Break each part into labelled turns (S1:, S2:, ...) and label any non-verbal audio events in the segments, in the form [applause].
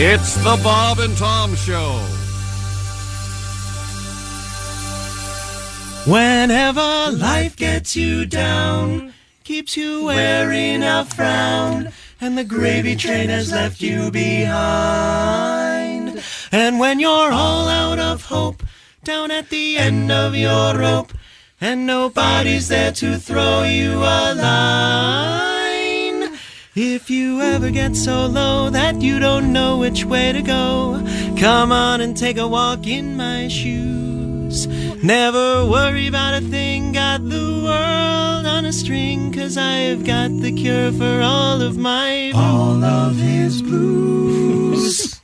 S1: It's the Bob and Tom Show.
S2: Whenever life gets you down, keeps you wearing a frown, and the gravy train has left you behind. And when you're all out of hope, down at the end of your rope, and nobody's there to throw you a line. If you ever get so low that you don't know which way to go, come on and take a walk in my shoes. Never worry about a thing, got the world on a string, cause I've got the cure for all of my all of his [laughs] blues.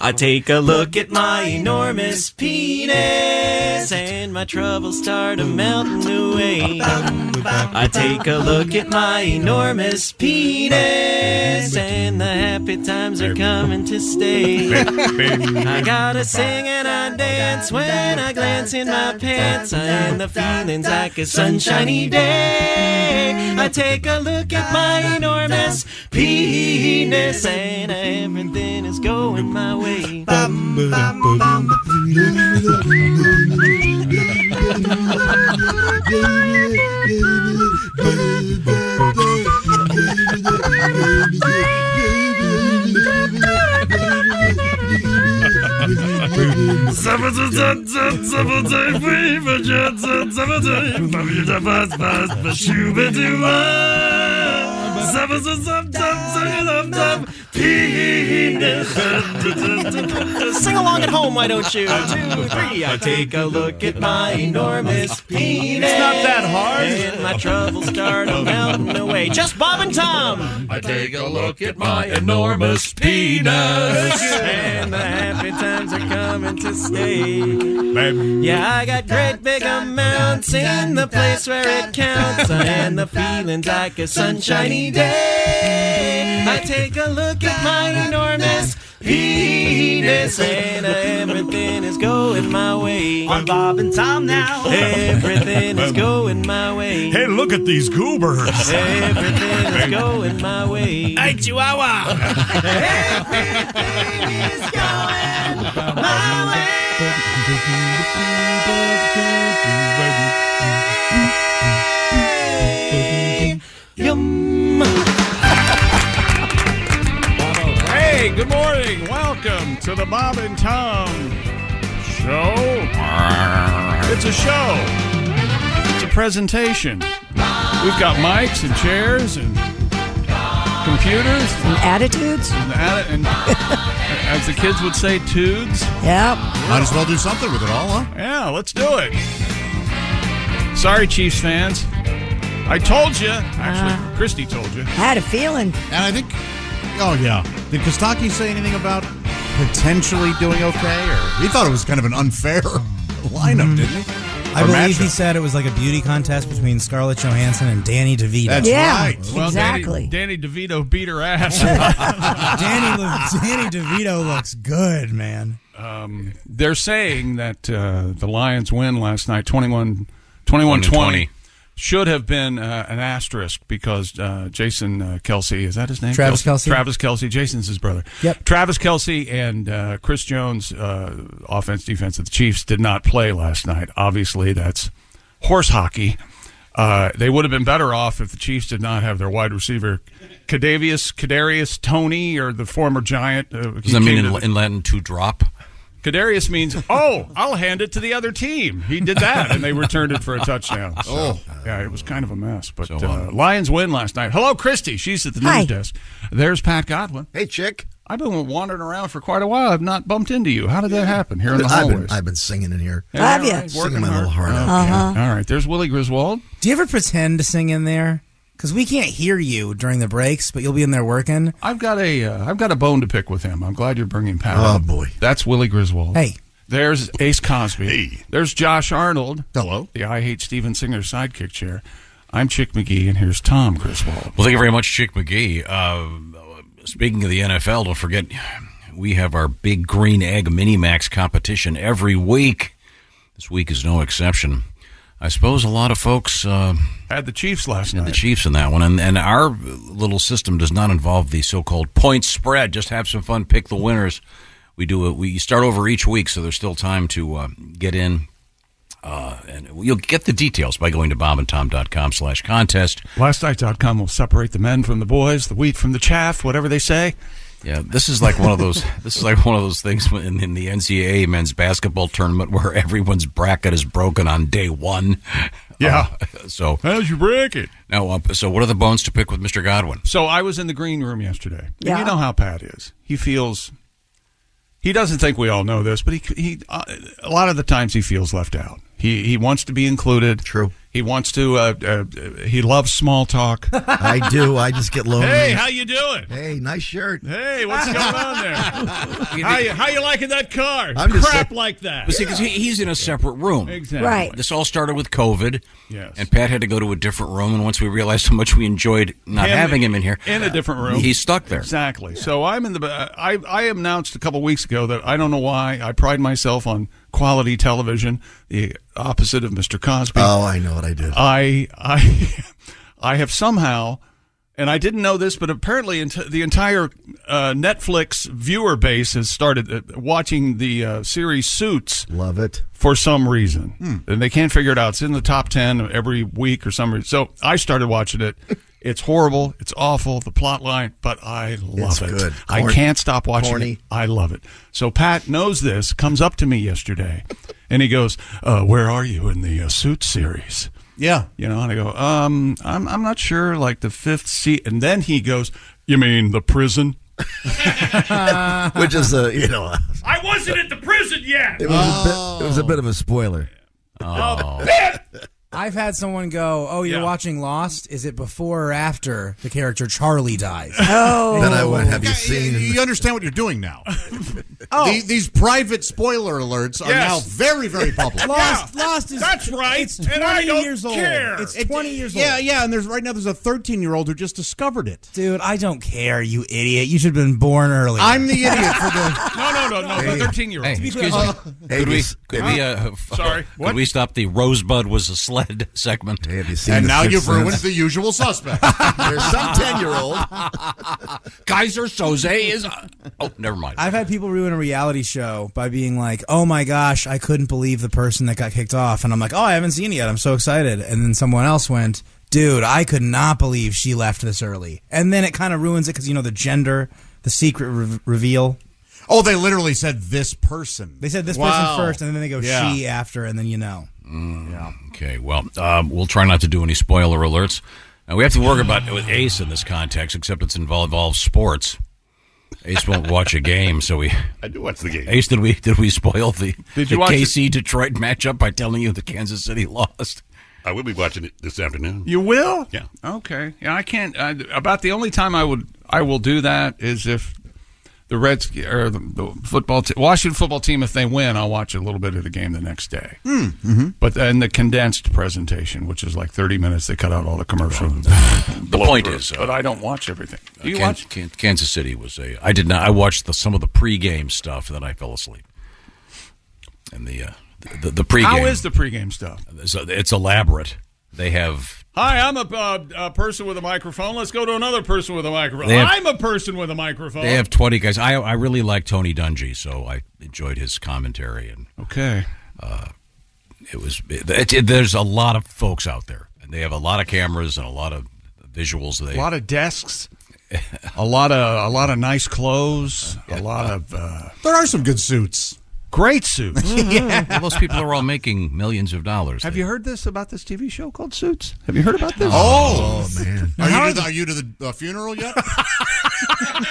S2: I take a look at my enormous penis and my troubles start a melting away. I take a look at my enormous penis and the happy times are coming to stay. I gotta sing and I dance when I glance in my pants. I am the feelings like a sunshiny day. I take a look at my enormous penis and everything is going my way. Sing along at home, why don't you? Two, three. I take a look at my enormous penis. It's not that hard. And my troubles start a melting away. Just Bob and Tom.
S1: I take a look at my enormous penis.
S2: And the happy times are coming to stay. Yeah, I got great big amounts in the place where it counts. And the feeling's like a sunshiny day. I take a look at my enormous penis. And everything is going my way.
S3: on Bob and Tom now.
S2: Everything is going my way.
S4: Hey, look at these goobers.
S2: Everything is going my way.
S3: Hey, Chihuahua.
S2: Yum.
S4: Hey, good morning. Welcome to the Bob and Tom Show. It's a show, it's a presentation. We've got mics and chairs and computers
S5: And attitudes?
S4: and, ad- and [laughs] as the kids would say, tudes.
S5: Yep.
S6: Might as well do something with it all, huh?
S4: Yeah, let's do it. Sorry, Chiefs fans. I told you.
S5: Ah.
S4: Actually, Christy told you.
S5: I had a feeling.
S6: And I think, oh yeah, did Kostaki say anything about potentially doing okay? Or he thought it was kind of an unfair lineup, didn't he?
S7: I
S6: Or
S7: believe he
S6: matchup.
S7: said it was like a beauty contest between Scarlett Johansson and Danny DeVito.
S6: That's
S5: yeah.
S6: right.
S4: Well, Danny-
S5: Exactly.
S4: Danny, DeVito beat her ass. [laughs]
S7: Danny, looks, [laughs] Danny DeVito looks good, man.
S4: Um, They're saying that uh, the Lions win last night, 21 20 should have been uh, an asterisk because uh, Jason uh, Kelsey, is that his name?
S7: Travis Kelce.
S4: Travis Kelsey. Jason's his brother.
S7: Yep.
S4: Travis Kelsey and uh, Chris Jones, uh, offense, defense of the Chiefs, did not play last night. Obviously, that's horse hockey. Uh, they would have been better off if the Chiefs did not have their wide receiver, Kadavius, Kadarius Tony, or the former Giant. Uh,
S8: Does that mean in, in Latin to drop?
S4: Kadarius
S9: [laughs]
S4: means, oh, I'll hand it to the other team. He did that, and they returned it for a
S9: [laughs]
S4: touchdown. So,
S6: Oh.
S4: yeah, it was kind of a mess. But
S8: So,
S4: uh,
S8: uh,
S4: Lions win last night. Hello, Christy. She's at the
S5: Hi.
S4: news desk. There's Pat Godwin.
S9: Hey, chick.
S4: I've been wandering around for quite a while. I've not bumped into you. How did that happen here in the
S9: I've
S4: hallways?
S9: been, I've been singing in here.
S4: Yeah, Have ya? right, working
S9: Singing my little
S4: hard.
S9: heart out.
S4: Okay.
S7: Uh-huh.
S4: All right. There's Willie Griswold.
S7: Do you ever pretend to sing in there? Because we can't hear you during the breaks, but you'll be in there working.
S4: I've got a uh, I've got a bone to pick with him. I'm glad you're bringing Pat.
S9: Oh,
S4: up.
S9: boy.
S4: that's Willie Griswold.
S7: Hey.
S4: there's Ace Cosby. There's Josh Arnold,
S6: Hello.
S4: the I Hate Steven Singer sidekick chair. I'm Chick McGee, and here's Tom Griswold.
S8: Well, thank you very much, Chick McGee. Uh, speaking of the NFL, don't forget we have our big green egg mini max competition every week. This week is no exception. I suppose a lot of folks uh,
S4: Had the Chiefs last
S8: had
S4: night.
S8: the Chiefs in that one, and, and our little system does not involve the so-called point spread. Just have some fun, pick the winners. We do it. We start over each week, so there's still time to uh, get in. Uh, and you'll get the details by going to bobandtom.com slash contest.
S4: Lastnight.com will separate the men from the boys, the wheat from the chaff, whatever they say.
S8: Yeah, this is like one of those. [laughs] This is like one of those things when- in, in the NCAA men's basketball tournament where everyone's bracket is broken on day one.
S4: Yeah.
S8: Uh, so
S4: How's your bracket?
S8: now, uh, so what are the bones to pick with Mr. Godwin?
S4: So I was in the green room yesterday. And
S5: Yeah.
S4: you know how Pat is. He feels. He doesn't think we all know this, but he he uh, a lot of the times he feels left out. He he wants to be included.
S9: True.
S4: He wants to. Uh, uh, he loves small talk.
S9: [laughs] I do. I just get lonely.
S4: hey, how you doing?
S9: Hey, nice shirt.
S4: Hey, what's going
S9: [laughs]
S4: on there? How you how you liking that car?
S9: I'm just
S4: Crap
S9: so-
S4: like that.
S8: But see, 'cause he, he's in a separate room.
S4: Exactly.
S5: Right.
S8: This all started with COVID.
S4: Yes.
S8: And Pat had to go to a different room, and once we realized how much we enjoyed not
S4: Him
S8: having him in here,
S4: in a different room.
S8: he's stuck there.
S4: Exactly. So I'm in the. uh, I I announced a couple weeks ago that I don't know why I pride myself on quality television, the opposite of Mr. Cosby.
S9: Oh, I know what I did.
S4: I I [laughs] I have somehow, and I didn't know this, but apparently ent- the entire uh, Netflix viewer base has started uh, watching the uh, series Suits
S9: Love it. Hmm.
S4: for some reason, and they can't figure it out. It's in the top ten every week or some reason. So I started
S9: [laughs]
S4: watching it. It's horrible. It's awful. The plot line, but I
S9: It's
S4: love it.
S9: good.
S4: I
S9: Corn-
S4: can't stop watching it.
S9: corny.
S4: I love it. So Pat knows this. Comes up to me yesterday, and he goes, uh, "Where are you in the uh, Suits series?"
S6: Yeah.
S4: You know, and I go, um, I'm, I'm not sure, like the fifth seat. And then he goes, You mean the prison?
S9: [laughs] Which is a, you know,
S1: I wasn't at the prison yet.
S9: it was, a, bit, it was a bit
S4: Oh.
S9: of a spoiler.
S8: Oh.
S7: I've had someone go, "Oh, you're
S4: Yeah.
S7: watching Lost? Is it before or after the character Charlie dies?" Oh.
S6: Oh.
S9: Then I went, have you
S6: You,
S9: seen?
S6: you understand what you're doing now. oh. these private spoiler alerts are
S4: Yes.
S6: now very, very public.
S7: Lost, Lost is
S4: That's right,
S7: It's
S4: and
S7: 20
S4: I don't
S7: years
S4: care.
S7: old. It's
S6: It-
S7: 20 years
S6: yeah,
S7: old.
S6: yeah, and there's right now there's a 13 year old who just discovered it.
S7: Dude, I don't care, you idiot. You should have been born earlier.
S6: I'm the idiot for the.
S4: No, no, no, no. The 13 year old.
S8: Hey, excuse me.
S9: Hey,
S8: Could we,
S9: just-
S8: could
S9: have
S8: we,
S9: you-
S8: uh, [laughs]
S4: Sorry, what?
S8: Could we stop the Rosebud was a sled [laughs] segment?
S9: Hey, have you seen?
S6: And
S9: The
S6: now
S9: Sixth
S6: you've ruined
S9: Sense?
S6: the usual suspect.
S9: There's some ten-year-old.
S8: Kaiser Soze is. [laughs] oh, never mind.
S7: I've had people ruin a reality show by being like, "Oh my gosh, I couldn't believe the person that got kicked off," and I'm like, "Oh, I haven't seen it yet. I'm so excited." And then someone else went, "Dude, I could not believe she left this early." And then it kind of ruins it because you know the gender, the secret re- reveal.
S6: oh, they literally said this person.
S7: They said this
S6: Wow.
S7: person first, and then they go
S6: Yeah.
S7: she after, and then you know.
S9: Mm,
S8: Okay, well, um, we'll try not to do any spoiler alerts. Uh, we have to worry about with Ace in this context, except it's involved, involves sports. Ace won't watch a game, so we.
S1: I do watch the game.
S8: Ace, did we did we spoil the,
S4: Did you
S8: the
S4: watch it?
S8: KC Detroit matchup by telling you that Kansas City [laughs] lost?
S1: I will be watching it this afternoon.
S4: You will?
S1: Yeah.
S4: Okay. Yeah, I can't. I, about the only time I would I will do that is if the Reds or the, the football te- Washington football team, if they win, I'll watch a little bit of the game the next day. Mm-hmm. But then the condensed presentation, which is like 30 minutes, they cut out all the commercials.
S8: The point is,
S4: but I don't watch everything. Do you
S8: Uh, Kan-
S4: watch?
S8: Kan- Kansas City was a. I did not. I watched the, some of the pregame stuff, and then I fell asleep. And the uh, the, the, the pregame.
S4: How is the pregame stuff?
S8: it's, it's elaborate. They have
S4: Hi, I'm a, uh, a person with a microphone. Let's go to another person with a microphone.
S8: They have-
S4: I'm a person with a microphone.
S8: They have 20 guys. I, I really like Tony Dungy, so I enjoyed his commentary. And uh,
S4: okay.
S8: it was, it, it- there's a lot of folks out there, and they have a lot of cameras and a lot of visuals. They,
S4: A lot of [laughs] desks. A lot of a lot of nice clothes. A lot of uh,
S6: there are some good suits.
S4: Great [laughs] suits.
S8: [laughs] yeah. Well, those people are all making millions of dollars.
S4: Have you heard this about this TV show called Suits? Have you heard about this?
S6: Oh, man. Are you, to the, are you to the uh, funeral yet?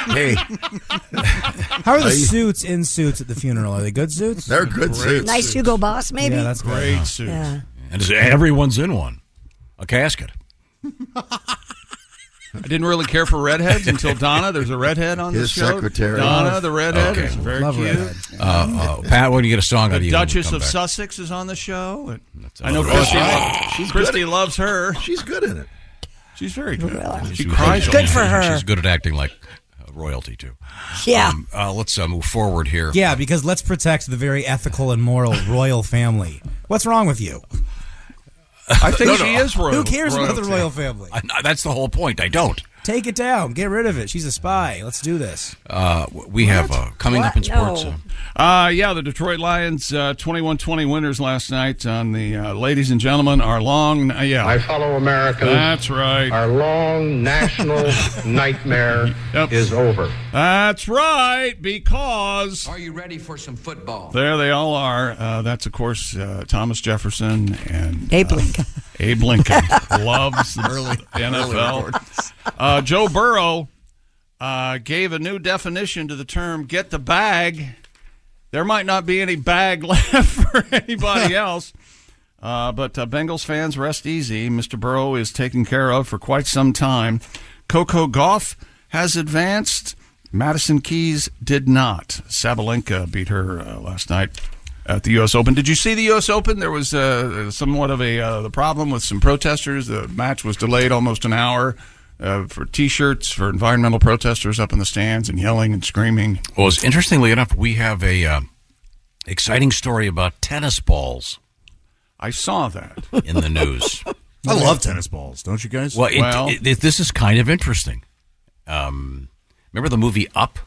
S9: hey.
S7: [laughs] How are the suits in suits at the funeral? Are they good suits?
S9: They're good
S5: suits. Nice Hugo Boss, maybe?
S7: Yeah, that's
S5: Great
S7: good.
S5: suits. Yeah.
S8: And it's- everyone's in one. A casket.
S4: I didn't really care for redheads until Donna. There's a redhead on
S8: His
S4: this show.
S8: secretary.
S4: Donna, the redhead,
S8: Okay.
S4: is very
S8: Love
S4: cute.
S8: redhead. Uh, uh, Pat, when you get a song out of
S4: The
S8: you,
S4: Duchess
S8: we'll come
S4: of
S8: back.
S4: Sussex is on the show. and
S8: That's
S4: I know
S8: another
S4: Christy.
S8: show.
S4: She's Christy loves her.
S9: She's good in it.
S4: She's very good. She
S8: She's
S4: cries.
S8: really- She's good at acting like uh, royalty too.
S5: Yeah.
S8: Um, uh, let's uh, move forward here.
S7: Yeah, because let's protect the very ethical and moral royal family. What's wrong with you?
S4: I
S8: [laughs]
S4: think she is royal.
S7: Who cares about the
S4: royalty.
S7: royal family?
S8: I, that's the whole point. I don't.
S7: Take it down. Get rid of it. She's a spy. Let's do this.
S8: Uh, we have uh, coming up in sports. uh,
S4: Uh, yeah, the Detroit Lions uh, 21-20 winners last night on the uh, ladies and gentlemen are long. Uh, yeah,
S10: My fellow Americans,
S4: That's right.
S10: Our long national
S4: [laughs]
S10: nightmare is over.
S4: That's right,
S8: uh,
S4: because. Are
S11: you ready for some football?
S4: there they all are. Uh, that's of course uh, Thomas Jefferson and
S5: Abe
S4: uh,
S5: Lincoln.
S4: [laughs] Abe Lincoln
S5: [laughs]
S4: loves the NFL. Uh, Joe Burrow uh, gave a new definition to the term "get the bag." There might not be any bag [laughs] left for
S5: [laughs]
S4: anybody else. Uh, but uh, Bengals fans, rest easy. Mr. Burrow is taken care of for quite some time. Coco Goff has advanced. Madison Keys did not. Sabalenka beat her uh, last night at the U.S. Open. Did you see the U.S. Open? There was uh, somewhat of a uh, the problem with some protesters. The match was delayed almost an hour uh, for T-shirts for environmental protesters up in the stands and yelling and screaming.
S8: Well, it's interestingly enough, we have a uh, exciting story about tennis balls.
S4: I saw that [laughs]
S8: in the news.
S6: I love tennis balls, don't you guys?
S8: Well, it, it- it- this is kind of interesting. Um, remember the movie Up?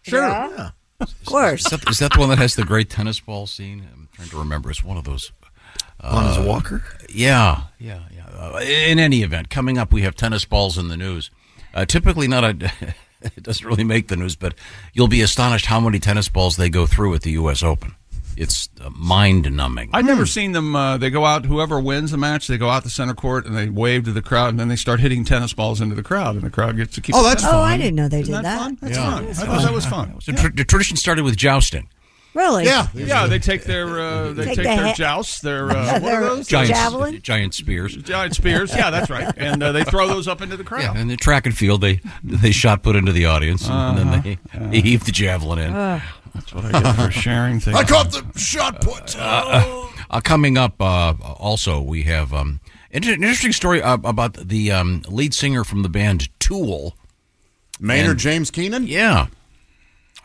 S5: Sure. Of course.
S8: Is that, is that the one that has the great tennis ball scene? I'm trying to remember. It's one of those. uh,
S9: Lon is Walker?
S8: Yeah, yeah, yeah. Uh, in any event, coming up, we have tennis balls in the news. Uh, typically, not a. [laughs] it doesn't really make the news, but you'll be astonished how many tennis balls they go through at the U.S. Open. It's uh, mind numbing.
S4: I've never seen them. Uh, they go out. Whoever wins the match, they go out the center court and they wave to the crowd, and then they start hitting tennis balls into the crowd, and the crowd gets to keep.
S5: Oh,
S4: the
S5: that's
S4: tennis
S5: Oh,
S4: ball.
S5: I didn't know they
S4: Isn't
S5: did
S4: that.
S5: that.
S4: Fun? That's
S5: Yeah.
S4: fun.
S5: That's
S4: I thought
S5: fun.
S4: that was fun.
S8: So tr- the tradition started with jousting.
S5: Really? [laughs]
S4: Yeah, yeah. They take their uh, they
S5: Take
S4: take,
S5: the
S4: their
S5: he-
S4: jousts, their [laughs] uh, what are those?
S8: Giant,
S4: Javelin?
S8: giant spears.
S4: giant spears. Yeah, that's right. And uh, they throw those up into the crowd.
S8: Yeah, and the track and field, they they shot put into the audience, and then they, they [laughs] heaved the javelin in.
S4: Uh, that's what I get for sharing things.
S8: I caught
S6: the shot put.
S8: Uh, uh, coming up, uh, also we have um, an inter- an interesting story uh, about the um, lead singer from the band Tool,
S6: Maynard
S8: And-
S6: James Keenan?
S8: Yeah,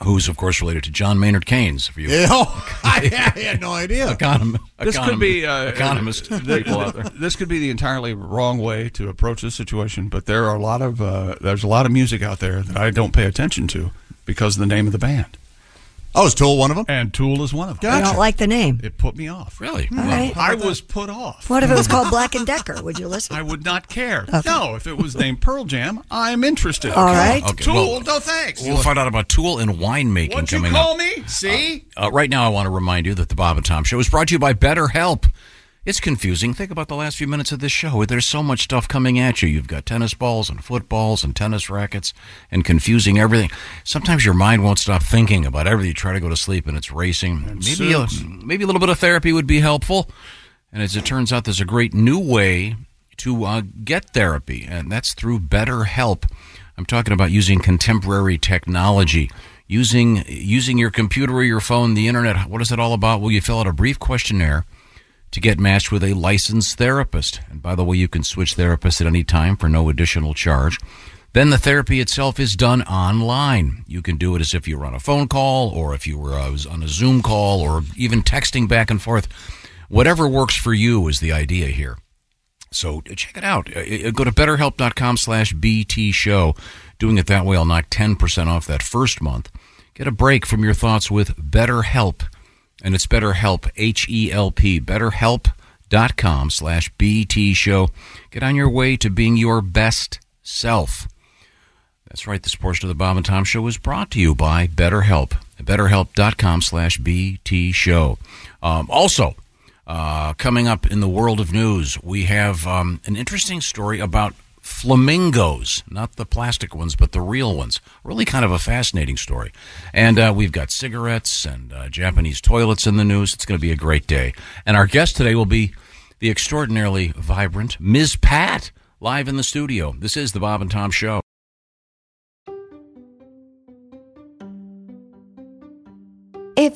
S8: who's of course related to John Maynard Keynes. For you,
S6: Yeah, [laughs] oh, I, I had no idea.
S8: [laughs] Econom-
S4: This could be uh,
S8: economist
S4: th-
S8: people out there.
S4: [laughs] This could be the entirely wrong way to approach this situation, but there are a lot of uh, there's a lot of music out there that I don't pay attention to because of the name of the band.
S6: Oh, is Tool one of them?
S4: And Tool is one of them.
S5: I don't like the name.
S4: It put me off.
S8: Really?
S5: All right.
S4: I was put off.
S5: What if it
S4: [laughs]
S5: was called Black and Decker? Would you listen?
S4: I would not care. No, if it was named Pearl Jam, I'm interested.
S5: All right.
S8: Okay,
S4: Tool,
S8: well,
S4: no thanks.
S8: We'll find out about Tool and winemaking
S4: What'd you
S8: coming up.
S4: call me? See?
S8: Uh, right now, I want to remind you that the Bob and Tom Show is brought to you by BetterHelp. It's confusing. Think about the last few minutes of this show. There's so much stuff coming at you. You've got tennis balls and footballs and tennis rackets and confusing everything. Sometimes your mind won't stop thinking about everything. You try to go to sleep and it's racing. maybe a,
S4: suits.
S8: maybe a little bit of therapy would be helpful. And as it turns out, there's a great new way to uh, get therapy, and that's through BetterHelp. I'm talking about using contemporary technology, using using your computer or your phone, the internet. What is it all about? Well, you fill out a brief questionnaire to get matched with a licensed therapist. And by the way, you can switch therapists at any time for no additional charge. Then the therapy itself is done online. You can do it as if you were on a phone call, or if you were uh, was on a Zoom call, or even texting back and forth. Whatever works for you is the idea here. So uh, check it out. Uh, uh, Go to betterhelp.com slash BT show. Doing it that way, I'll knock 10% off that first month. Get a break from your thoughts with BetterHelp. And it's BetterHelp, H E L P, betterhelp.com slash BT show. Get on your way to being your best self. That's right. This portion of the Bob and Tom Show is brought to you by BetterHelp. betterhelp.com slash bt show um, also uh, coming up in the world of news we have um, an interesting story about flamingos not the plastic ones but the real ones really kind of a fascinating story and uh, we've got cigarettes and uh, japanese toilets in the news it's going to be a great day and our guest today will be the extraordinarily vibrant ms pat live in the studio this is the bob and tom show
S12: If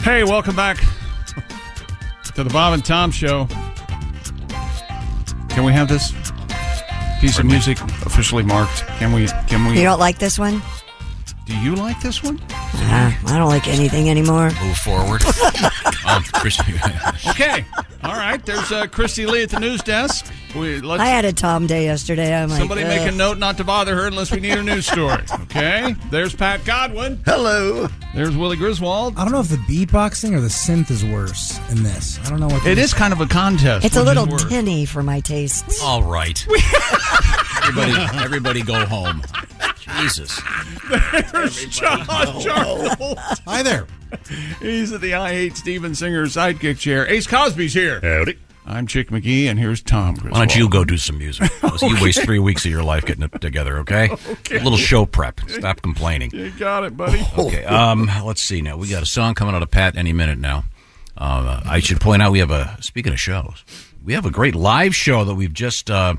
S4: Hey, welcome back to the Bob and Tom Show. Can we have this piece of music officially marked? Can we? Can we?
S5: You don't like this one?
S4: Do you like this one?
S5: Nah, I don't like anything anymore.
S4: [laughs]
S8: Move forward. um, Christy,
S4: Okay. All right. There's uh, Christy Lee at the news desk. We, let's,
S5: I had a Tom day yesterday. I'm like,
S4: somebody make a
S5: ugh.
S4: note not to bother her unless we need her news story. Okay. There's Pat Godwin. Hello. There's Willie Griswold.
S7: I don't know if the beatboxing or the synth is worse in this. I don't know what
S4: It is kind of a contest.
S5: It's a little tinny for my tastes.
S8: [laughs] All right. [laughs] everybody,
S5: [laughs]
S8: everybody go home. Jesus.
S4: [laughs] There's John Charles. Hi there. [laughs] He's at the I Hate Steven Singer sidekick chair. Ace Cosby's here. Howdy. I'm Chick McGee, and here's Tom Griswold.
S8: Why don't you go do some music? You waste three weeks of your life getting it together, okay?
S4: Okay.
S8: A little show prep. Stop complaining.
S4: You got it, buddy.
S2: [laughs]
S4: uh,
S8: Okay, um, let's see now. We got a song coming out of Pat any minute now. Uh, I should point out we have a speaking of shows, we have a great live show that we've just uh,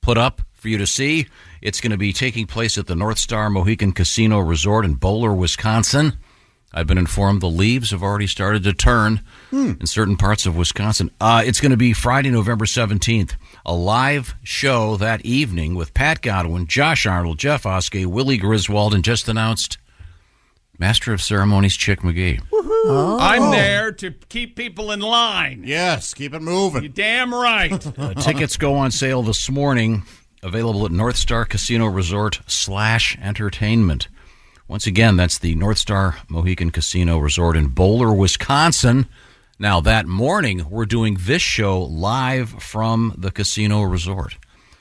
S8: put up for you to see. It's going to be taking place at the North Star Mohican Casino Resort in Bowler, Wisconsin. I've been informed the leaves have already started to turn
S13: Hmm.
S8: in certain parts of Wisconsin. Uh, it's going to be Friday, November 17th, a live show that evening with Pat Godwin, Josh Arnold, Jeff Oskey, Willie Griswold, and just announced Master of Ceremonies Chick McGee.
S4: I'm there to keep people in line. Oh. Yes, keep it moving. You're damn [laughs] right.
S8: Uh, tickets go on sale this morning, available at North Star Casino Resort slash entertainment. Once again, that's the North Star Mohican Casino Resort in Bowler, Wisconsin. Now, that morning, we're doing this show live from the casino resort.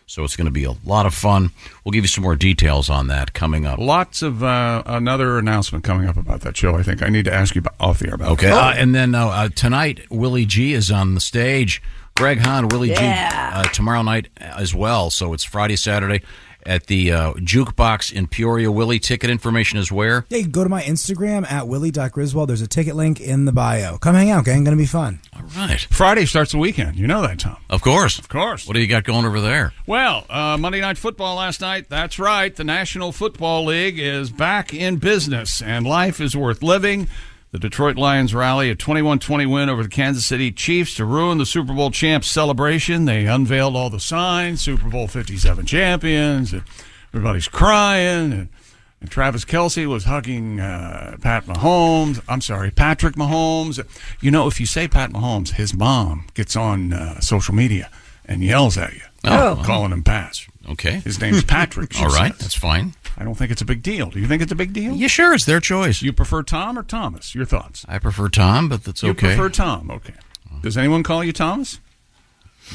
S8: So it's going to be a lot of fun. We'll give you some more details on that coming up.
S4: Lots of uh, another announcement coming up about that show. I think I need to ask you about, off the air about.
S8: Okay.
S4: that.
S8: Uh, and then uh, uh, tonight, Willie G is on the stage. Greg Hahn, Willie G uh, tomorrow night as well. So it's Friday, Saturday at the uh, Jukebox in Peoria. Willie, ticket information is where?
S7: Yeah, you can go to my Instagram at willie.griswold. There's a ticket link in the bio. Come hang out, gang. Gonna be fun.
S4: [laughs]
S8: Right.
S4: Friday starts the weekend. You know that, Tom.
S8: Of course. Of
S4: course.
S8: What do you got going over there?
S4: Well, uh, Monday Night Football last night. That's right. The National Football League is back in business, and life is worth living. The Detroit Lions rally a 21 20 win over the Kansas City Chiefs to ruin the Super Bowl champs celebration. They unveiled all the signs Super Bowl 57 champions. And everybody's crying. And, and Travis Kelsey was hugging uh, Pat Mahomes. I'm sorry, Patrick Mahomes. You know, if you say Pat Mahomes, his mom gets on uh, social media and yells at you,
S8: Oh.
S4: calling him Pat.
S8: Okay. [laughs]
S4: His name's Patrick. she
S8: All right.
S4: says.
S8: That's fine.
S4: I don't think it's a big deal. Do you think it's a big deal?
S8: Yeah, sure, it's their choice.
S4: You prefer Tom or Thomas? Your thoughts?
S8: I prefer Tom, but that's
S4: You
S8: okay.
S4: prefer Tom. Okay. Does anyone call you Thomas?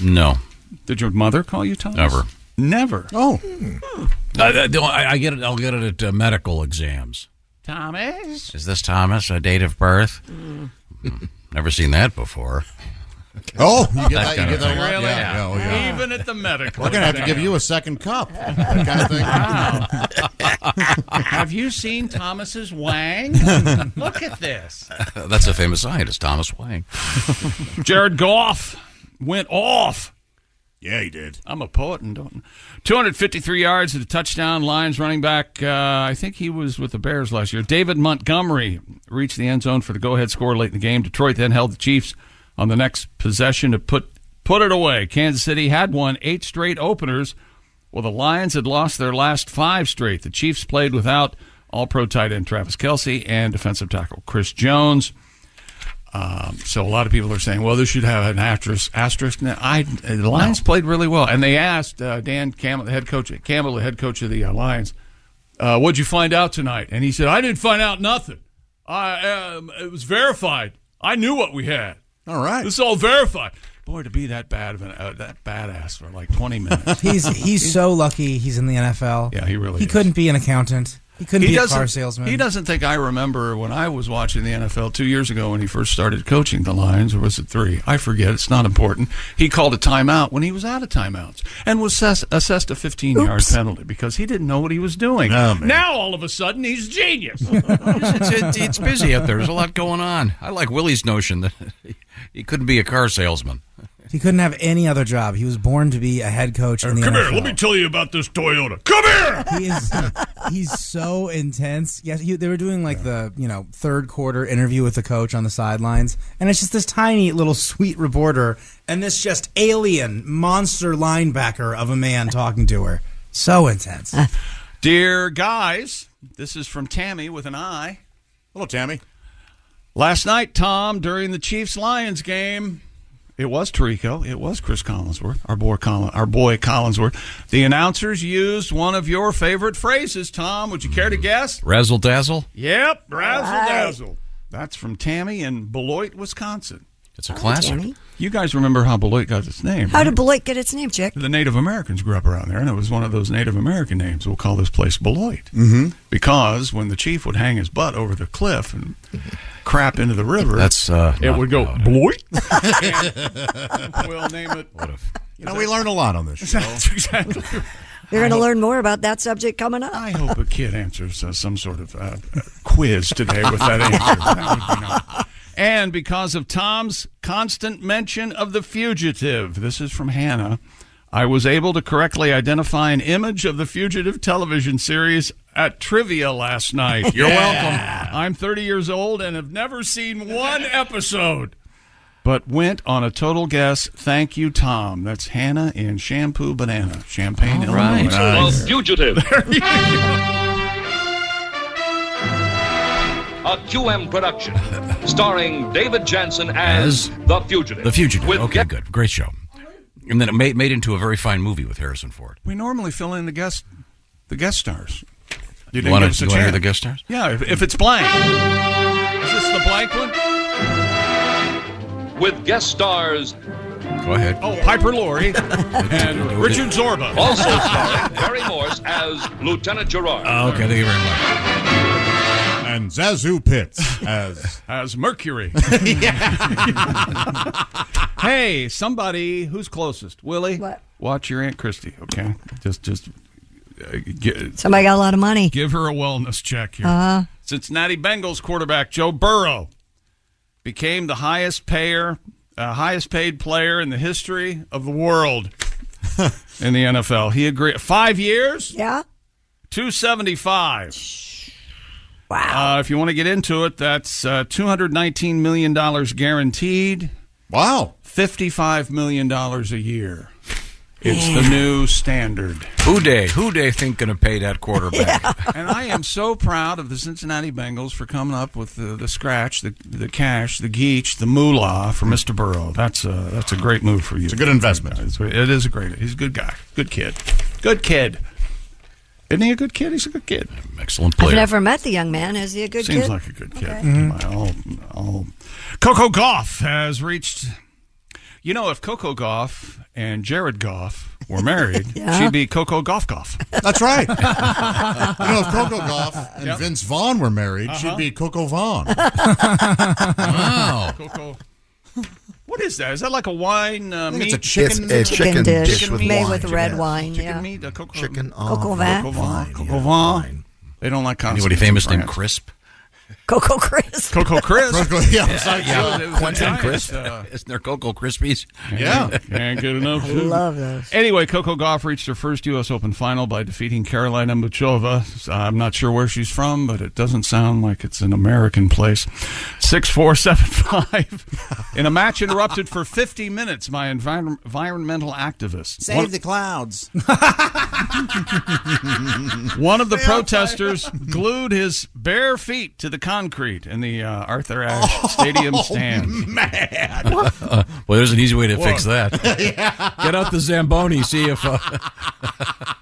S8: no,
S4: Did your mother call you Thomas?
S8: never.
S4: Never. Oh.
S8: I, I, I get it. I'll get it at uh, medical exams.
S4: Thomas?
S8: Is this Thomas a date of birth?
S4: Mm.
S8: Mm, Never seen that before.
S6: Oh, you get that- you
S8: kind
S6: get that
S8: of thing.
S6: a lot? Really? Yeah, yeah, oh, yeah.
S4: Even at the medical.
S6: We're gonna have to
S4: exam.
S6: give you a second cup. That kind of [laughs] thing. [laughs]
S4: Have you seen Thomas's Wang? Look at this.
S8: [laughs] That's a famous scientist, Thomas Wang.
S4: Jared Goff went off. Yeah, he did. I'm a poet and don't. 253 yards at a touchdown. Lions running back. Uh, I think he was with the Bears last year. David Montgomery reached the end zone for the go-ahead score late in the game. Detroit then held the Chiefs on the next possession to put put it away. Kansas City had won eight straight openers. Well, the Lions had lost their last five straight. The Chiefs played without All-Pro tight end Travis Kelsey and defensive tackle Chris Jones. Um, so a lot of people are saying, well, this should have an asterisk. asterisk. Now, I, the Lions played really well, and they asked uh, Dan Campbell, the head coach, Campbell, the head coach of the uh, Lions, uh, "What'd you find out tonight?" And he said, "I didn't find out nothing. I um, it was verified. I knew what we had. All right, this is all verified." Boy, to be that bad of an uh, that badass for like twenty minutes.
S7: [laughs] he's he's so lucky he's in the NFL. Yeah,
S4: he really
S7: He
S4: is.
S7: couldn't be an accountant. He couldn't be a
S4: doesn't-
S7: car salesman.
S4: He doesn't think I remember when I was watching the NFL two years ago when he first started coaching the Lions, or was it three? I forget. It's not important. He called a timeout when he was out of timeouts and was assess- assessed a 15 yard penalty because he didn't know what he was doing. now all of a sudden he's genius. [laughs]
S8: it's, it's, it's busy out there. There's a lot going on. I like Willie's notion that [laughs] he couldn't be a car salesman.
S7: He couldn't have any other job. He was born to be a head coach in the
S1: Come
S7: NFL.
S1: here, let me tell you about this Toyota. Come here!
S7: He is he's so intense. Yes, he, they were doing like the you know third quarter interview with the coach on the sidelines, and it's just this tiny little sweet reporter and this just alien monster linebacker of a man talking to her. So intense.
S4: Uh,
S5: Uh.
S4: Dear guys, this is from Tammy with an I. Hello, Tammy. Last night, Tom, during the Chiefs Lions game, it was Tarico. It was Chris Collinsworth, our boy, Colin, our boy Collinsworth. The announcers used one of your favorite phrases, Tom. Would you care to guess?
S8: Razzle dazzle.
S4: Yep, razzle dazzle. That's from Tammy in Beloit, Wisconsin.
S8: It's a classic.
S5: Tammy.
S4: You guys remember how Beloit got its name?
S5: How
S4: right?
S5: did Beloit get its name,
S4: [laughs]
S5: Chick?
S4: The Native Americans grew up around there, and it was one of those Native American names. We'll call this place Beloit. Mm-hmm. Because when the chief would hang his butt over the cliff and crap into the river,
S8: That's uh,
S4: it would go Beloit.
S2: [laughs]
S4: we'll name it.
S8: What
S6: You know, we learn a lot on this show.
S4: That's exactly. Right.
S5: You're going to learn more about that subject coming up.
S4: I hope a kid answers uh, some sort of uh, quiz today with
S6: [laughs]
S4: that answer. That would be nice. And because of Tom's constant mention of the fugitive, this is from Hannah. I was able to correctly identify an image of the fugitive television series at trivia last night. You're
S1: Yeah.
S4: welcome. I'm 30 years old and have never seen one episode, but went on a total guess. Thank you, Tom. That's Hannah in Shampoo Banana, Champagne, Illinois.
S1: A
S4: [laughs]
S1: fugitive. A QM production starring David Jansen as, The Fugitive.
S8: The Fugitive.
S1: With
S8: okay, good. Great show. And then it made, made into a very fine movie with Harrison Ford.
S4: We normally fill in the guest, the guest stars.
S8: You,
S4: didn't
S8: want
S4: give us
S8: to
S4: a
S8: hear
S4: chance.
S8: the guest stars?
S4: Yeah, if, if it's blank. Is this the blank one?
S1: With guest stars
S8: Go ahead.
S4: Oh, Piper
S8: [laughs]
S4: Laurie and Richard Zorba.
S1: Also starring Barry Morse as Lieutenant Gerard.
S8: okay, thank you very much.
S6: And Zazu [laughs] Pitts as
S4: as
S8: [laughs]
S4: Mercury. hey, somebody who's closest, Willie. What? Watch your Aunt Christie, okay? Just, just uh, get,
S5: Somebody got a lot of money.
S4: give her a wellness check here.
S5: Uh-huh.
S4: Cincinnati Bengals quarterback Joe Burrow became the highest payer, uh, highest paid player in the history of the world in the NFL. He agreed five years.
S5: Yeah,
S4: two seventy five. Wow! Uh, if you want to get into it, that's uh, two hundred nineteen million dollars guaranteed. Wow! Fifty five million dollars a year. It's the new standard.
S8: Who day? Who day think going to pay that quarterback?
S4: [laughs] and I am so proud of the Cincinnati Bengals for coming up with the, the scratch, the the cash, the geech, the moolah for Mr. Burrow. That's a that's a great move for you. It's a good investment. It's, it is a great. He's a good guy. Good kid. Good kid. Isn't he a good kid? He's a good kid.
S8: Excellent
S5: I've never met the young man. Is he a good
S4: Seems
S5: kid?
S4: like a good kid.
S5: Okay.
S4: My- I'll- I'll- Coco Goff has reached. You know, if Coco Goff and Jared Goff
S5: [laughs]
S4: were married,
S6: Yeah.
S4: she'd be Coco Goff Goff.
S6: That's [laughs] right. you know, if Coco Goff and Vince Vaughn were married,
S4: Uh-huh.
S6: she'd be Coco [laughs] Vaughn.
S4: Wow. Coco. What is that? Is that like a wine? Uh,
S6: think
S4: meat?
S6: it's a chicken- It's a chicken
S5: chicken dish
S4: Chicken
S5: with
S4: meat?
S5: made with
S4: Chicken-
S5: red wine.
S4: Chicken
S5: yeah.
S4: meat, a cocoa,
S5: chicken
S4: Coco
S5: coco vin.
S4: vin. Coco vin. They don't like
S8: Anybody
S4: Constantine
S8: famous
S4: France.
S8: named Crisp?
S5: Coco Um, Crisp. [laughs]
S4: Coco Crisp.
S8: Quentin
S4: Giants,
S8: Crisp.
S4: uh,
S8: Isn't there Cocoa Crispies?
S4: [laughs] Can't get enough.
S8: I
S4: food.
S8: love those.
S4: Anyway, Coco Goff reached her first U.S. Open final by defeating Carolina Muchova. I'm not sure where she's from, but it doesn't sound like it's an American place. Six four seven five.
S8: [laughs]
S4: In a match interrupted for 50 minutes by envir- environmental activists. One-
S6: clouds.
S4: [laughs]
S8: [laughs]
S4: One of the protesters glued his bare feet to the concrete in the uh, Arthur
S8: [laughs]
S4: Ashe
S8: Oh,
S4: Stadium stand.
S6: Man.
S8: well, there's an easy [laughs] way to fix
S4: Whoa.
S8: that.
S4: [laughs]
S8: Get out the Zamboni. See if uh,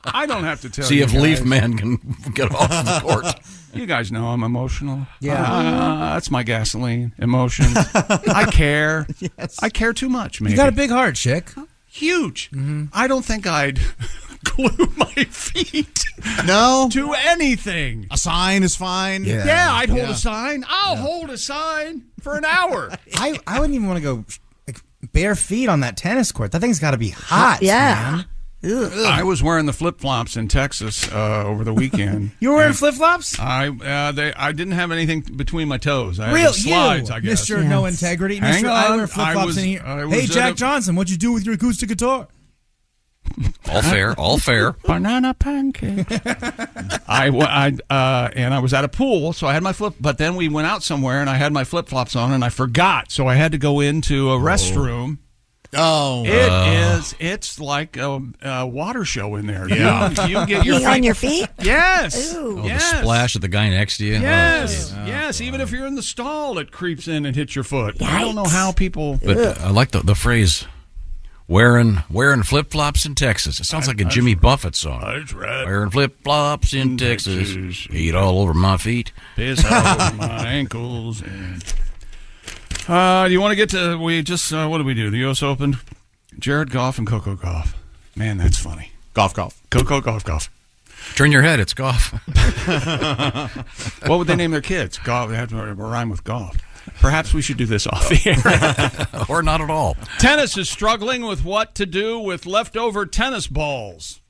S4: I don't have to [laughs] tell
S8: see
S4: you
S8: if
S4: guys.
S8: Leaf Man can get off
S4: [laughs]
S8: the court.
S4: You guys know I'm emotional.
S8: Yeah.
S4: Uh, that's my gasoline. Emotion. I care. Yes. I care too much, man.
S7: You got a big heart, chick.
S4: Huge.
S6: Mm-hmm.
S4: I don't think I'd [laughs] glue my feet. No. [laughs] To anything.
S6: A sign is fine.
S4: Yeah, I'd hold a sign. I'll hold a sign for an hour.
S7: [laughs] I, I wouldn't even want to go like, bare feet on that tennis court. That thing's got to be hot.
S5: Yeah.
S4: I was wearing the flip flops in Texas uh, over the weekend.
S7: You were wearing flip flops?
S4: I uh, they I didn't have anything between my toes. I had
S7: Real
S4: the slides,
S7: you,
S4: I guess.
S7: Mr. No Integrity.
S4: Hang
S7: Mr.
S4: on,
S7: I wear flip
S4: I
S7: flops
S4: was-
S7: in here.
S4: I was
S7: Hey,
S4: at
S7: Jack
S4: a-
S7: Johnson, what'd you do with your acoustic guitar?
S8: All fair. All fair.
S4: [laughs] Banana pancake. [laughs] I, wa- I uh, and I was at a pool, so I had my flip. But then we went out somewhere, and I had my flip flops on, and I forgot, so I had to go into a restroom.
S6: Oh, Uh.
S4: It is.
S8: Oh.
S4: It's like a, a water show in there.
S8: Yeah.
S4: you, you get your
S5: Pee on your feet?
S4: Yes.
S5: Ooh.
S8: Oh,
S4: Yes.
S8: the splash of the guy next to you.
S4: Yes,
S8: Oh, geez.
S4: yes. Even if you're in the stall, it creeps in and hits your foot. I don't know how people.
S8: But uh, I like the, the phrase wearing wearing flip flops in Texas. It sounds like a Jimmy Buffett song.
S4: That's right.
S8: Wearing flip flops in Texas. Eat all over my feet.
S4: Piss all
S8: [laughs]
S4: over my ankles. And... Uh, do you want to get to? We just uh, what did we do? The U.S. Open. Jared Goff and Coco Goff. Man, that's funny.
S6: Golf, golf.
S4: Coco Goff, Goff.
S8: Turn your head. It's [laughs] golf.
S4: what would they name their kids? Golf. They have to rhyme with golf. Perhaps we should do this off the air,
S8: [laughs] or not at all.
S4: Tennis is struggling with what to do with leftover tennis balls.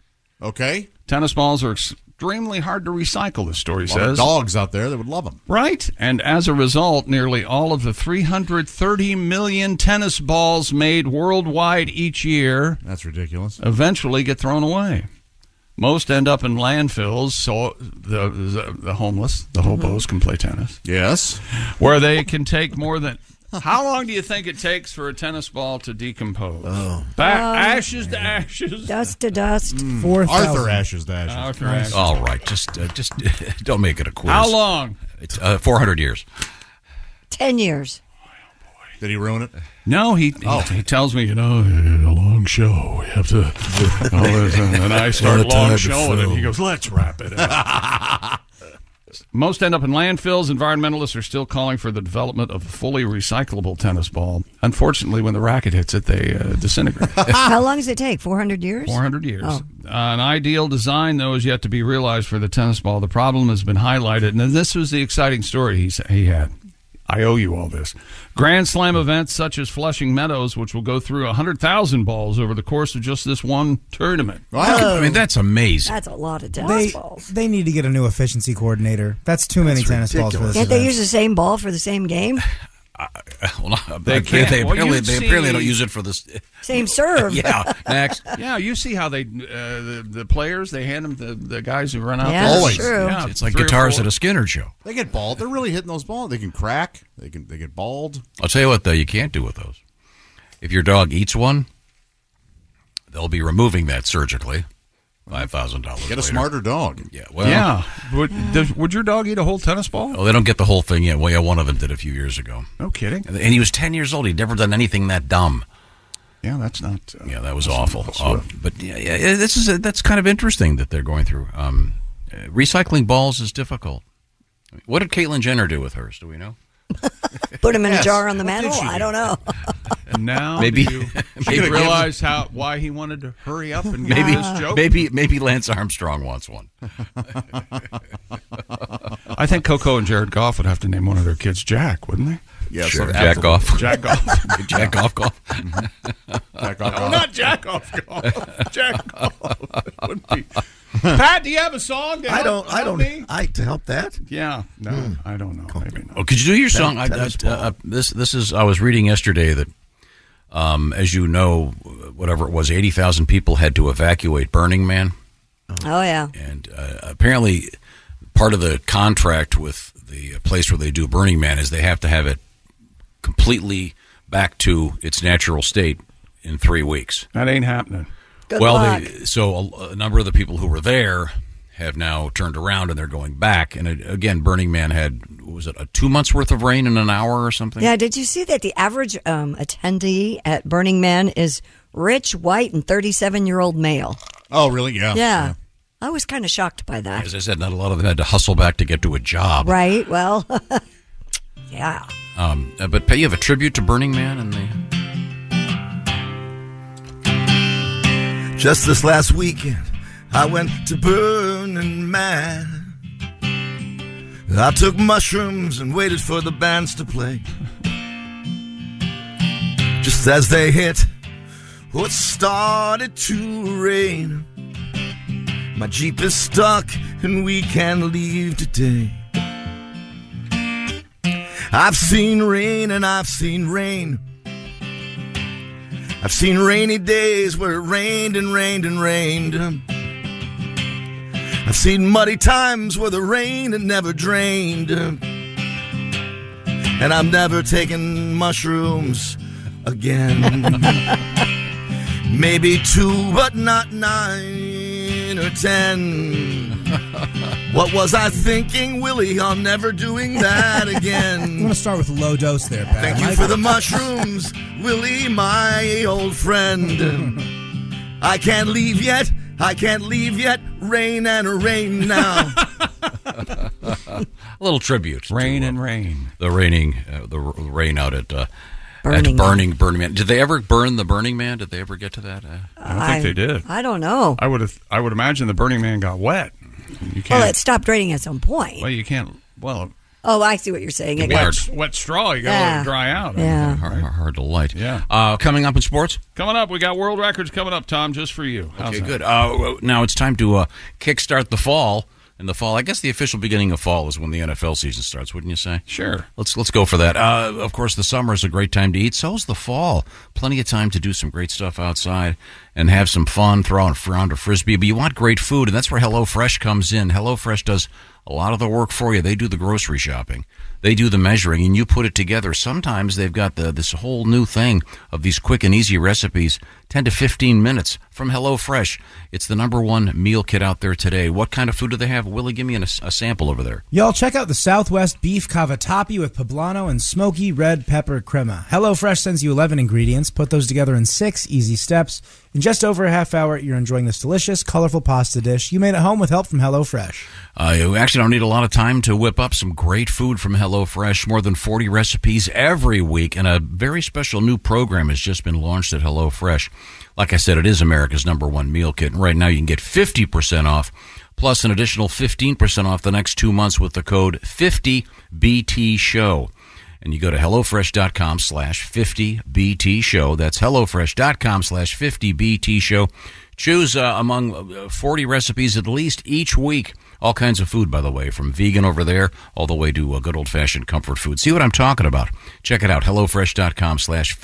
S6: Okay.
S4: Tennis balls are extremely hard to recycle. The story
S6: lot of
S4: says
S6: dogs out there that would love them.
S4: Right. And as a result, nearly all of the 330 million tennis balls made worldwide each year
S6: That's ridiculous.
S4: eventually get thrown away. Most end up in landfills, so the the, the homeless, the hobos, can play tennis.
S6: Yes.
S4: Where they can take more than. How long do you think it takes for a tennis ball to decompose? Oh. Back
S5: Um,
S4: ashes to ashes. Mm.
S5: Dust to dust.
S7: Four
S6: Arthur Ashes to Ashes.
S4: Arthur Ashe.
S8: All right. Just uh, just [laughs] don't make it a quiz.
S4: How long?
S8: It's uh, 400 years.
S5: Ten years.
S6: Did he ruin it?
S4: No, he,
S14: Oh.
S4: he- he tells me, you know, a long show. We have to. all this," and I
S14: Lot
S4: start a
S14: of
S4: long
S14: time to
S4: show, and then he
S14: film.
S4: goes, "Let's wrap it up." [laughs] Most end up in landfills. Environmentalists are still calling for the development of a fully recyclable tennis ball. Unfortunately, when the racket hits it, they uh, disintegrate.
S5: How long does it take? Four hundred years.
S4: 400 years.
S5: Oh.
S4: an ideal design, though, is yet to be realized for the tennis ball. The problem has been highlighted, and this was the exciting story he, s- he had. I owe you all this. Grand Slam events such as Flushing Meadows, which will go through 100,000 balls over the course of just this one tournament.
S5: Oh.
S8: I mean, that's amazing. [laughs]
S5: That's a lot of tennis
S7: They,
S5: balls.
S7: they need to get a new efficiency coordinator. That's too many tennis balls for this.
S5: Can't they
S7: event.
S5: use the same ball for the same game?
S8: Well,
S4: They
S8: they,
S4: can't.
S8: they
S4: Well,
S8: apparently,
S4: you've
S8: they apparently
S4: seen-
S8: don't use it for this.
S5: Same serve.
S8: [laughs] Yeah. Next.
S4: Yeah, you see how they, uh, the, the players, they hand them the, the guys who run out
S5: Yeah,
S4: there.
S5: that's Always. true.
S4: Yeah,
S8: It's like
S4: three or
S8: guitars
S4: four.
S8: at a Skinner show.
S6: They get bald. They're really hitting those balls. They can crack. They can. They get bald.
S8: I'll tell you what, though, you can't do with those. If your dog eats one, they'll be removing that surgically. Five thousand dollars.
S6: Get a smarter dog.
S8: Yeah. Well.
S4: yeah. Would, does, would your dog eat a whole tennis ball?
S8: Oh, they don't get the whole thing yet. Well, yeah, one of them did a few years ago,
S4: No kidding.
S8: and he was ten years old. He'd never done anything that dumb.
S4: Yeah, that's not. Uh,
S8: yeah, that was awful. Uh, but yeah, yeah, this is a, that's kind of interesting that they're going through. Um, uh, recycling balls is difficult. What did Caitlyn Jenner do with hers? Do we know?
S5: Put him in
S8: Yes.
S5: a jar on the
S8: What did
S5: mantle.
S8: she
S5: I don't
S4: [laughs]
S5: know.
S4: And [laughs] now
S8: Maybe-
S4: do you,
S8: [laughs] maybe-
S4: you realize how why he wanted to hurry up and get
S8: Maybe,
S4: this joke.
S8: [laughs] maybe, maybe Lance Armstrong wants one. Oh,
S4: I think Coco and Jared Goff would have to name one of their kids Jack, wouldn't they?
S8: Yes, Sure, Jack Goff.
S4: absolutely. [laughs] Jack Goff.
S8: [laughs] Jack Goff Goff.
S4: Mm-hmm. Jack [laughs]
S8: Goff
S4: No,
S8: Goff.
S4: not Jack Goff
S8: [laughs]
S4: Goff. Jack Goff. [laughs] Would be. Pat, do you have a song? To
S9: I
S4: help-
S9: don't. I
S4: help
S9: don't.
S4: me?
S9: I to [laughs] help that.
S4: Yeah. No, I don't know. Maybe not.
S8: Oh, could you do your
S9: Tell-
S8: song? I,
S9: tell
S8: I,
S9: us,
S8: uh, uh, this this is I was reading yesterday that, um, as you know, whatever it was, eighty thousand people had to evacuate Burning Man.
S5: Oh yeah.
S8: And uh, apparently, part of the contract with the place where they do Burning Man is they have to have it completely back to its natural state in three weeks.
S4: That ain't happening.
S8: well, they, so a, a number of the people who were there have now turned around and they're going back. And it, again, Burning Man had what was it a two months worth of rain in an hour or something?
S5: Yeah, did you see that the average um, attendee at Burning Man is rich, white, and 37 year old male?
S8: Oh, really?
S5: Yeah. I was kind of shocked by that.
S8: As I said, not a lot of them had to hustle back to get to a job.
S5: Right? Well, [laughs] yeah.
S8: Um, uh, but Pat, you have a tribute to Burning Man and the
S9: Just this last weekend, I went to Burning Man. I took mushrooms and waited for the bands to play. Just as they hit, oh, it started to rain. My Jeep is stuck and we can't leave today. I've seen rain and I've seen rain. I've seen rainy days where it rained and rained and rained. I've seen muddy times where the rain had never drained. And I'm never taking mushrooms again. Maybe two, but not nine or ten. What was I thinking, Willie? I'm never doing that again.
S7: [laughs] I'm going to start with low dose there, Pat.
S9: Thank you
S7: Mike-
S9: for the mushrooms, Willie, my old friend. I can't leave yet. I can't leave yet. Rain and rain now.
S8: a little tribute. Rain and
S4: rain.
S8: The raining, uh, the r- rain out at uh,
S5: Burning
S8: at burning Burning Man. Did they ever burn the Burning Man? Did they ever get to that? Uh,
S4: I don't think they did.
S5: I don't know.
S4: I would have. I would imagine the Burning Man got wet. You can't.
S5: Well, it stopped raining at some point.
S4: well, you can't. Well,
S5: Oh, I see what you're saying. It
S4: wet,
S5: got-
S4: wet straw. You got to let
S5: Yeah.
S4: it dry out.
S8: [laughs]
S5: Yeah.
S8: Hard, hard to light.
S4: Yeah.
S8: Uh, coming up in sports.
S4: Coming up, we got world records coming up, Tom, just for you. How's
S8: Okay,
S4: that?
S8: good. Uh, now it's time to uh, kickstart the fall. And the fall, I guess the official beginning of fall is when the NFL season starts, wouldn't you say?
S4: Sure.
S8: Let's let's go for that. Uh, of course, the summer is a great time to eat. So is the fall. Plenty of time to do some great stuff outside and have some fun, throw out- around a frisbee. But you want great food, and that's where HelloFresh comes in. HelloFresh does a lot of the work for you. They do the grocery shopping, they do the measuring, and you put it together. Sometimes they've got the, this whole new thing of these quick and easy recipes, 10 to 15 minutes from HelloFresh. It's the number one meal kit out there today. What kind of food do they have? Willie, give me an, a sample over there.
S7: Y'all check out the Southwest Beef Cavatappi with poblano and smoky red pepper crema. HelloFresh sends you 11 ingredients. Put those together in six easy steps. In just over a half hour, you're enjoying this delicious, colorful pasta dish you made at home with help from HelloFresh.
S8: Uh, you actually don't need a lot of time to whip up some great food from HelloFresh. More than 40 recipes every week, and a very special new program has just been launched at HelloFresh. Like I said, it is America's number one meal kit, and right now you can get 50% off, plus an additional 15% off the next two months with the code 50BTSHOW. And you go to HelloFresh.com slash 50BT show. That's HelloFresh.com slash 50BT show. Choose uh, among uh, 40 recipes at least each week. All kinds of food, by the way, from vegan over there all the way to uh, good old fashioned comfort food. See what I'm talking about. Check it out. HelloFresh.com slash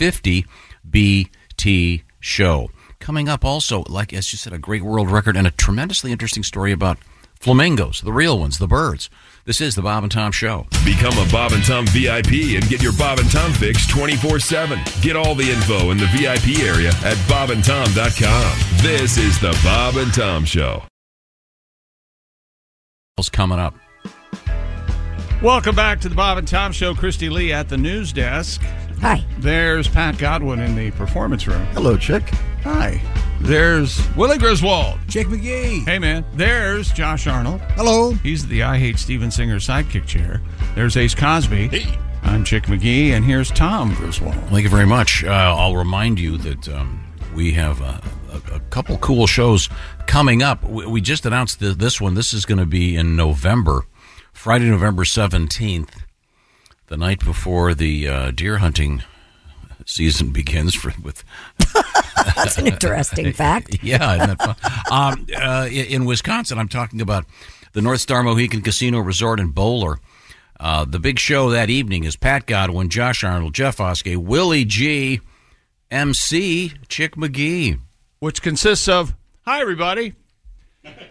S8: 50BT show. Coming up also, like as you said, a great world record and a tremendously interesting story about flamingos, the real ones, the birds. This is the Bob and Tom Show.
S14: Become a Bob and Tom VIP and get your Bob and Tom fix 24 7. Get all the info in the VIP area at bobandtom.com. This is the Bob and Tom Show.
S8: What's coming up?
S4: Welcome back to the Bob and Tom Show. Christy Lee at the news desk.
S5: Hi.
S4: There's Pat Godwin in the performance room.
S15: Hello, chick.
S4: Hi. There's Willie Griswold. Jake McGee. Hey, man. There's Josh Arnold. Hello. He's the I Hate Steven Singer sidekick chair. There's Ace Cosby. Hey. I'm Chick McGee, and here's Tom Griswold.
S8: Thank you very much. Uh, I'll remind you that um, we have a, a, a couple cool shows coming up. We, we just announced th- this one. This is going to be in November, Friday, November 17th, the night before the uh, deer hunting season begins for, with
S5: That's an interesting fact.
S8: [laughs] yeah, isn't that fun? um, uh, in, in Wisconsin, I'm talking about the North Star Mohegan Casino Resort in Bowler. Uh, the big show that evening is Pat Godwin, Josh Arnold, Jeff Oskey, Willie G, MC Chick McGee,
S4: which consists of Hi, everybody.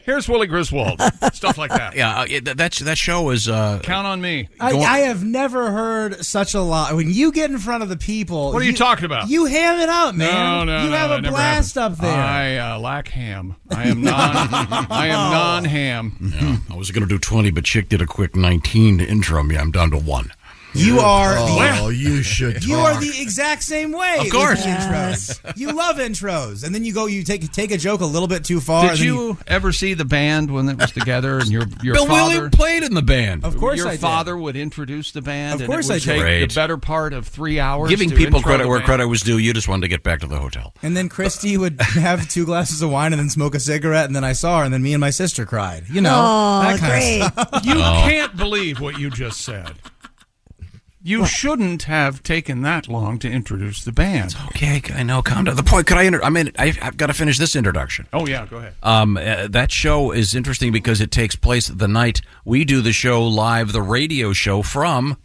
S4: Here's Willie
S8: [laughs]
S4: Griswold. Stuff like that.
S8: yeah. Uh, it- that that's- that show is uh,
S4: Count on me.
S7: I, I have never heard such a lot. When you get in front of the people,
S4: What are you talking about?
S7: You ham it up,
S4: No,
S7: man.
S4: no,
S7: you
S4: no,
S7: have
S4: it
S7: a
S4: never
S7: blast
S4: happened.
S7: up there.
S4: I uh, lack ham. I am non.
S7: [laughs]
S4: I
S7: Oh.
S4: am non ham.
S8: Yeah, I was going to do 20, but Chick did a quick 19 to intro me. I'm down to one.
S7: You are the-
S9: Oh, you should.
S7: You are the exact same way.
S8: Of
S7: with
S8: course.
S7: your intros. you love intros, and then you go, you take take a joke a little bit too far.
S4: Did
S7: and then
S4: you, ever see the band when it was together? And your your
S7: Bill
S4: father
S7: Willie
S8: played in the band.
S7: Of course
S4: your
S7: I did.
S4: father would introduce the band.
S7: Of course
S4: and
S7: I
S4: it
S7: did.
S4: would take
S8: Great.
S4: the better part of three hours.
S8: Giving
S4: to
S8: people
S4: intro
S8: credit
S4: the
S8: where
S4: band.
S8: credit was due, you just wanted to get back to the hotel.
S7: And then Christy would have two glasses of wine and then smoke a cigarette, and then I saw her, and then me and my sister cried. You know, that kind of stuff. [laughs]
S4: You
S7: Oh.
S4: can't believe what you just said. You shouldn't have taken that long to introduce the band.
S8: okay, I know. Calm down. The point. Could I? Inter- I mean, I've, I've got to finish this introduction.
S4: Oh yeah, go ahead.
S8: Um, uh, that show is interesting because it takes place the night we do the show live, the radio show from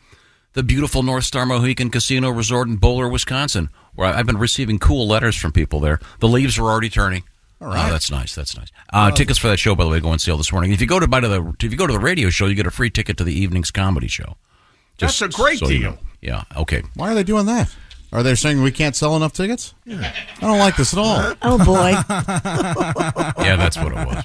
S8: the beautiful North Star Mohegan Casino Resort in Bowler, Wisconsin, where I've been receiving cool letters from people there. The leaves are already turning. All Oh,
S16: right.
S8: that's nice. That's nice. Uh,
S16: Oh.
S8: tickets for that show, by the way, go on sale this morning. If you go to by to the if you go to the radio show, you get a free ticket to the evening's comedy show.
S6: That's a great
S8: you
S6: deal.
S8: know. Yeah. Okay.
S6: Why are they doing that? Are they saying we can't sell enough tickets? I don't like this at all.
S5: [laughs]
S6: [laughs]
S5: Oh, boy.
S8: [laughs] Yeah, that's what it was.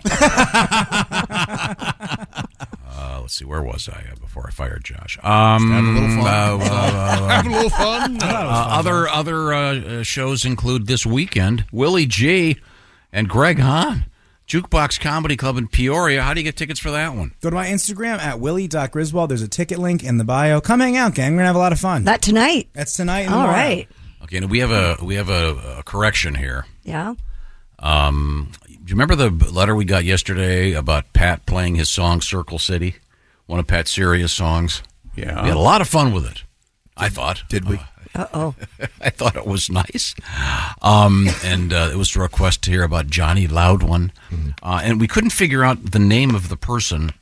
S8: uh, let's see, where was I uh, before I fired Josh? Um,
S16: Have a little fun. [laughs]
S8: uh, uh,
S16: Have a little fun.
S8: Uh, other other uh, uh, shows include this weekend Willie G and Greg Hahn, Jukebox Comedy Club in Peoria. How do you get tickets for that one?
S7: Go to my Instagram at willie.griswold. There's a ticket link in the bio. Come hang out, gang. We're going to have a lot of fun.
S5: Not tonight.
S7: That's tonight.
S5: All right.
S8: Okay, and we have a we have a, a correction here.
S5: Yeah.
S8: Um, do you remember the letter we got yesterday about Pat playing his song Circle City, one of Pat Sirius' songs?
S4: Yeah,
S8: we had a lot of fun with it. I thought. Did we?
S5: Uh oh.
S8: [laughs] I thought it was nice. Um, and uh, it was a request to hear about Johnny Loud one. Uh, and we couldn't figure out the name of the person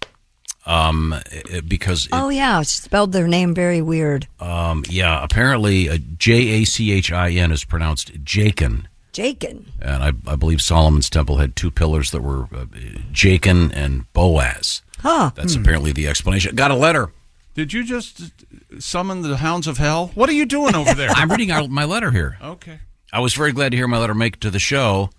S8: um, it- it- because,
S5: Oh, yeah. She spelled their name very weird.
S8: um, yeah, apparently uh, J A C H I N is pronounced Jakin.
S5: Jakin.
S8: And I, I believe Solomon's temple had two pillars that were uh, Jakin and Boaz.
S5: Huh.
S8: That's
S4: Hmm.
S8: apparently the explanation. Got a letter.
S4: Did you just summon the hounds of hell? What are you doing over there?
S8: [laughs] I'm reading out my letter here.
S4: Okay.
S8: I was very glad to hear my letter make it to the show,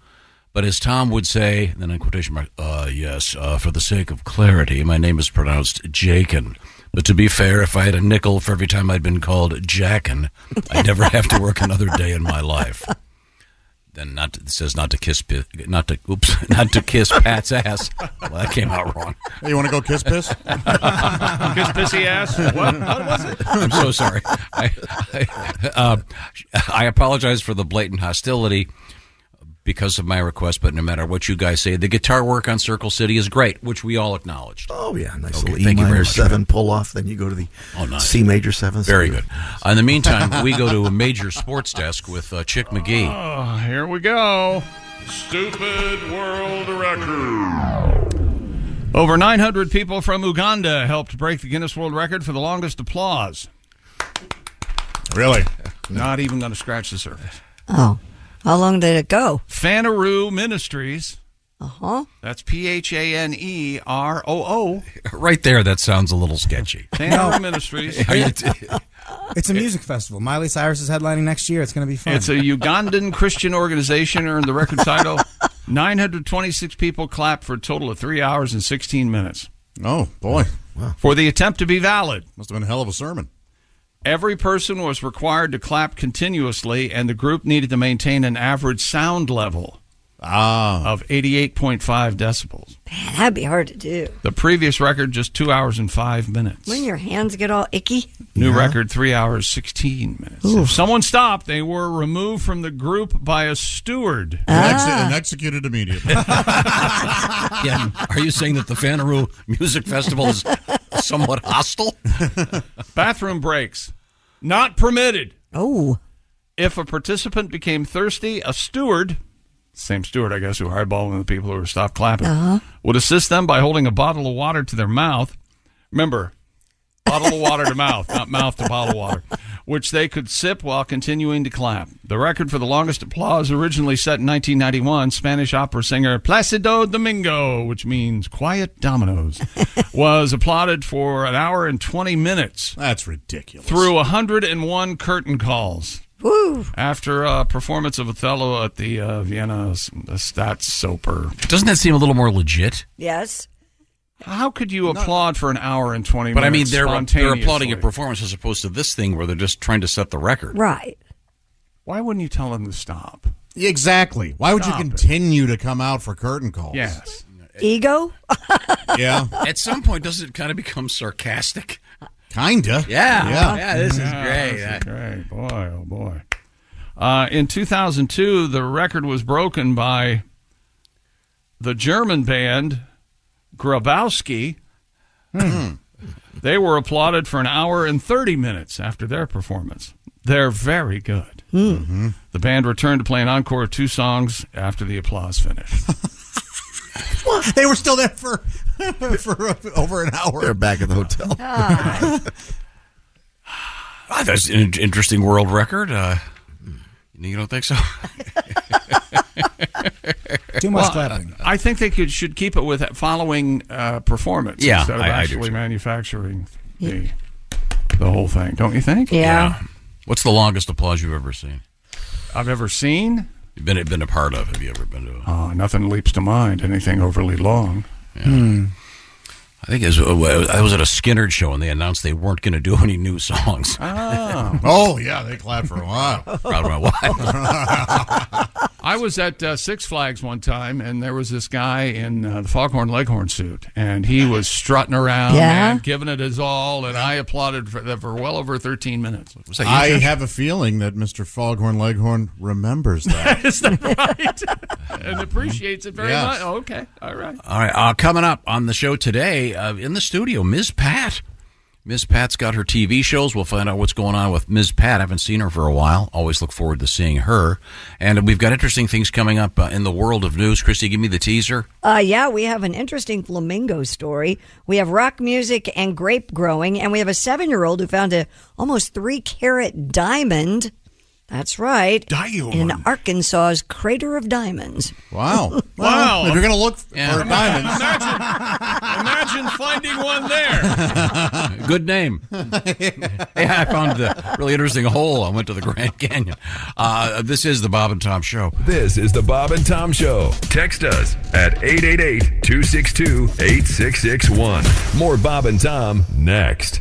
S8: but as Tom would say, then in quotation mark, uh, yes, uh, for the sake of clarity, my name is pronounced Jakin. But to be fair, if I had a nickel for every time I'd been called Jackin, I'd never have to work another day in my life. Then not to, it says not to kiss, pi- not to oops, [laughs] not to kiss Pat's ass. Well, that came out wrong.
S6: Hey, you want to go kiss
S4: [laughs]
S6: piss?
S4: Kiss pissy ass? What? What was it?
S8: [laughs] I'm so sorry. I, I, uh, I apologize for the blatant hostility because of my request, but no matter what you guys say, the guitar work on Circle City is great, which we all acknowledged.
S9: Oh yeah, nice
S8: Okay,
S9: little E
S8: thank you very
S9: minor
S8: much.
S9: seven pull off. Then you go to the
S8: Oh, nice.
S9: C major seven.
S8: Very good. In the meantime, we go to a major sports desk with uh, Chick McGee.
S4: Oh, here we go.
S14: Stupid world record.
S4: Over 900 people from Uganda helped break the Guinness World Record for the longest applause.
S6: Really?
S4: Not even going to scratch the surface.
S5: Oh. How long did it go?
S4: Fanaroo Ministries. Uh
S5: huh.
S4: That's P H A N E R O O.
S8: Right there, that sounds a little sketchy.
S4: Fanaroo Ministries.
S7: [laughs]
S4: [laughs]
S7: It's a music festival. Miley Cyrus is headlining next year. It's going to be fun.
S4: It's a Ugandan Christian organization earned the record
S8: [laughs]
S4: title. 926 people clapped for a total of three hours and 16 minutes.
S6: Oh, boy.
S4: For the attempt to be valid.
S6: Must have been a hell of a sermon.
S4: Every person was required to clap continuously, and the group needed to maintain an average sound level.
S6: Ah.
S4: of 88.5 decibels.
S5: Man, that'd be hard to do.
S4: The previous record, just two hours and five minutes.
S5: When your hands get all icky.
S4: New record, three hours, 16 minutes. If someone stopped, they were removed from the group by a steward.
S6: and executed
S4: [laughs]
S6: immediately.
S8: Yeah. Are you saying that the Fanaru Music Festival is somewhat hostile?
S4: Bathroom breaks. Not permitted.
S5: Oh.
S4: If a participant became thirsty, a steward, same steward, I guess, who hardballing the people who were stopped clapping,
S5: Uh-huh.
S4: would assist them by holding a bottle of water to their mouth. Remember, bottle of water to mouth, not mouth to bottle water, which they could sip while continuing to clap. The record for the longest applause, originally set in 1991, Spanish opera singer Placido Domingo, which means quiet
S8: [laughs]
S4: dominoes, was applauded for an hour and 20 minutes.
S6: That's ridiculous.
S4: Through 101 curtain calls.
S5: Woo!
S4: After a performance of Othello at the uh, Vienna Staatsoper.
S8: Doesn't that seem a little more legit?
S5: Yes.
S4: How could you applaud for an hour and 20
S8: But I mean,
S4: minutes?
S8: they're they're
S4: spontaneously?
S8: applauding a performance as opposed to this thing where they're just trying to set the record.
S5: Right.
S4: Why wouldn't you tell them to stop?
S6: Exactly. Why would
S4: Stop
S6: you
S4: it.
S6: continue to come out for curtain calls?
S8: [laughs]
S4: Yes.
S5: Ego?
S6: [laughs]
S5: [laughs]
S6: Yeah.
S8: At some point, doesn't it kind of become sarcastic?
S6: Kinda.
S8: Yeah. Yeah, this is
S4: Yeah,
S8: great.
S4: this is great. Boy, oh boy. Uh, in 2002, the record was broken by the German band Grabowski. they were applauded for an hour and 30 minutes after their performance. They're very good. The band returned to play an encore of two songs after the applause finished.
S6: They were still there for [laughs] for over an hour.
S9: They're back at the hotel.
S8: Ah, that's an in- interesting world record. Uh, you don't think so?
S7: Too much
S4: Well,
S7: clapping.
S4: I think they could should keep it with that following uh, performance
S8: Yeah,
S4: instead of
S8: I- I do
S4: actually manufacturing the, [laughs] the whole thing, don't you think?
S8: What's the longest applause you've ever seen?
S4: I've ever seen.
S8: You've been been a part of? Have you ever been to? A,
S4: Oh, nothing leaps to mind. Anything overly long. Hmm.
S8: I think it was, uh, I was at a Skinner show and they announced they weren't going to do any new songs. [laughs]
S4: Oh.
S6: Oh, yeah, they clapped for a
S4: [laughs]
S6: while.
S8: Proud of
S6: [laughs]
S8: my wife.
S4: I was at uh, Six Flags one time, and there was this guy in uh, the Foghorn Leghorn suit, and he was strutting around
S6: Yeah?
S4: and giving it his all, and I applauded for, for well over 13 minutes.
S6: I have a feeling that Mr. Foghorn Leghorn remembers that.
S4: [laughs] Is [laughs] that right? [laughs] and appreciates it very
S6: Yes.
S4: much. Oh, Okay, all right.
S8: All right, uh, coming up on the show today, uh, in the studio, Ms. Pat. Ms. Pat's got her TV shows. We'll find out what's going on with Ms. Pat. I haven't seen her for a while. Always look forward to seeing her. And we've got interesting things coming up uh, in the world of news. Christy, give me the teaser. [laughs]
S5: Uh, yeah, we have an interesting flamingo story. We have rock music and grape growing, and we have a seven year old who found a almost three carat diamond. That's right. Diamond. In Arkansas's Crater of Diamonds.
S4: [laughs]
S6: Wow. Well, if you're going to look for
S5: Yeah.
S6: diamonds.
S4: Imagine,
S14: [laughs]
S4: imagine finding one there.
S8: Good name. [laughs]
S14: [laughs]
S8: yeah, I found a really interesting hole. I went to the Grand Canyon. Uh, this is the Bob and Tom Show.
S14: This is the Bob and Tom Show. Text us at 888 262 8661. More Bob and Tom next.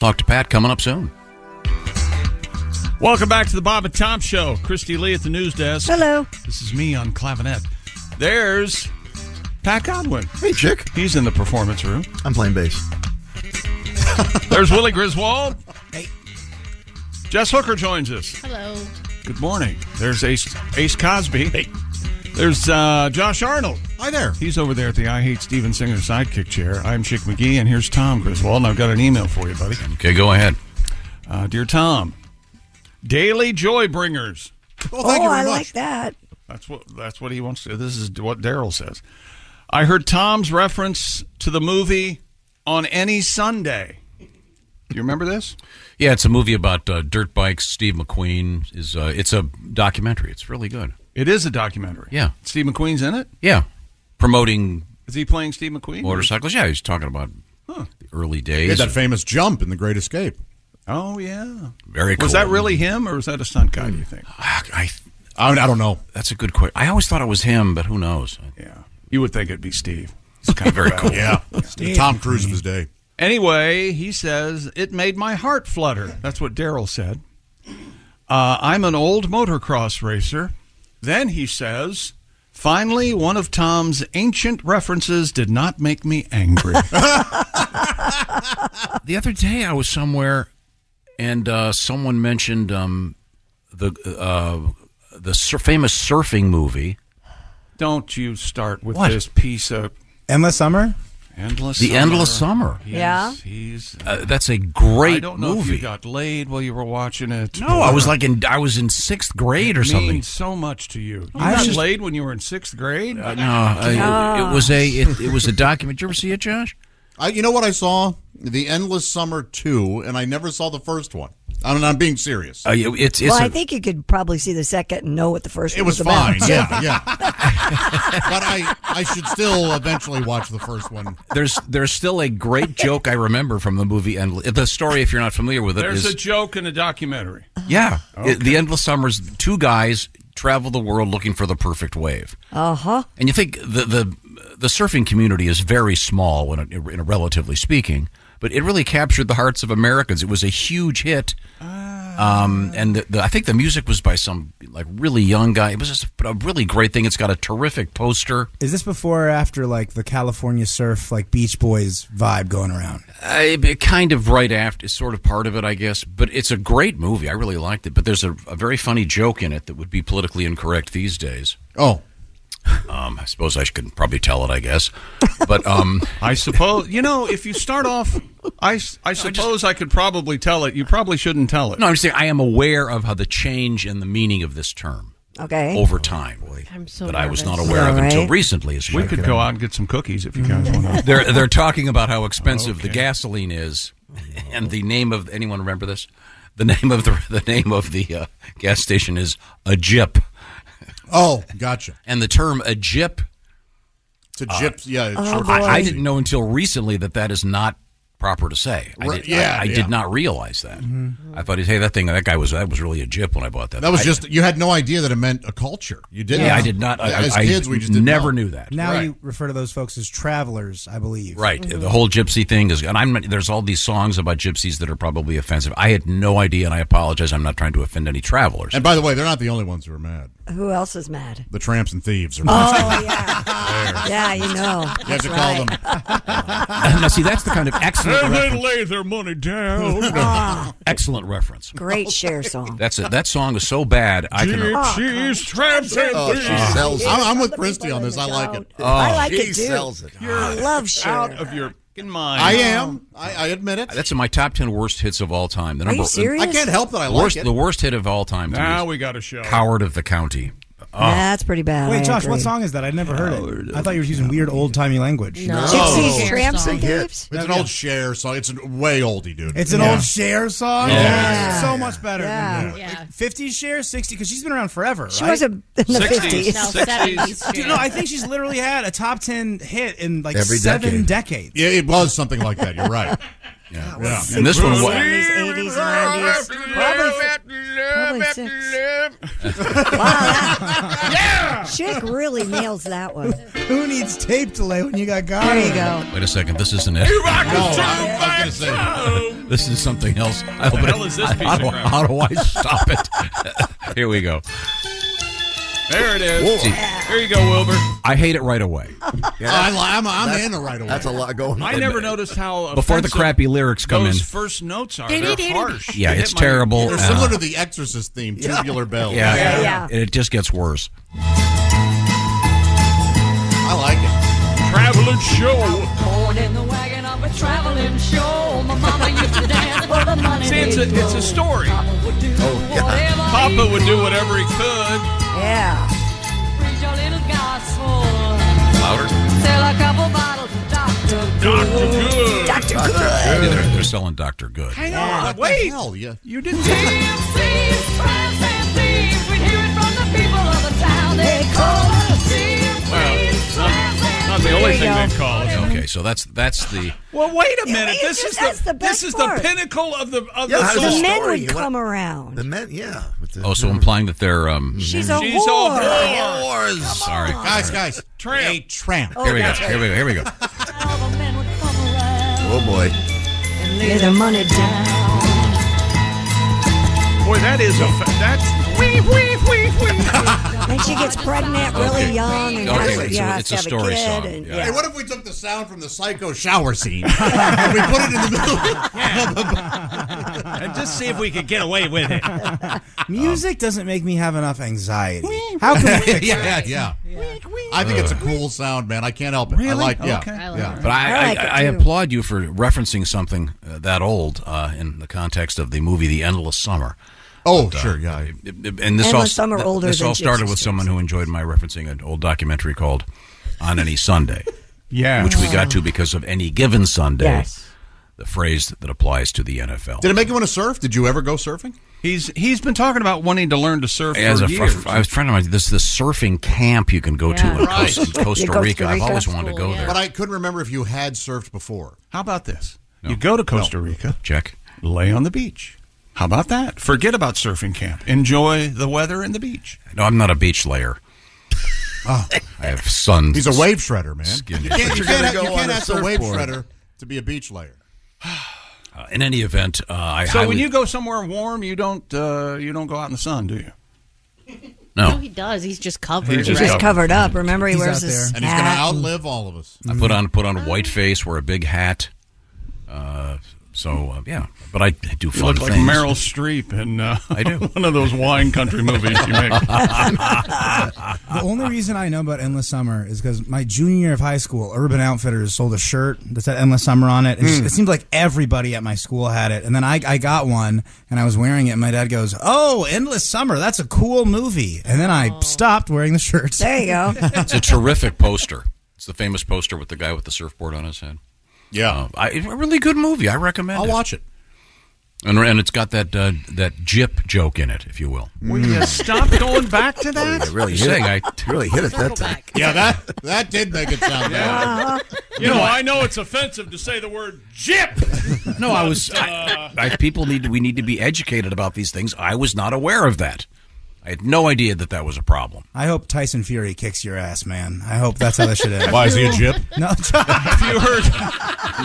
S8: Talk to Pat coming up soon.
S4: Welcome back to the Bob and Tom Show. Christy Lee at the news desk.
S5: Hello.
S4: This is me on clavinet. There's Pat Godwin.
S9: Hey, chick.
S4: He's in the performance room.
S9: I'm playing bass.
S4: [laughs] There's Willie Griswold. Hey. Jess Hooker joins us.
S12: Hello.
S4: Good morning. There's Ace Ace Cosby. Hey. There's uh, Josh Arnold. Hi there. He's over there at the I Hate Steven Singer sidekick chair. I'm Chick McGee, and here's Tom Griswold. And I've got an email for you, buddy.
S8: Okay, go ahead.
S4: Uh, dear Tom, Daily Joy Bringers.
S5: Oh, I like that.
S4: That's what that's what he wants to. This is what Daryl says. I heard Tom's reference to the movie on any Sunday. Do you remember this?
S8: Yeah, it's a movie about uh, dirt bikes. Steve McQueen is. Uh, it's a documentary. It's really good.
S4: It is a documentary.
S8: Yeah.
S4: Steve McQueen's in it.
S8: Yeah, promoting
S4: Is he playing Steve McQueen?
S8: motorcycles. Yeah, he's talking about the early
S6: He
S8: days.
S6: had that famous jump in The Great Escape.
S4: Oh yeah.
S8: Very cool.
S4: Was that really him, or was that a stunt guy? Do you think?
S8: I,
S6: I, mean, I don't know.
S8: That's a good question. I always thought it was him, but who knows?
S4: Yeah, you would think it'd be Steve.
S8: It's kind
S4: [laughs]
S8: of very cool.
S6: Yeah. The Tom Cruise of his day.
S4: Anyway, he says, It made my heart flutter. That's what Daryl said. Uh, I'm an old motocross racer. Then he says, Finally, one of Tom's ancient references did not make me
S6: [laughs]
S4: angry.
S8: the other day I was somewhere and uh, someone mentioned um, the uh, the sur- famous surfing movie.
S4: Don't you start with
S8: What?
S4: this piece of
S7: Endless Summer?
S4: endless
S8: The Endless Summer.
S4: Yes, He's,
S8: Uh, that's a great
S4: I don't know if
S8: movie.
S4: you got laid while you were watching it.
S8: no, I was like in I was in sixth grade or
S4: It
S8: something.
S4: means so much to you. You
S5: Oh,
S8: I
S4: got
S8: was just-
S4: laid when you were in sixth grade?
S8: Uh, no, I- Uh,
S5: Ah.
S8: it was a it, it was a document. Did you ever see it, Josh?
S6: I, you know what I saw? The Endless Summer 2, and I never saw the first one. I mean, I'm being serious.
S8: Uh, yeah, it's
S5: well, I think you could probably see the second and know what the first
S6: It
S5: one
S6: was
S5: was
S6: fine.
S5: about. [laughs]
S6: Yeah, yeah. but I, I should still eventually watch the first one.
S8: There's there's still a great joke I remember from the movie and the story. If you're not familiar with
S4: [laughs]
S8: it,
S4: There's
S8: is-
S4: a joke in the documentary.
S8: yeah, It- the endless summers. Two guys travel the world looking for the perfect wave.
S5: Uh huh.
S8: And you think the the the surfing community is very small when it, in a relatively speaking, but it really captured the hearts of Americans. It was a huge hit. Um, and the, the, I think the music was by some like really young guy. It was just a really great thing. It's got a terrific poster.
S7: Is this before or after like the California surf, like Beach Boys vibe going around?
S8: I, it kind of right after is sort of part of it, I guess. But it's a great movie. I really liked it. But there's a, a very funny joke in it that would be politically incorrect these days.
S6: Oh,
S8: um, I suppose I could probably tell it. I guess, but um,
S4: [laughs] I suppose you know if you start off. I, s- I suppose I could probably tell it. You probably shouldn't tell it.
S8: No, I'm just saying I am aware of how the change in the meaning of this term
S5: Okay.
S8: over time
S5: I'm
S8: that I was not aware of until recently. As
S4: We could go out and get some cookies if you guys [laughs] want. to.
S8: Mm-hmm. They're they're talking about how expensive the gasoline is, and the name of anyone remember this? The name of the [laughs] the name of the uh, gas station is a jip.
S6: Oh, gotcha.
S8: And the term a jip.
S6: It's a jip, yeah, it's Oh, short for
S8: I, Uh, I
S6: boy.
S8: didn't know until recently that that is not proper to say. I
S6: Right,
S8: did,
S6: yeah,
S8: I,
S6: yeah.
S8: I
S6: Mm-hmm.
S8: did not realize that. I thought, hey, that thing, that guy was that was really a jip when I bought that.
S6: That was
S8: I-
S6: just, you had no idea that it meant a culture. You didn't.
S8: Yeah, I did not. I-
S6: As
S8: I-
S6: kids, we just didn't
S8: never
S6: know.
S8: knew that.
S7: Now
S8: Right.
S7: you refer to those folks as travelers, I believe.
S8: Right.
S5: Mm-hmm.
S8: The whole gypsy thing is, and I'm there's all these songs about gypsies that are probably offensive. I had no idea, and I apologize. I'm not trying to offend any travelers.
S6: And by the way, they're not the only ones who are mad.
S5: Who else is mad?
S6: The tramps and thieves are
S5: Oh
S6: [laughs]
S5: yeah, yeah, you know.
S6: You have
S5: That's
S6: to
S5: right.
S6: call them.
S5: [laughs]
S8: [laughs] now, see, that's the kind of excellent
S4: And they
S8: reference.
S4: lay their money down.
S5: Ah,
S8: Excellent reference.
S5: great share song.
S8: That's it. That song is so bad. I can.
S5: Oh,
S4: Gypsies, tramps, and
S6: Oh, she
S4: thieves.
S6: sells it. I'm, I'm with Christy on this. I like it.
S5: I
S8: Oh.
S5: like it too.
S4: You're
S5: I love Cher.
S4: out of your in mind.
S6: I am. I, I admit it.
S8: That's in my top ten worst hits of all time. The
S6: Are you
S8: number,
S6: serious? I can't help that I
S8: the
S6: like
S8: worst,
S6: it.
S8: The worst hit of all time. to me
S4: Now
S8: is
S4: we got a show.
S8: Coward of the County. Oh.
S5: That's pretty bad. I
S7: Wait, Josh,
S5: agree.
S7: what song is that? I'd never heard it. I thought you were using weird old timey language.
S6: No.
S5: Gypsies, tramps, and
S6: Yeah.
S5: thieves.
S6: It's an old share song. It's an way oldie, dude.
S7: It's an
S6: Yeah.
S7: old Cher song.
S6: Yeah.
S7: It's So much better.
S5: Yeah.
S7: Than Fifty Cher, sixty, because she's been around forever.
S5: She
S7: right?
S5: wasn't in the
S7: 60s,
S5: fifties.
S4: No, 70s.
S7: Dude, no, I think she's literally had a top ten hit in like
S6: Every
S7: seven
S6: decade.
S7: decades.
S6: Yeah, it was something like that. You're right. yeah.
S8: Yeah. And this one was-
S5: Eighties, nineties. Probably six.
S17: [laughs]
S5: Wow. Chick really nails that one.
S7: [laughs] Who needs tape delay when you got God?
S5: There you go.
S8: Wait a second. This isn't it. This is something else. I
S4: the
S8: hope it-
S4: hell is this piece
S8: how,
S4: of
S8: do-
S4: crap?
S8: how do I stop it? [laughs] Here we go.
S4: There it is.
S8: Whoa.
S4: There you go, Wilbur.
S8: I hate it right
S6: [laughs]
S8: away.
S6: I, am Oh, I'm in it right away.
S9: That's a lot going on.
S4: I never noticed how
S8: Before the
S4: offensive
S8: crappy lyrics come
S4: those
S8: in.
S4: first notes are. They're harsh.
S8: Yeah,
S4: They
S8: it's
S4: hit my-
S8: terrible. uh,
S6: They're similar to the Exorcist theme, Tubular Bell.
S8: Yeah.
S4: Yeah.
S8: And it just gets worse.
S6: I like it.
S4: Traveling show.
S12: Born in the wagon of a traveling show. My mama used to dance for the money.
S4: See, it's a,
S12: they
S4: it's a
S12: throw.
S4: story.
S12: Oh, yeah.
S4: Papa would do whatever he could.
S5: Yeah.
S12: Preach your little gospel.
S8: Louder.
S12: Sell a couple bottles of Dr.
S4: Dr. Good.
S5: Dr.
S8: Good. They're, they're selling Dr. Good.
S4: Hang
S6: Oh,
S4: on.
S6: what the
S4: Wait.
S6: hell? Yeah.
S4: You didn't.
S12: Thieves, tramps, and thieves. We hear it from the people of the town. they call us. See if
S4: Well, it's not, not the only thing they call us.
S8: Okay, so that's that's the
S4: Well, wait a
S5: Yeah,
S4: minute.
S5: wait,
S4: This
S5: just-
S4: is
S5: that's
S4: the,
S5: the
S4: this
S5: best
S4: is
S5: part.
S4: the pinnacle of the of
S5: Yeah,
S4: the
S5: the
S4: soul.
S5: men would come around.
S9: The men, yeah.
S8: also oh, implying that they're um.
S5: She's a
S4: She's a
S5: whore.
S4: whore.
S8: Sorry,
S6: [laughs] Guys, guys.
S4: Tramp.
S6: A tramp.
S5: Oh,
S8: Here we go. Here we go. Here we go.
S9: Oh boy.
S5: Lay the money down.
S4: Boy, that is a fa- that's
S5: Weep, weep, weep, weep. [laughs] then she gets pregnant really
S4: Okay.
S5: young. And
S4: Okay,
S5: has to-
S4: it's a-
S5: yeah, has
S4: it's
S5: to
S4: a
S5: have
S4: story
S5: kid
S4: song,
S5: And,
S4: yeah.
S6: Hey, what if we took the sound from the psycho shower scene [laughs] and we put it in the middle?
S2: [laughs]
S4: and just see if we could get away with it.
S7: Music doesn't make me have enough anxiety. How can we fix
S6: yeah,
S7: that?
S6: yeah, yeah. I think it's a cool sound, man. I can't help it. [laughs] I like, yeah, yeah.
S8: But I, I,
S6: like it,
S8: I,
S6: too.
S8: applaud you for referencing something uh, that old uh, in the context of the movie The Endless Summer. uh,
S6: Oh, sure, yeah.
S8: and this all
S5: Endless Summer
S8: th-
S5: older
S8: this
S5: than
S8: all started
S5: Gypsy
S8: with someone who enjoyed my referencing an old documentary called On
S6: [laughs]
S8: Any Sunday.
S4: Yeah.
S8: Which we got to because of any given Sunday.
S6: Yes.
S8: The phrase that applies to the NFL.
S6: Did it make you want to surf? Did you ever go surfing?
S4: He's he's been talking about wanting to learn to surf
S8: As
S4: for
S8: a,
S4: years.
S8: I was trying to imagine this this surfing camp you can go to in Costa, in Costa, Rica. I've always wanted to go there.
S6: But I couldn't remember if you had surfed before.
S4: How about this? You go to Costa Rica.
S8: Check.
S4: Lay on the beach. How about that? Forget about surfing camp. Enjoy the weather and the beach.
S8: No, I'm not a beach layer.
S6: Oh.
S8: Ah, I have sons.
S6: He's a wave shredder, man.
S8: Skin
S6: You can't, you
S8: issues.
S6: can't,
S9: go
S6: you
S9: on
S6: can't
S9: a
S6: ask a wave
S9: surfboard.
S6: shredder to be a beach layer.
S8: Uh, in any event, uh, I
S4: so when
S8: highly-
S4: you go somewhere warm, you don't uh, you don't go out in the sun, do you?
S8: No.
S18: he does. He's just covered.
S5: He's
S4: He's just
S5: just
S4: covered.
S5: covered up. Remember, he wears this
S6: And he's going to
S5: hat and-
S6: outlive all of us.
S8: I put on put on a white face, wear a big hat. Uh, so uh, yeah, but I do
S4: You
S8: fun
S4: look like
S8: things.
S4: Meryl Streep in uh,
S8: I
S4: [laughs]
S8: do.
S4: one of those wine country movies you
S8: [laughs]
S4: make.
S7: The only reason I know about Endless Summer is because my junior year of high school, Urban Outfitters sold a shirt that said Endless Summer on it. And
S19: Mm.
S7: It seemed like everybody at my school had it. And then I, I got one and I was wearing it. And my dad goes, Oh, Endless Summer. That's a cool movie. And then I stopped wearing the shirt.
S5: There you go.
S7: [laughs]
S8: It's a terrific poster. It's the famous poster with the guy with the surfboard on his head. Uh,
S6: Yeah,
S8: I, it's a really good movie. I recommend. I'll watch
S6: it.
S8: And, and it's got that uh, that jip joke in it, if you will.
S6: Mm.
S4: Will you stop going back to that?
S8: It Mm. Oh, really hit it. I
S9: really hit it that time.
S6: Yeah, that that did make it
S18: [laughs]
S6: sound
S4: Yeah. You know, I know it's offensive to say the word jip.
S8: No, I was.
S4: but, uh,
S8: I, I, people need. To, we need to be educated about these things. I was not aware of that. I had no idea that that was a problem.
S7: I hope Tyson Fury kicks your ass, man. I hope that's how that should end.
S8: [laughs] Why, is he a jip?
S7: [laughs] No.
S8: [laughs]
S4: you heard?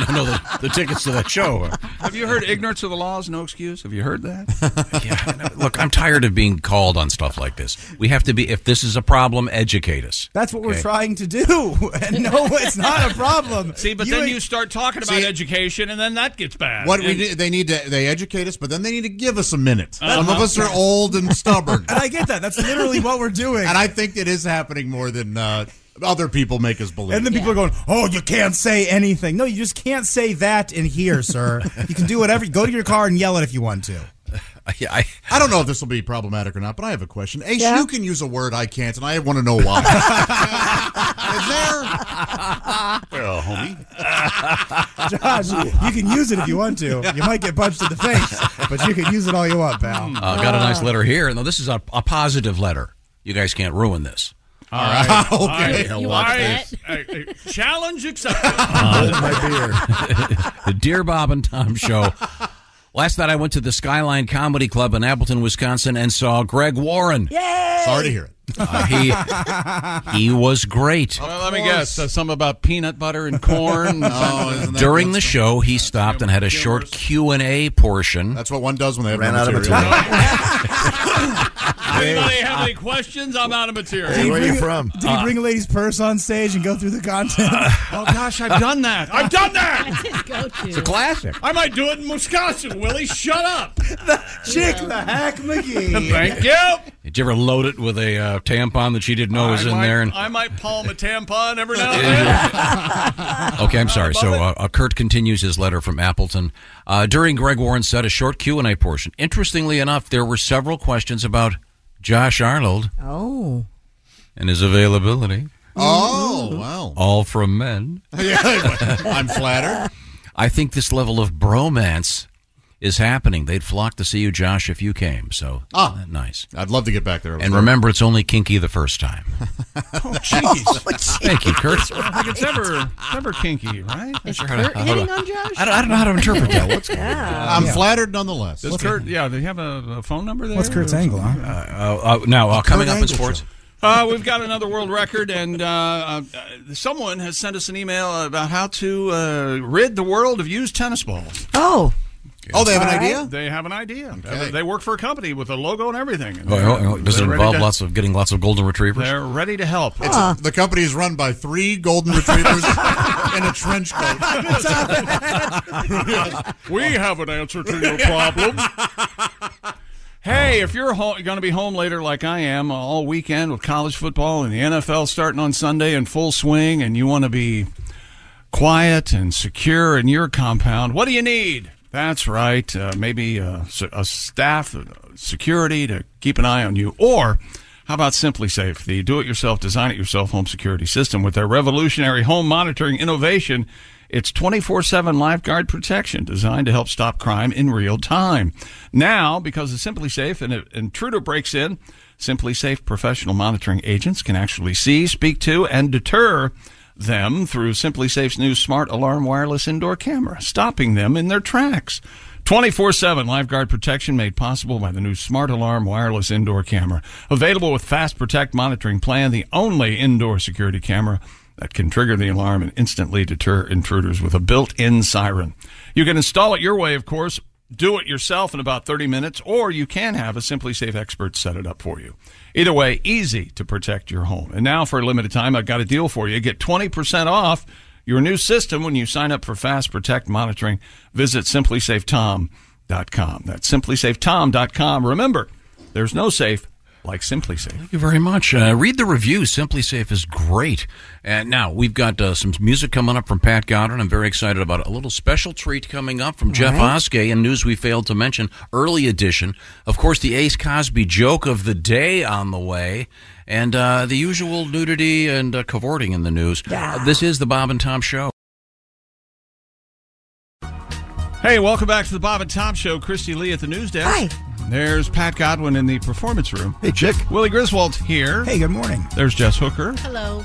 S8: No, no, the, the tickets to that show. Are,
S4: Have you heard ignorance of the law is no excuse? Have you heard that?
S8: [laughs] yeah, look, I'm tired of being called on stuff like this. We have to be. If this is a problem, educate us.
S7: That's what
S8: Okay.
S7: we're trying to do. [laughs] And no, it's not a problem.
S4: [laughs] See, but
S7: You
S4: then
S7: ain't-
S4: you start talking about education, and then that gets bad.
S6: What we
S4: And-
S6: need, they need to they educate us, but then they need to give us a minute.
S4: Uh-huh.
S6: Some of us are old and stubborn.
S7: [laughs] And I get that. That's literally what we're doing.
S6: And I think it is happening more than uh, other people make us believe.
S7: [laughs] And then people are going, "Oh, you can't say anything." No, you just can't say that in here, sir. you can do whatever. Go to your car and yell it if you want to.
S8: Yeah, I,
S6: I don't know if this will be problematic or not, but I have a question. Ace,
S7: Yeah?
S6: you can use a word I can't, and I want to know why. well, homie.
S7: [laughs] Josh, you can use it if you want to. You might get punched in the face, but you can use it all you want,
S4: Hmm.
S7: pal.
S8: Uh, got a nice letter here. No, this is a, a positive letter. You guys can't ruin this.
S4: All right.
S8: [laughs] Okay.
S4: All right.
S8: Yeah,
S4: All
S8: watch
S4: right.
S8: this.
S4: Hey, hey, Challenge [laughs] accepted.
S8: [laughs] the Dear Bob and Tom show. Last night I went to the Skyline Comedy Club in Appleton, Wisconsin, and saw Greg Warren.
S5: Yay!
S6: Sorry to hear it. Oh,
S8: Uh, he he was great.
S4: Well, let me guess. Uh, some about peanut butter and
S6: [laughs]
S4: corn. uh,
S8: During the show, he stopped and had a short Q and A portion.
S6: That's what one does when they have
S8: Ran
S6: no
S8: out of
S6: material.
S4: Anybody have any questions? I'm out of material.
S6: Hey, where are you from? Uh,
S7: Did you bring a lady's purse on stage and go through the content?
S8: [laughs]
S4: oh gosh, I've done that. I've done that.
S7: It's a classic.
S4: I might do it in Wisconsin. Willie, shut up.
S7: Chick [laughs] the Hack McGee.
S4: Thank you.
S8: Did you ever load it with a uh, tampon that you didn't know was
S4: I
S8: in
S4: might,
S8: there? And,
S4: I might palm a tampon every now and then.
S8: [laughs] okay, I'm sorry. So uh, uh, Kurt continues his letter from Appleton. Uh, during Greg Warren's set, a short Q and A portion. Interestingly enough, there were several questions about Josh Arnold
S5: Oh.
S8: and his availability.
S6: Oh, wow.
S8: All
S6: [laughs]
S8: from men.
S6: Yeah, I'm flattered.
S8: I think this level of bromance is happening. They'd flock to see you, Josh, if you came. So
S6: Ah.
S8: nice.
S6: I'd love to get back there.
S8: And remember, it's only kinky the first time.
S4: Jeez.
S8: Oh, Thank you, Kurt.
S4: I think it's ever, it's ever kinky, right?
S8: Is Sure, Kurt how to- hitting on Josh? I don't- I don't know how to interpret that. What's going on? [laughs] Yeah. I'm flattered nonetheless.
S4: Does
S8: Look
S4: Kurt, yeah, do you have a, a phone number there?
S7: What's Kurt's angle, huh?
S8: Uh, uh, now, uh, coming up in sports.
S4: Uh, we've got another world record, and uh, uh, uh, someone has sent us an email about how to uh, rid the world of used tennis balls.
S5: Oh.
S6: Oh, they have an idea?
S4: They have an idea. Uh, They work for a company with a logo and everything. And
S8: Oh, oh, oh,
S4: they're-
S8: Does it
S4: they're ready
S8: involve
S4: to-
S8: lots of getting lots of golden retrievers?
S4: They're ready to
S8: [laughs]
S4: help. [laughs]
S6: It's, The company is run by three golden retrievers [laughs] in a trench
S7: [laughs]
S6: coat.
S4: we have an answer to your problem. Hey, if you're ho- going to be home later like I am uh, all weekend with college football and the NFL starting on Sunday in full swing, and you want to be quiet and secure in your compound, what do you need? That's right. Uh, maybe uh, s- a staff, uh, security to keep an eye on you. Or how about Simply Safe, the do it yourself, design it yourself home security system with their revolutionary home monitoring innovation? It's 24 7 lifeguard protection designed to help stop crime in real time. Now, because of Simply Safe, an intruder breaks in, Simply Safe professional monitoring agents can actually see, speak to, and deter them through Simply Safe's new smart alarm wireless indoor camera, stopping them in their tracks. 24 7 lifeguard protection made possible by the new Smart Alarm wireless indoor camera. Available with Fast Protect monitoring plan, the only indoor security camera that can trigger the alarm and instantly deter intruders with a built in siren. You can install it your way, of course, do it yourself in about 30 minutes, or you can have a Simply Safe expert set it up for you. Either way, easy to protect your home. And now, for a limited time, I've got a deal for you. Get 20% off your new system when you sign up for Fast Protect monitoring. Visit simplysafetom.com. That's simplysafetom.com. Remember, there's no safe like Simply Safe.
S8: Thank you very much. Uh, read the review. Simply Safe is great. And now we've got uh, some music coming up from Pat Goddard. I'm very excited about it. A little special treat coming up from
S18: All
S8: Jeff
S18: right.
S8: Oskey and news we failed to mention, early edition. Of course, the Ace Cosby joke of the day on the way, and uh, the usual nudity and uh, cavorting in the news. Uh, this is the Bob and Tom Show.
S4: Hey, welcome back to the Bob and Tom Show. Christy Lee at the news desk. Hi. There's Pat Godwin in the performance room. Hey, chick. Willie Griswold's here. Hey, good morning. There's Jess Hooker.
S19: Hello.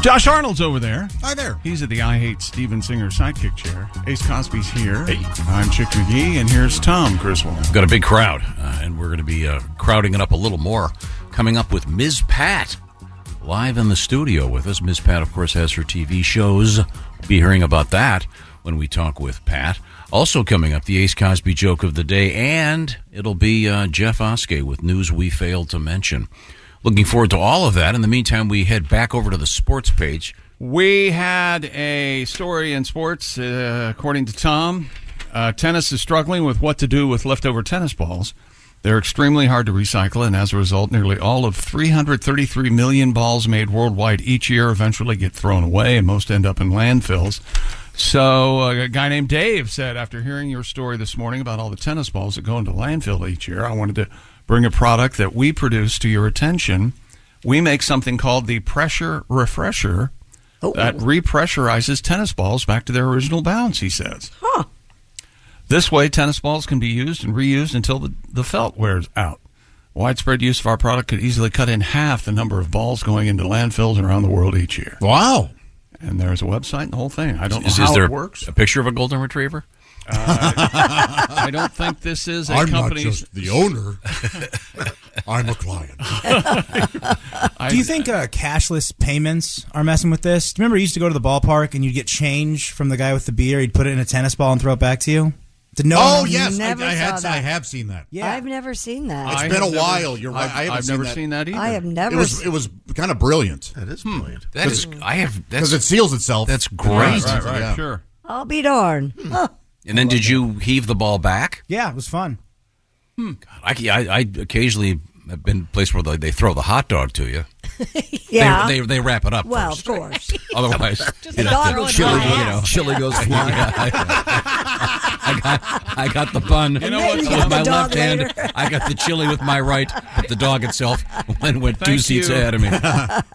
S4: Josh Arnold's over there.
S6: Hi there.
S4: He's at the I Hate Steven Singer sidekick chair. Ace Cosby's here. Hey. I'm Chick McGee, and here's Tom Griswold.
S8: We've got a big crowd, uh, and we're going to be uh, crowding it up a little more. Coming up with Ms. Pat live in the studio with us. Ms. Pat, of course, has her TV shows. We'll be hearing about that when we talk with Pat. Also coming up, the Ace Cosby joke of the day, and it'll be uh, Jeff Oskey with news we failed to mention. Looking forward to all of that. In the meantime, we head back over to the sports page.
S4: We had a story in sports, uh, according to Tom. Uh, tennis is struggling with what to do with leftover tennis balls. They're extremely hard to recycle, and as a result, nearly all of 333 million balls made worldwide each year eventually get thrown away, and most end up in landfills. So, uh, a guy named Dave said, after hearing your story this morning about all the tennis balls that go into landfill each year, I wanted to bring a product that we produce to your attention. We make something called the Pressure Refresher that repressurizes tennis balls back to their original bounds, he says. Huh. This way, tennis balls can be used and reused until the, the felt wears out. Widespread use of our product could easily cut in half the number of balls going into landfills around the world each year. Wow. And there's a website and the whole thing. I don't
S8: Is,
S4: know
S8: is
S4: how
S8: there
S4: it works.
S8: a picture of a golden retriever?
S4: Uh, [laughs] I don't think this is a
S8: I'm not
S4: company.
S8: just the owner. [laughs]
S6: I'm a client.
S7: [laughs] Do you think uh, cashless payments are messing with this? Remember, you used to go to the ballpark and you'd get change from the guy with the beer. He'd put it in a tennis ball and throw it back to you. Did no
S6: oh
S7: one-
S6: yes, I,
S5: Never
S6: I, had,
S5: saw
S6: I
S5: that.
S6: have seen that.
S5: Yeah. I've never seen that.
S6: It's
S5: It's
S6: been a while. You're right.
S4: I've-
S6: I haven't
S4: I've
S6: seen
S4: never
S6: that.
S4: seen that either. Hmm.
S5: I have never
S6: It was.
S5: s-
S6: It was kind of brilliant.
S9: That is brilliant.
S8: That is. I have.
S6: Because it seals itself. That's
S8: Great.
S4: Sure.
S5: I'll be darned. Huh.
S8: And then did you heave the ball back?
S7: Hmm. Yeah, it was fun.
S8: I, I, I occasionally have been placed where they, they throw the hot dog to
S4: [laughs]
S8: you.
S5: Yeah.
S8: They, they, they wrap it up.
S5: well, of course.
S8: [laughs] Otherwise,
S5: Just dog will
S8: chili,
S5: fly
S8: you know,
S5: out.
S8: chili [laughs] goes flying. I, got, I got the bun
S4: You know what,
S8: with
S4: Tom?
S8: my
S4: The dog
S8: left hand.
S4: later.
S8: I got the chili with
S4: [laughs]
S8: my right, but the dog itself [laughs] went, went two seats ahead of me.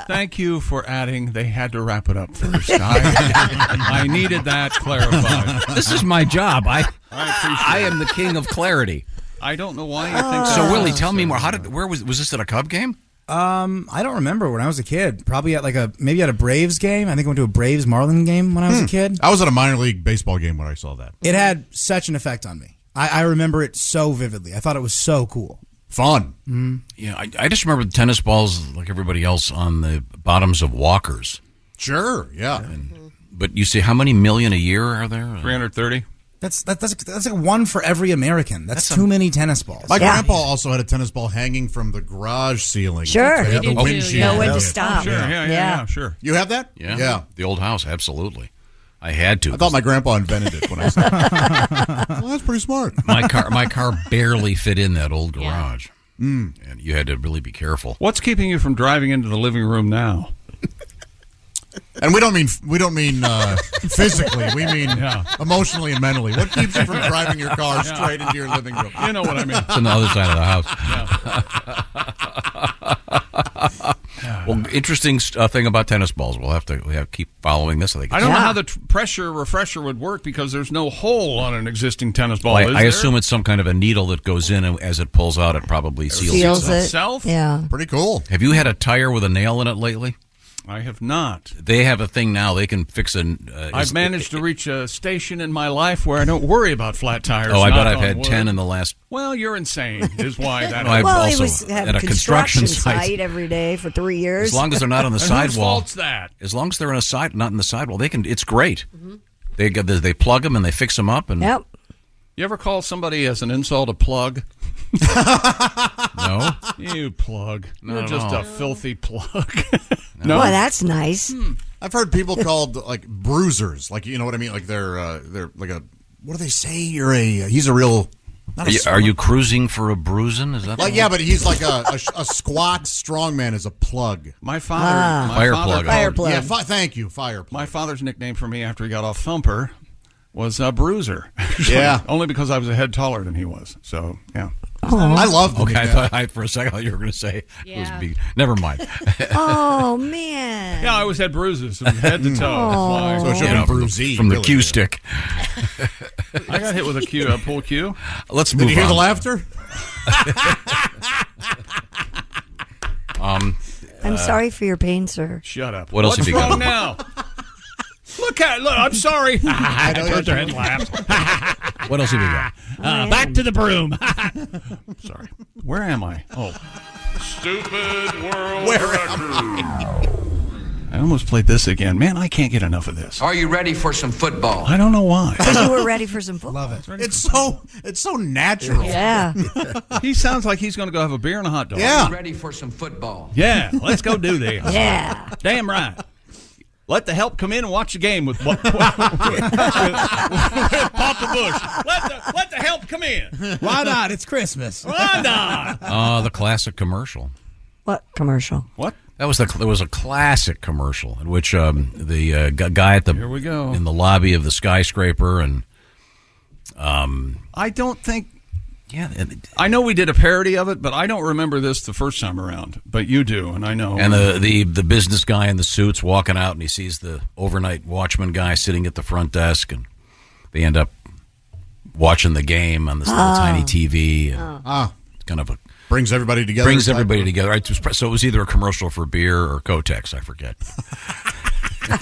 S4: Thank you for adding. They had to [laughs] wrap it up first. I, I needed that clarified.
S8: This is my job. I I am the king of clarity.
S4: I don't know why you
S7: think
S8: so.
S7: that.
S8: Willie, tell me more. How did? Where was? Was this at a Cub game?
S7: Um, I don't remember when I was a kid. Probably at like a maybe at a Braves game. I think I went to a Braves Marlin game when I was
S6: Hmm.
S7: a kid.
S6: I was at a minor league baseball game when I saw that.
S7: It had such an effect on me. I, I remember it so vividly. I thought it was so cool.
S6: Fun.
S7: Mm.
S8: Yeah, I, I just remember the tennis balls, like everybody else, on the bottoms of walkers.
S6: Sure, yeah.
S8: But you see, how many million a year are there? Three
S4: hundred thirty.
S7: That's that, that's that's like one for every American. That's, too many tennis balls.
S6: My grandpa also had a tennis ball hanging from the garage ceiling.
S7: Sure.
S6: They had
S7: He
S6: the
S7: did too,
S6: windshield.
S7: yeah. Know when
S8: to
S7: stop.
S8: sure, yeah, yeah, Yeah. yeah,
S6: sure. You have that?
S8: Yeah,
S6: Yeah.
S8: the old house, absolutely. I had to.
S6: I thought my grandpa invented it when I
S8: [laughs]
S6: saw it. well, that's pretty smart.
S8: my car, my car barely fit in that old garage,
S6: Hmm.
S4: Mm.
S8: and you had to really be careful.
S4: What's keeping you from driving into the living room now?
S6: And we don't mean
S4: [laughs]
S6: we don't mean uh, physically. We mean
S4: Yeah.
S6: emotionally and mentally. What keeps you
S4: [laughs]
S6: from driving your car straight into your living room?
S4: You know what I mean.
S8: It's on the other side of the house. well, interesting uh, thing about tennis balls. We'll have to we have to keep following this. I think.
S4: I don't know how the t- pressure refresher would work because there's no hole on an existing tennis ball.
S8: Well, I,
S4: is
S8: I
S4: there?
S8: assume it's some kind of a needle that goes in, and as it pulls out, it probably seals,
S4: Seals it.
S8: itself.
S4: Self? Yeah.
S6: Pretty cool.
S8: Have you had a tire with a nail in it lately?
S4: I have not.
S8: They have a thing now. They can fix an. Uh,
S4: I've
S8: is-
S4: managed to reach a station in my life where I don't worry about flat tires.
S8: Oh, I bet
S4: knock
S8: I've
S4: on
S8: had
S4: wood.
S8: ten in the last.
S4: Well, you're insane. Is why that.
S8: No, I've
S5: well,
S8: also
S5: he was at,
S8: at a construction site.
S5: every day for three years.
S8: As long as they're not on
S4: [laughs]
S8: the sidewall.
S4: that?
S8: As long as they're on a side, not in the sidewall, they can. It's great. They get the- they plug them and they fix them up and
S5: Yep.
S4: Mm. You ever call somebody as an insult a
S8: [laughs]
S4: plug?
S8: no,
S4: you plug.
S8: Not
S4: You're
S8: at
S4: just
S8: all.
S4: a filthy
S8: [laughs]
S4: plug.
S6: No.
S5: Well, that's nice.
S8: Hmm.
S6: I've heard people called like bruisers, like you know what I mean, like they're uh, they're like a what do they say? You're a uh, he's a real. Not
S8: Are
S6: a
S8: you,
S6: squat.
S8: are you cruising for a bruising? Is that the
S6: Like
S8: one?
S6: yeah, but he's like a, a, a squat strongman is a plug.
S4: My father,
S5: Ah.
S4: my
S8: Ah. Fire
S4: father
S8: plug.
S4: called-
S8: Fire plug.
S6: Yeah, fi- thank you, fire plug.
S4: My father's nickname for me after he got off Thumper was uh, Bruiser. [laughs] actually.
S6: Yeah.
S4: only because I was a head taller than he was. So yeah,
S6: I love the
S8: Okay, I
S6: nickname.
S4: [laughs]
S8: thought I, for a second I thought you were going to say it was
S4: Yeah.
S8: be, never mind.
S5: [laughs] Oh man.
S4: Yeah, I always had bruises from head to toe. That's why.
S8: Oh. So it should've been Yeah, from the- bruisee, from the really, cue yeah. stick.
S4: I got hit with a cue, a pull cue.
S8: Let's Did you move hear the on. laughter? Um,
S5: I'm
S8: uh,
S5: sorry for your pain, sir.
S4: Shut up.
S8: What else
S4: What's
S8: have you got?
S4: wrong now? look at look. I'm sorry. I
S8: know
S4: turned
S8: you're
S4: her head left. [laughs]
S8: What else have you got?
S4: Uh, back to the broom. [laughs] sorry. Where am I? Oh, Stupid world Where I almost played this again. Man, I can't get enough of this.
S18: Are you ready for some football?
S4: I don't
S6: [laughs]
S4: know why.
S5: you [laughs] were ready for some football.
S7: Love
S6: it. It's so it's so natural.
S8: [laughs]
S5: Yeah.
S4: he sounds like he's going to go have a beer and a hot dog.
S18: Are you ready for some football?
S4: Yeah, let's go do this.
S8: [laughs]
S18: Yeah.
S4: Damn right. Let the help come in and watch the game with, with, with, with
S8: [laughs]
S4: Papa Bush. Let the, let the help come in.
S7: Why not? It's Christmas.
S4: Why not?
S8: Uh, the classic commercial.
S5: What commercial?
S4: What?
S8: That was the there was a classic commercial in which um, the uh, gu- guy at the
S4: Here we go.
S8: in the lobby of the skyscraper and um
S4: [laughs] I don't think.
S8: Yeah,
S4: I know we did a parody of it, but I don't remember this the first time around. But you do, and I know.
S8: and
S4: [laughs]
S8: uh, the, the the business guy in the suits walking out and he sees the overnight watchman guy sitting at the front desk and they end up watching the game on this little
S6: Ah.
S8: tiny TV and
S5: Oh.
S6: Ah.
S8: it's kind of a
S6: Brings everybody together.
S8: brings
S6: type
S8: everybody
S6: of-
S8: together. I just- So it was either a commercial for beer or Kotex, I forget.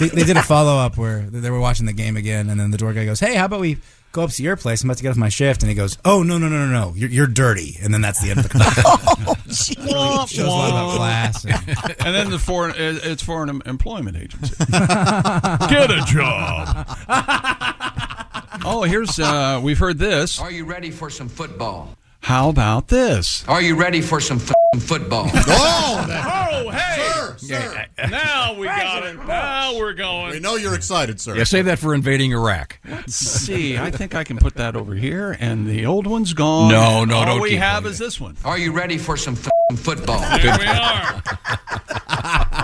S7: [laughs] they, they did a follow up where they were watching the game again, and then the door guy goes, "Hey, how about we go up to your place? I'm about to get off my shift." And he goes, "Oh no, no, no, no, no! You're, you're dirty." And then that's the
S6: [laughs]
S7: end of the
S6: Oh,
S7: conversation. Really shows a lot about class. And,
S4: and then the foreign it- it's for an em- employment agency. [laughs] Get a job. oh, here's uh, we've heard this.
S18: Are you ready for some football?
S4: How about this?
S18: Are you ready for some f- football?
S4: [laughs] Oh, hey! now we got it. Now we're going.
S6: We know you're excited, sir.
S8: Yeah, save that for invading Iraq.
S4: Let's see. I think I can put that over here, and the old one's gone.
S8: No, no,
S4: All
S8: don't
S4: we
S8: keep
S4: have
S8: playing
S4: is this one.
S18: Oh, Are you ready for some f- football?
S4: Here we are.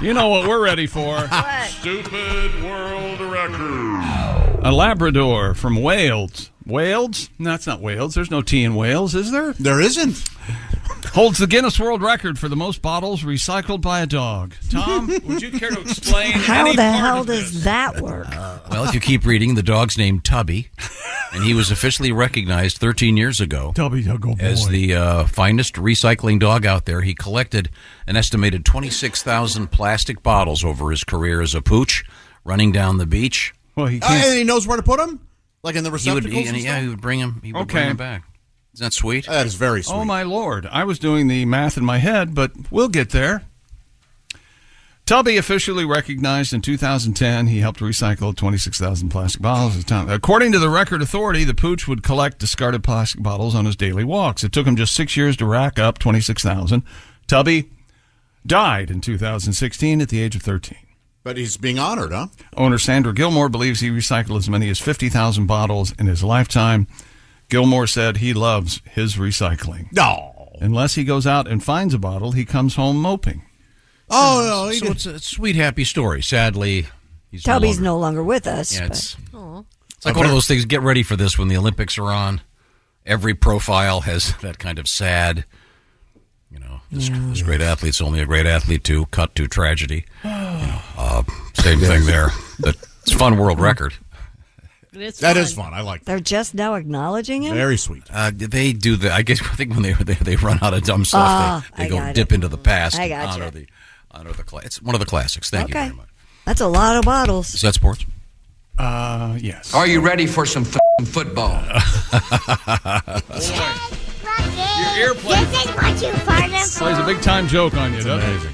S4: you know what we're
S2: [laughs]
S4: ready for?
S14: Stupid world record.
S4: A Labrador from Wales. Wales? No, it's not Wales. There's no tea in Wales, is there?
S6: There isn't.
S4: Holds the Guinness World Record for the most bottles recycled by a dog. Tom, would you care to explain
S5: [laughs] How
S4: any
S5: the
S4: part
S5: hell
S4: of
S5: does that work?
S8: Well, if you keep reading, the dog's named Tubby. and he was officially recognized 13 years ago
S4: Tubby Tuggle
S8: as
S4: Boy.
S8: the uh, finest recycling dog out there. He collected an estimated 26,000 plastic bottles over his career as a pooch, running down the beach.
S4: Well, he
S6: Uh, and he knows where to put them, like in the
S8: He would,
S6: receptacles.
S8: he-
S6: and
S8: yeah, he would bring him. He would bring
S4: Okay.
S8: him back. Is that sweet?
S6: That is very
S4: Oh my lord! I was doing the math in my head, but we'll get there. Tubby officially recognized in 2010. He helped recycle 26,000 plastic bottles at a time. According to the record authority, the pooch would collect discarded plastic bottles on his daily walks. It took him just six years to rack up 26,000. Tubby died in 2016 at the age of 13.
S6: But he's being honored, huh?
S4: Owner Sandra Gilmore believes he recycled as many as 50,000 bottles in his lifetime. Gilmore said he loves his recycling.
S6: No.
S4: Unless he goes out and finds a bottle, he comes home moping.
S6: Oh,
S8: so it's a sweet, happy story. Sadly, he's no
S5: Tubby's
S8: longer-
S5: no longer with us.
S8: Yeah,
S5: but-
S8: it's- It's like one of those things. Get ready for this when the Olympics are on. Every profile has [laughs] that kind of sad. You know, this,
S5: Mm.
S8: this great athlete's only a great athlete to cut to tragedy. You know, uh, same thing there. But it's a fun world record.
S5: It's
S6: That is fun. I like
S5: They're just now acknowledging him.
S6: sweet.
S8: Uh, they do the. I guess [laughs] I think when they they, they run out of dumb stuff,
S5: Ah,
S8: they,
S5: I
S8: they go
S5: got
S8: dip
S5: it.
S8: into the past.
S5: I
S8: and
S5: gotcha.
S8: Honor the honor the class. It's one of the classics. Thank you.
S5: okay.
S8: Very much.
S5: That's a lot of bottles.
S8: Is that sports?
S4: Uh, yes.
S18: Are you ready for some f***ing
S4: [laughs]
S18: football?
S4: Your earplug.
S19: This is what you farted
S4: Plays a big time joke on you, doesn't amazing.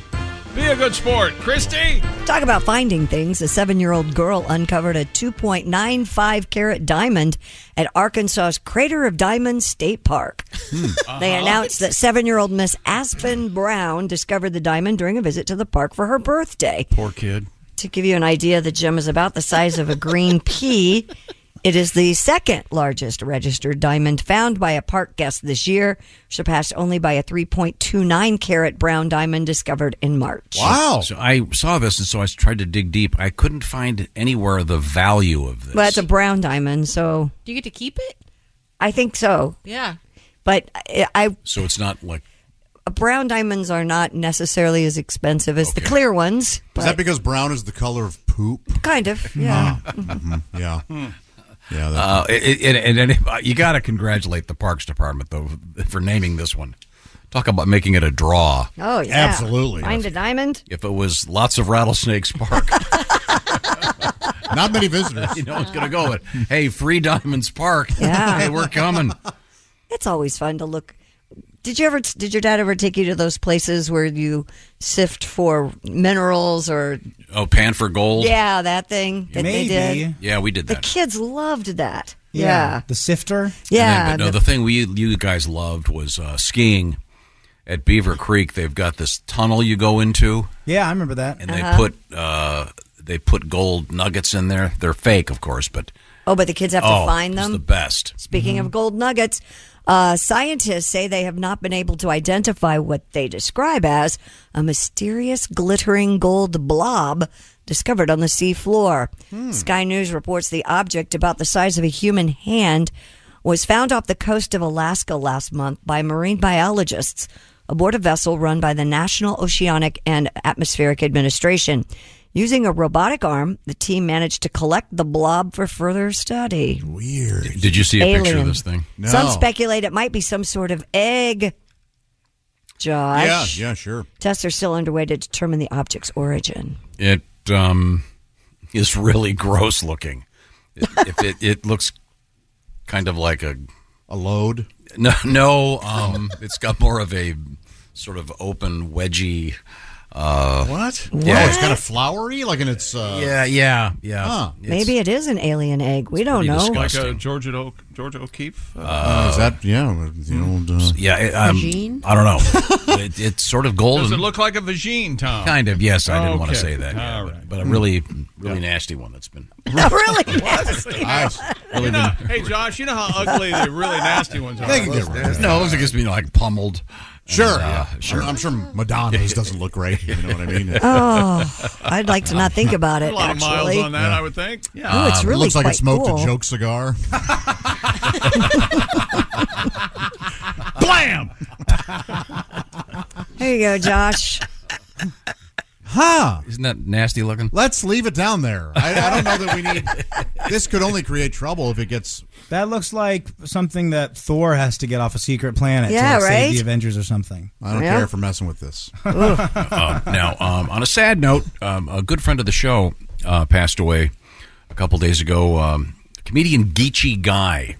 S4: Be a good sport, Christy.
S5: Talk about finding things. A seven year old girl uncovered a 2.95 carat diamond at Arkansas's Crater of Diamonds State Park.
S6: Uh-huh.
S17: Hmm.
S19: [laughs]
S5: They
S17: [laughs]
S5: announced that seven year old Miss Aspen Brown discovered the diamond during a visit to the park for her birthday.
S4: Poor kid.
S5: To give you an idea, the gem is about the size of
S6: [laughs]
S5: a green pea. It is the second largest registered diamond found by a park guest this year, surpassed only by a 3.29 carat brown diamond discovered in March.
S8: So, so I saw this, and so I tried to dig deep. I couldn't find anywhere the value of this.
S5: Well, it's a brown diamond, so
S17: Do you get to keep it?
S5: I think so.
S17: Yeah.
S5: But I, I
S8: So it's not
S6: [laughs]
S8: like
S5: brown diamonds are not necessarily as expensive as the clear ones. But
S6: Is that because brown is the color of poop?
S5: kind of? Yeah.
S6: Ah, mhm, yeah. Yeah. that-
S8: Hmm. Uh, it, it, and, and if- you got to congratulate the Parks Department though for naming this one. Talk about making it a draw.
S5: Oh yeah. Find a diamond.
S8: If it was lots of rattlesnakes
S6: [laughs]
S8: park, [laughs]
S6: not many visitors.
S8: You know it's going to go. But hey, free diamonds park.
S5: Yeah.
S8: hey, we're coming.
S5: It's always fun to look. Did you ever? Did your dad ever take you to those places where you sift for minerals or?
S8: Oh, pan for gold.
S5: Yeah, that thing that they did.
S8: Yeah, we did
S5: The
S8: that.
S5: kids loved that.
S8: Yeah.
S5: Yeah.
S7: The sifter?
S5: Yeah.
S8: And then- but no, the thing we you guys loved was uh, skiing at Beaver Creek. They've got this tunnel you go into,
S7: Yeah, I remember that.
S8: and
S5: Uh-huh.
S8: they put uh, they put gold nuggets in there. They're fake, of course, but
S5: Oh, but the kids have to
S8: oh,
S5: find
S8: it was
S5: them?
S8: the best. Mm-hmm.
S5: Speaking of gold nuggets, uh, scientists say they have not been able to identify what they describe as a mysterious glittering gold blob discovered on the seafloor. Sky News reports the object, about the size of a human hand, was found off the coast of Alaska last month by marine biologists aboard a vessel run by the National Oceanic and Atmospheric Administration. Using a robotic arm, the team managed to collect the blob for further study.
S8: Did, did you see a picture of
S5: Alien.
S8: this thing?
S5: Some speculate it might be some sort of egg. Josh.
S8: Yeah, yeah, sure.
S5: Tests are still underway to determine the object's origin.
S8: It um, is really gross looking. It, if it, it looks kind of like a
S6: a load.
S8: No, no. Um, it's got more of a sort of open wedgie. Uh,
S6: what?
S8: Yeah,
S6: Oh, it's kind of flowery, like in its. Uh,
S8: yeah, yeah, Ah, yeah.
S6: Huh.
S5: Maybe it is an alien egg. We don't know.
S4: Like
S8: [laughs]
S4: a Georgia Oak, Georgia O'Keefe.
S6: Uh, is that yeah? The old uh,
S8: yeah. It, um,
S4: Vagine?
S8: I
S6: [laughs]
S8: don't know. it, it's sort of golden.
S4: Does it look like a vagine, Tom?
S8: Kind of. Yes, I didn't want to
S4: Oh. Okay.
S8: say that. yeah,
S4: All
S8: but-
S4: right. Hmm.
S8: but, a really, really nasty one that's been
S4: [laughs]
S5: really nasty.
S8: [laughs] really
S4: You know-
S8: been-
S4: hey, Josh, you know how ugly the really nasty ones are.
S8: No, it was just being like pummeled.
S6: Sure,
S8: And,
S6: yeah.
S8: uh, sure.
S6: I'm, I'm sure
S8: [laughs]
S6: Madonna's doesn't look great. You know what I mean?
S5: [laughs] Oh, I'd like to not
S6: [laughs]
S5: think about it.
S4: A lot of miles
S5: actually.
S4: on that, I would think.
S5: Yeah. Ooh, it's really
S6: Uh, looks like it
S5: quite
S6: smoked
S5: cool.
S6: a joke cigar.
S4: Blam!
S5: [laughs] There you go, Josh.
S6: Huh.
S8: Isn't that nasty looking?
S2: [laughs]
S6: Let's leave it down there. I, I don't know that we need. This could only create trouble if it gets
S7: That looks like something that Thor has to get off a secret planet to
S5: Yeah,
S7: like,
S5: right?
S7: save the Avengers or something.
S6: I don't
S8: Yeah.
S6: care if we're messing with
S7: [laughs]
S5: [laughs]
S6: this.
S8: um, now, um, on a sad note, um, a good friend of the show uh, passed away a couple days ago. Um, comedian Geechee Guy,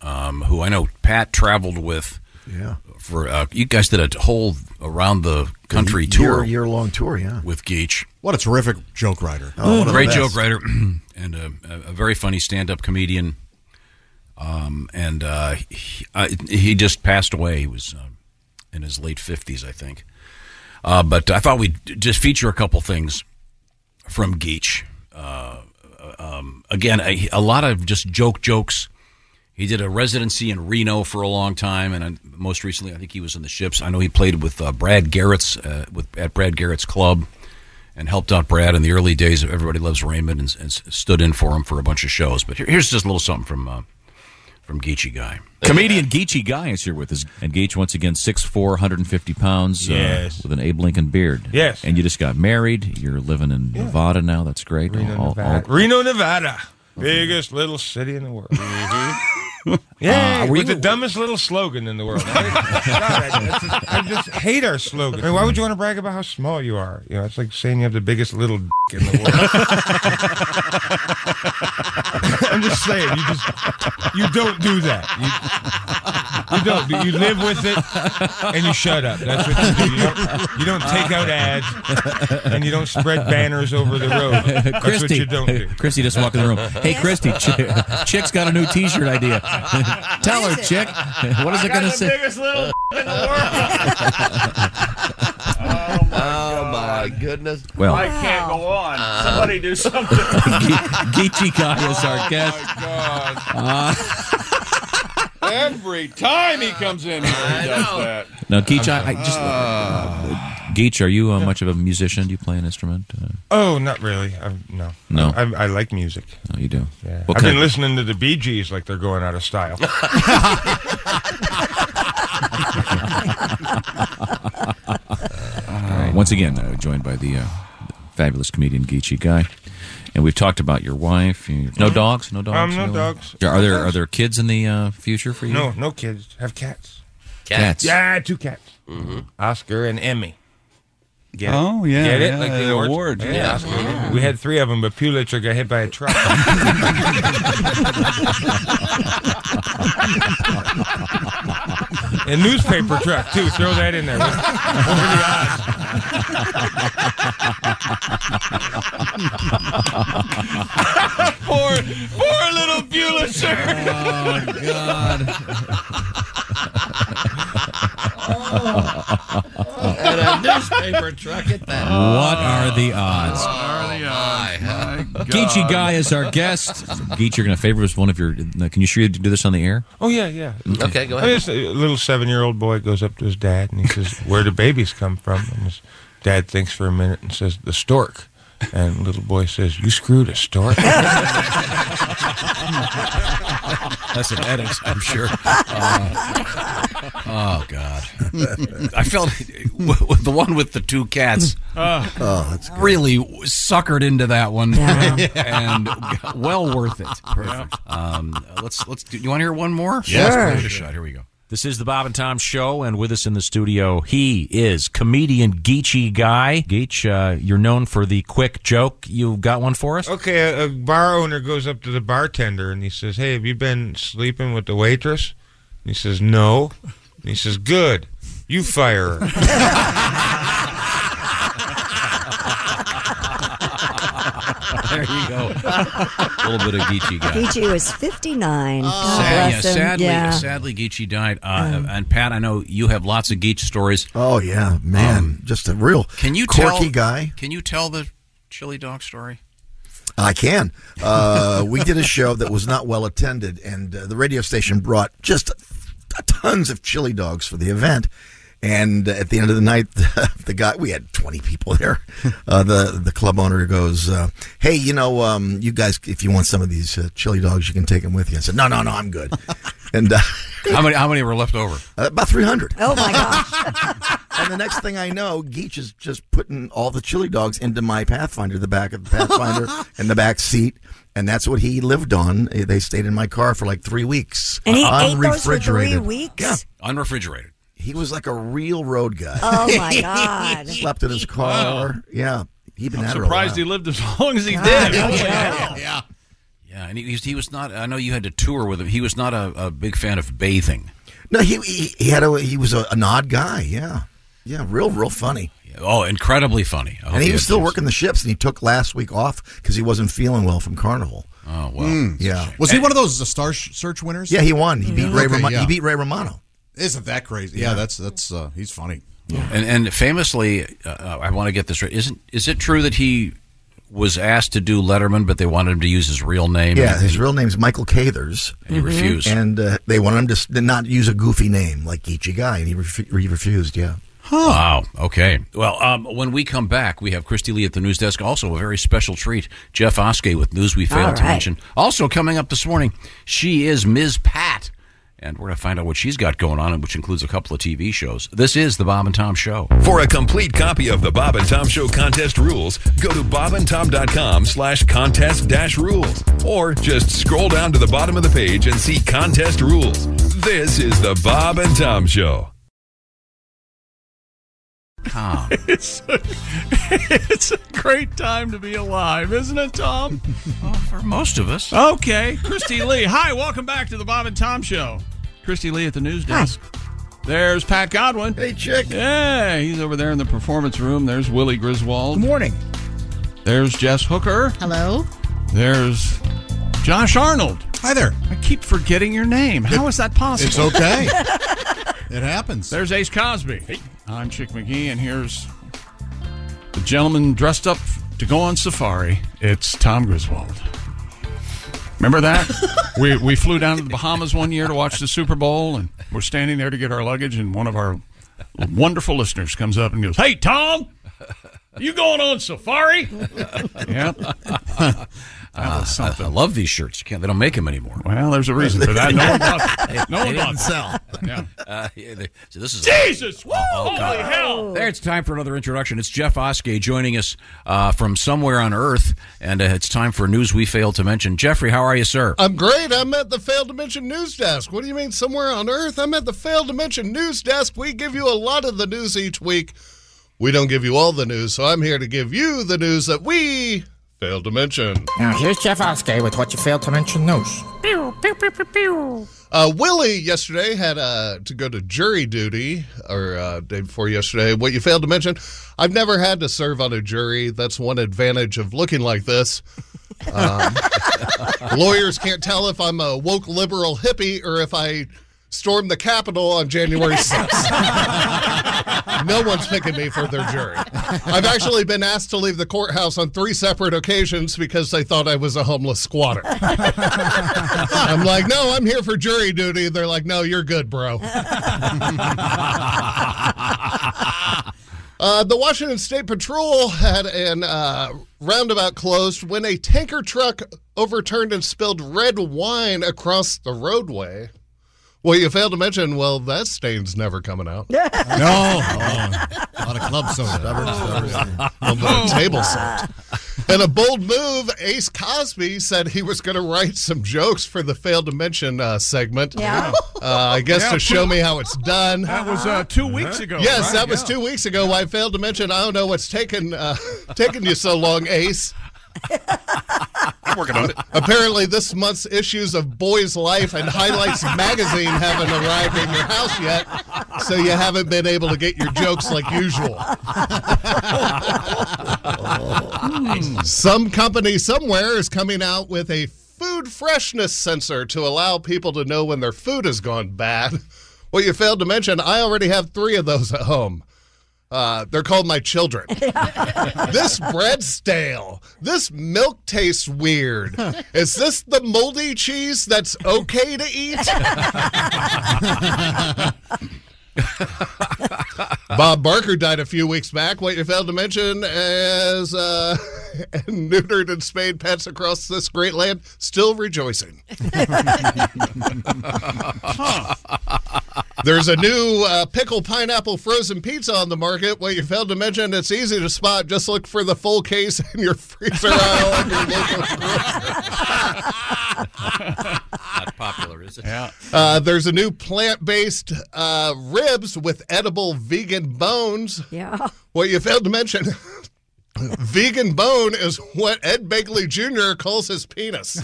S8: um, who I know Pat traveled with.
S9: Yeah.
S8: For uh, you guys did a whole around the country tour
S9: year long tour. Yeah,
S8: with Geech.
S6: What a terrific joke writer.
S9: Oh,
S8: great joke writer [clears throat] and a, a very funny stand-up comedian. Um, and uh, he, uh, he just passed away. He was um in his late fifties, I think. Uh, but I thought we'd just feature a couple things from Geach. Uh, um, again, a, a lot of just joke jokes. He did a residency in Reno for a long time, and uh, most recently, I think he was in the ships. I know he played with uh, Brad Garrett's uh, with at Brad Garrett's club, and helped out Brad in the early days of Everybody Loves Raymond, and, and s- stood in for him for a bunch of shows. But here, here's just a little something from uh, from Geechee guy.
S19: Comedian Geechee Guy is here with us. And Geech, once again, 6'4", 150 pounds,
S17: Yes.
S19: uh, with an Abe Lincoln beard.
S17: Yes.
S19: And you just got married. You're living in Nevada now. That's great. All- all-
S17: Reno, Nevada. Biggest little city in the world. Yeah,
S19: Uh, were
S17: with
S19: you-
S17: the dumbest little slogan in the world.
S2: [laughs]
S17: I, God, I just, I just hate our slogan. I mean, why would you want to brag about how small you are? You know, it's like saying you have the biggest little dick in the world. [laughs] I'm just saying, you just you don't do that. You, you don't. Do, you live with it and you shut up. That's what you do. You don't, you don't take out ads and you don't spread banners over the road. That's what you
S19: [laughs]
S17: don't do.
S20: Christy just walked in the room. Hey, Christy, Ch- Chick's got a new
S19: [laughs]
S20: T-shirt idea. Tell her, Chick. What is
S17: I
S20: it
S17: got
S20: going to
S17: the
S20: say?
S2: [laughs]
S17: biggest little in the
S20: world.
S9: Oh my goodness!
S20: Well-
S17: I can't go on. Somebody do something.
S20: Geechee Guy is our guest.
S4: Uh,
S2: Uh, [laughs]
S17: Every time he comes in here, he does that.
S19: Now, Geech, I, I just Geech, are you uh, much of a musician? Do you play an instrument? Uh,
S17: Oh, not really. i no.
S19: No.
S17: I, I like music.
S19: no, you do.
S17: Yeah.
S19: What kind
S17: I've been
S19: of-
S17: listening to the Bee Gees like they're going out of style. [laughs]
S19: All right. Once again, uh, joined by the uh, fabulous comedian Geechee Guy, and we've talked about your wife. Your, no dogs, no dogs.
S17: Um, no
S19: really?
S17: dogs.
S19: Are there are there kids in the uh, future for you? [laughs]
S17: no, no kids. Have cats.
S19: Cats. Cats.
S17: Yeah, two cats. Oscar and Emmy. Get it?
S4: Oh, yeah,
S17: Get it?
S4: yeah,
S17: like the,
S4: the
S17: awards?
S4: award,
S17: Yeah,
S4: yeah.
S17: Oscar.
S4: Yeah.
S17: We had three of them, but Pulitzer got hit by a
S4: [laughs]
S17: truck. [laughs] a newspaper truck, too. Throw that in there. Over the odds. poor, poor little Pulitzer.
S20: Oh,
S2: [laughs]
S20: God.
S9: And a newspaper truck at that.
S20: What are the odds?
S2: Oh,
S17: Geechee
S19: Geechee Guy is our guest. Geech, you're going to favor us one of your. now, Can you sure you do this on the air?
S17: Oh yeah, yeah.
S19: Okay. Okay, go ahead.
S2: [laughs]
S17: I guess a little seven-year-old boy goes up to his dad and he says, "Where do babies come from?" And his dad thinks for a minute and says, "The stork." And little boy says, "You screwed a stork."
S8: [laughs] That's an edit, I'm sure. Uh, oh God, I felt [laughs] the one with the two cats.
S9: Oh, that's good.
S8: really suckered into that one,
S9: Yeah.
S8: [laughs] and well worth it. Um, let's let's. Do, you want to hear one more?
S21: Yes, Sure.
S8: Let's give it a
S21: please.
S8: shot. Here we go.
S21: This is the Bob and Tom Show, and with us in the studio, he is comedian Geechee Guy. Geech, uh, you're known for the quick joke. You got one for us?
S17: Okay, a, a bar owner goes up to the bartender and he says, "Hey, have you been sleeping with the waitress?" And he says, "No." And he says, "Good. You fire her."
S8: There you go. A little bit of Geechee guy.
S5: Geechee was
S8: Oh.
S5: 59. God
S8: Sad- yeah,
S5: bless him.
S8: sadly,
S5: yeah.
S8: sadly, Geechee died. Uh, And Pat, I know you have lots of Geech stories. Um,
S9: Oh yeah, man, just a real
S8: Can you
S9: quirky
S8: tell,
S9: guy.
S8: Can you tell the chili dog story?
S9: I can. Uh, we did a show that was not well attended, and uh, the radio station brought just t- tons of chili dogs for the event. And uh, at the end of the night, [laughs] the, guy we had twenty people there. Uh, the the club owner goes, uh, "Hey, you know, um, you guys, if you want some of these uh, chili dogs, you can take them with you." I said, "No, no, no, I'm good." and uh,
S8: How many? How many were left over?
S9: about three hundred.
S5: Oh my gosh.
S9: and the next thing I know, Geach is just putting all the chili dogs into my Pathfinder, the back of the
S4: [laughs]
S9: Pathfinder, in the back seat, and that's what he lived on. They stayed in my car for like three weeks, Uh,
S5: And he ate those for three
S9: unrefrigerated.
S5: weeks?
S9: Yeah,
S8: unrefrigerated.
S9: He was like a real road guy.
S5: Oh,
S9: [laughs]
S5: my God.
S9: Slept in his car.
S4: Wow.
S9: Yeah, he been
S4: I'm
S9: at it a
S4: surprised
S9: while.
S4: he lived as [laughs] long as he
S9: God,
S4: did.
S9: yeah,
S4: Holy
S9: yeah.
S4: hell.
S8: Yeah, and he, he was not. I know you had to tour with him. He was not a, a big fan of bathing.
S9: No, he he, he had a he was a, an odd guy. Yeah, yeah, real real funny.
S8: Oh, incredibly funny.
S4: Oh,
S8: I hope
S9: and he was
S8: had-
S9: still working the ships, and he took last week off because he wasn't feeling well from Carnival. Mm.
S8: Oh
S6: well.
S9: yeah.
S6: Was he one of those uh, Star Sh- Search winners?
S9: Yeah, he won. He beat Ray Ramo- he beat Ray Romano.
S6: Isn't that crazy? Yeah, that's that's uh, he's funny.
S8: And and famously, uh, I want to get this right. Isn't is it true that he was asked to do Letterman, but they wanted him to use his real name?
S9: Yeah, his real name's Michael Cathers.
S8: And he Mhm. refused.
S9: And uh, they wanted him to s- to not use a goofy name like Geechee Guy, and he, refu- he refused, yeah.
S8: Wow. Okay. Well, um, when we come back, we have Christy Lee at the news desk. Also, a very special treat. Jeff Oskey with news we failed
S22: All
S8: to
S22: right.
S8: mention. Also coming up this morning, she is Ms. Pat, and we're going to find out what she's got going on, which includes a couple of TV shows. This is the Bob and Tom Show.
S14: For a complete copy of the Bob and Tom Show contest rules, go to bobandtom.com slash contest dash rules. Or just scroll down to the bottom of the page and see contest rules. This is the Bob and Tom Show.
S8: Tom.
S4: [laughs] It's a, it's a great time to be alive, isn't it, Tom?
S8: for most of us.
S4: Okay. Christy Lee. Hi, welcome back to the Bob and Tom Show. Christy Lee at the news desk. There's Pat Godwin. Hey,
S9: chick.
S4: Yeah, he's over there in the performance room. There's Willie Griswold. Good
S7: morning.
S4: There's Jess Hooker.
S2: Hello.
S4: There's Josh Arnold.
S6: Hi there.
S4: I keep forgetting your name. How is that possible?
S6: It's
S9: [laughs]
S4: [laughs]
S6: okay. it happens.
S4: There's Ace Cosby. I'm Chick McGee, and here's the gentleman dressed up to go on safari. It's Tom Griswold. Remember [laughs] that? we we flew down to the Bahamas one year to watch the Super Bowl, and we're standing there to get our luggage, and one of our wonderful listeners comes up and goes, "Hey, Tom, you going on [laughs] safari?" yep.
S8: Uh, I, I love these shirts. You can't, they don't make them anymore.
S4: Well, there's a reason for that. No one bought
S8: They-
S4: them.
S8: [laughs]
S4: No
S8: they
S4: one bought
S8: didn't
S4: them. Yeah.
S8: Uh, yeah, they- so this is
S4: Jesus! Woo!
S8: Oh, God.
S4: Holy hell!
S8: There, it's time for another introduction. It's Jeff Oskey joining us uh, from somewhere on Earth, and uh, it's time for news we failed to mention. Jeffrey, how are you, sir?
S3: I'm great. I'm at the Failed to Mention News Desk. What do you mean somewhere on Earth? I'm at the Failed to Mention News Desk. We give you a lot of the news each week. We don't give you all the news, so I'm here to give you the news that we failed to mention.
S2: Now here's Jeff Oskey with what you failed to mention news.
S3: Pew, pew, pew, pew, pew. Uh, Willie yesterday had uh, to go to jury duty, or uh, day before yesterday. What you failed to mention, I've never had to serve on a jury. That's one advantage of looking like
S2: [laughs]
S3: this.
S5: [laughs]
S3: Um, lawyers can't tell if I'm a woke liberal hippie or if I stormed the Capitol
S2: [laughs]
S3: on January 6th. no one's picking me for their jury. I've actually been asked to leave the courthouse on three separate occasions because they thought I was a homeless squatter. I'm like, no, I'm here for jury duty. They're like, no, you're good, bro. Uh, the Washington State Patrol had an uh, roundabout closed when a tanker truck overturned and spilled red wine across the roadway. Well, you failed to mention, well, that stain's never coming out. no.
S4: Oh,
S3: a lot of club soda. A little bit of table salt. In a bold move, Ace Cosby said he was going to write some jokes for the failed to mention uh, segment.
S4: Yeah.
S3: Uh, I guess
S4: Yeah,
S3: to show
S4: put-
S3: me how it's done.
S4: That was uh, two weeks ago.
S3: Yes,
S4: right?
S3: that was
S4: Yeah.
S3: two weeks ago. Why I failed to mention. I don't know what's taken uh, [laughs] taken you so long, Ace. I'm working on it. Apparently, this month's issues of Boys Life and Highlights Magazine haven't arrived in your house yet, so you haven't been able to get your jokes like usual. Some company somewhere is coming out with a food freshness sensor to allow people to know when their food has gone bad. [laughs] Well, you failed to mention, I already have three of those at home. Uh, they're called my children. this bread's stale. This milk tastes weird. Is this the moldy cheese that's okay to eat? [laughs] Bob Barker died a few weeks back. What you failed to mention is uh, [laughs] neutered and spayed pets across this great land still rejoicing. There's a new uh, pickle pineapple frozen pizza on the market. What you failed to mention, it's easy to spot. Just look for the full case in your freezer aisle. at your local grocery.
S8: Not popular, is it? Yeah.
S3: Uh, there's a new plant-based uh, ribs with edible vegan bones.
S5: Yeah.
S3: What you failed to mention, [laughs] vegan bone is what Ed Begley Jr. calls his penis.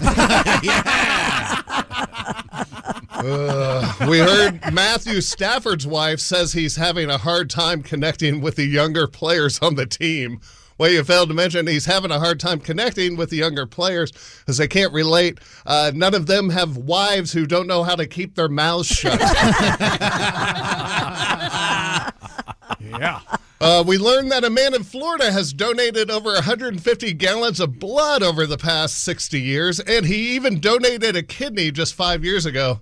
S3: Uh, we heard Matthew Stafford's wife says he's having a hard time connecting with the younger players on the team. Well, you failed to mention he's having a hard time connecting with the younger players because they can't relate. Uh, none of them have wives who don't know how to keep their mouths shut.
S4: Yeah.
S3: Uh, we learned that a man in Florida has donated over 150 gallons of blood over the past 60 years, and he even donated a kidney just five years ago.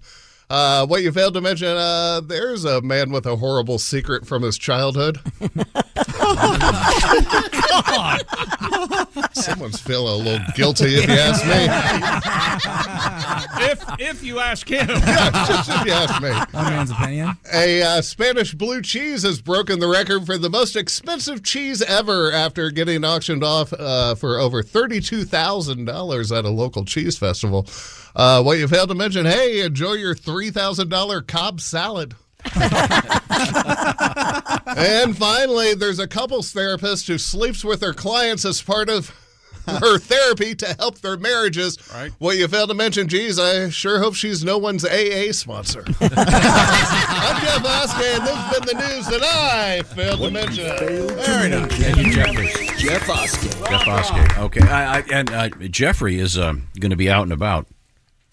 S3: Uh, what you failed to mention, uh, there's a man with a horrible secret from his childhood. Someone's feeling a little guilty if you ask me.
S4: if if you ask him,
S3: Yeah, just if you ask me.
S7: One man's opinion.
S3: A uh, Spanish blue cheese has broken the record for the most expensive cheese ever after getting auctioned off uh, for over $32,000 at a local cheese festival. Uh, what you failed to mention, hey, enjoy your $3,000 Cobb salad. and finally, there's a couples therapist who sleeps with her clients as part of [laughs] her therapy to help their marriages. Right. Well, you failed to mention, geez, I sure hope she's no one's AA [laughs] sponsor. I'm Jeff Oskey, and this has been the news that I failed to mention. Very nice.
S8: Thank you, Jeffrey. Jeff Oskey. Jeff Oskey. Okay, I, I, and uh, Jeffrey is uh, going to be out and about.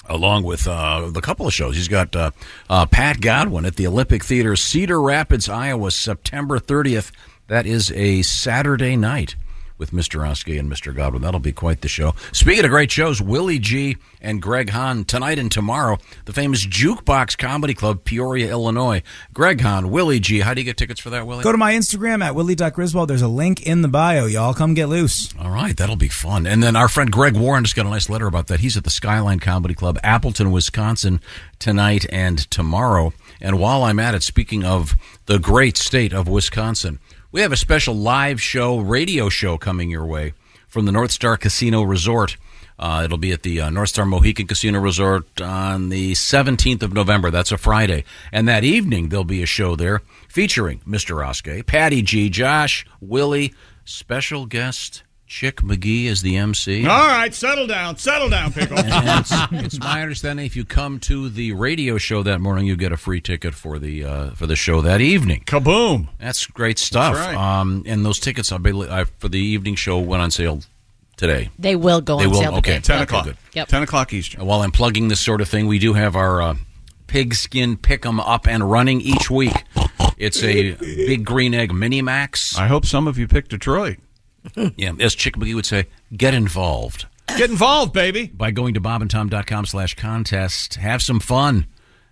S8: Along with uh, the couple of shows, he's got uh, uh, Pat Godwin at the Olympic Theater, Cedar Rapids, Iowa, September 30th. That is a Saturday night with Mr. Oskey and Mr. Godwin. That'll be quite the show. Speaking of great shows, Willie G and Greg Hahn tonight and tomorrow, the famous Jukebox Comedy Club, Peoria, Illinois. Greg Hahn, Willie G. How do you get tickets for that, Willie?
S7: Go to my Instagram at willie.griswold. There's a link in the bio, y'all. Come get loose.
S8: All right, that'll be fun. And then our friend Greg Warren just got a nice letter about that. He's at the Skyline Comedy Club, Appleton, Wisconsin, tonight and tomorrow. And while I'm at it, speaking of the great state of Wisconsin, we have a special live show, radio show coming your way from the North Star Casino Resort. Uh, it'll be at the uh, North Star Mohican Casino Resort on the 17th of November. That's a Friday. And that evening, there'll be a show there featuring Mr. Oskey, Patty G, Josh, Willie, special guest Chick McGee is
S4: [laughs]
S8: the MC.
S4: All right, settle down, settle down, pickle.
S8: it's my understanding if you come to the radio show that morning, you get a free ticket for the uh, for the show that evening.
S4: Kaboom!
S8: That's great stuff.
S4: That's right.
S8: um, and those tickets, I believe, I, for the evening show went on sale today.
S22: They will go
S8: They
S22: on
S8: will,
S22: sale.
S8: okay.
S22: today.
S8: 10
S22: Okay,
S8: o'clock.
S22: good. Yep.
S8: Ten o'clock Eastern. While I'm plugging this sort of thing, we do have our uh, pigskin pick 'em up and running each week. It's a big green egg mini max.
S4: I hope some of you picked Detroit.
S8: [laughs] yeah, as Chick McGee would say, get involved.
S4: Get involved, baby.
S8: By going to bobandtom.com slash contest. Have some fun.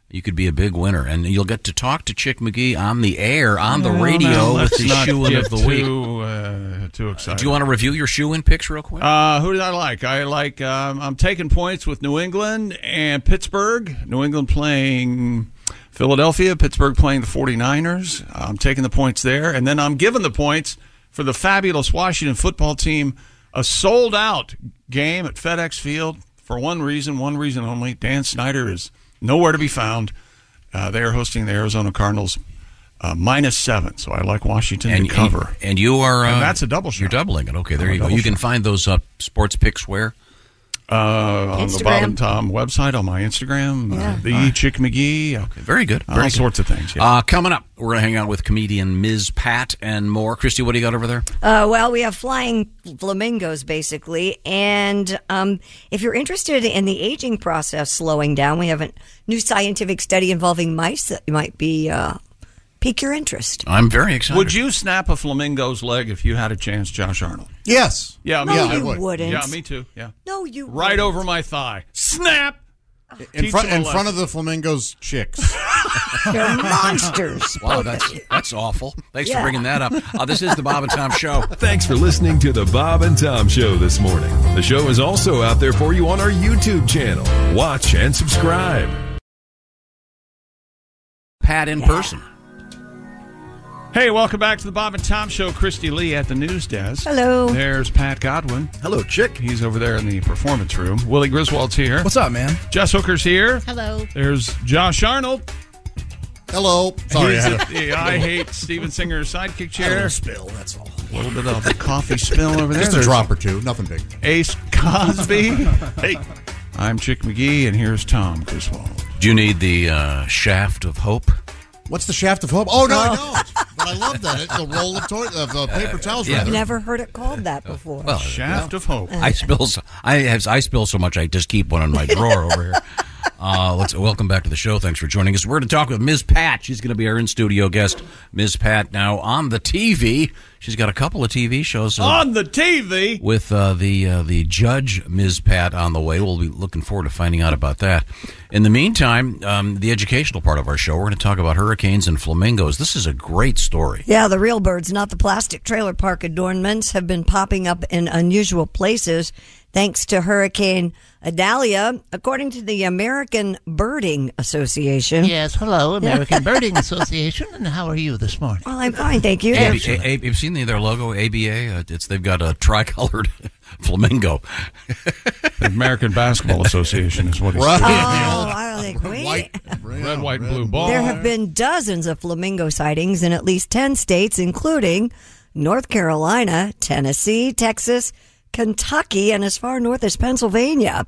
S8: You could be a big winner, and you'll get to talk to Chick McGee on the air, on the
S4: Well,
S8: radio,
S4: now,
S8: with
S4: let's
S8: the
S4: not
S8: shoe in
S4: get
S8: of the week.
S4: Too, uh, too excited.
S8: Do you want to review your shoe in picks real quick?
S4: Uh, who did I like? I like. Um, I'm taking points with New England and Pittsburgh. New England playing Philadelphia. Pittsburgh playing the 49ers. I'm taking the points there, and then I'm giving the points for the fabulous Washington football team. A sold out game at FedEx Field for one reason, one reason only. Dan Snyder is nowhere to be found. Uh, they are hosting the Arizona Cardinals uh, minus seven, so I like Washington
S8: and,
S4: to cover.
S8: And, and you are. Uh,
S4: And that's a double shot.
S8: You're doubling it. Okay, there
S4: I'm a
S8: you go.
S4: double
S8: You can find those uh, sports picks where?
S4: Uh, on the
S8: Instagram.
S4: Bob and Tom website, on my Instagram,
S8: Yeah.
S4: uh, the E Chick McGee. Okay,
S8: very good.
S4: All
S8: Very good.
S4: sorts of things. Yeah.
S8: Uh, coming up, we're going to hang out with comedian Ms. Pat and more. Christy, what do you got over there?
S5: Uh, well, we have flying flamingos, basically. And um, if you're interested in the aging process slowing down, we have a new scientific study involving mice that might be uh, pique your interest.
S8: I'm very excited.
S4: Would you snap a flamingo's leg if you had a chance, Josh Arnold?
S6: Yes.
S4: Um, Yeah,
S5: No,
S4: me,
S5: you
S4: I would.
S5: wouldn't.
S4: Yeah, me too. Yeah.
S5: No, you
S4: Right
S5: wouldn't.
S4: over my thigh. Snap.
S6: In,
S4: Teach
S6: front,
S4: them a
S6: in front
S4: lesson.
S6: of the flamingos
S9: [laughs]
S6: chicks.
S5: They're monsters.
S8: Wow, that's that's awful. Thanks
S5: Yeah.
S8: for bringing that up. Uh, this is the Bob and Tom Show.
S14: [laughs] Thanks for listening to the Bob and Tom Show this morning. The show is also out there for you on our YouTube channel. Watch and subscribe.
S8: Pat in person.
S4: Hey, welcome back to the Bob and Tom Show. Christy Lee at the news desk.
S5: Hello.
S4: There's Pat Godwin.
S9: Hello, Chick.
S4: He's over there in the performance room. Willie Griswold's here. What's up, man? Jess Hooker's here.
S22: Hello.
S4: There's Josh Arnold.
S3: Hello.
S6: Sorry,
S4: He's
S6: I had
S4: at
S6: a-
S4: the I Hate Steven Singer sidekick
S6: Had a
S4: chair.
S6: little spill, that's all.
S4: A little bit of a coffee spill over there.
S6: Just a
S4: There's
S6: drop or two, nothing big.
S4: Ace
S9: [laughs]
S4: Cosby. hey. I'm Chick McGee, and here's Tom Griswold.
S8: Do you need the uh, shaft of hope?
S6: What's the shaft of hope? Oh no, I
S5: Oh. [laughs]
S6: don't. But I love that. It's a roll of toilet, of uh, paper towels.
S8: yeah.
S5: I've never heard it called that before.
S8: Well,
S4: Shaft of hope.
S8: I spill. So, I have. I spill so much. I just keep one in my drawer over here. Uh, let's welcome back to the show. Thanks for joining us. We're going to talk with Ms. Pat. She's going to be our in studio guest. Ms. Pat now on the TV. She's got a couple of TV shows. uh,
S4: On the TV.
S8: with uh, the uh, the judge, Ms. Pat, on the way. We'll be looking forward to finding out about that. In the meantime, um, the educational part of our show, we're going to talk about hurricanes and flamingos. This is a great story.
S5: Yeah, the real birds, not the plastic trailer park adornments, have been popping up in unusual places thanks to Hurricane Adalia, according to the American Birding Association.
S10: Yes, hello,
S5: [laughs]
S10: American Birding Association, and how are you this morning?
S5: Well, I'm fine, thank you.
S8: AB, A- A- you've seen the, their logo, ABA. Uh, It's they've got a tricolored [laughs] flamingo.
S4: the American Basketball Association is what
S8: it's
S5: Oh, I
S6: [laughs]
S5: think we.
S4: Red, white, and blue ball.
S5: There have been dozens of flamingo sightings in at least 10 states, including North Carolina, Tennessee, Texas, Kentucky, and as far north as Pennsylvania.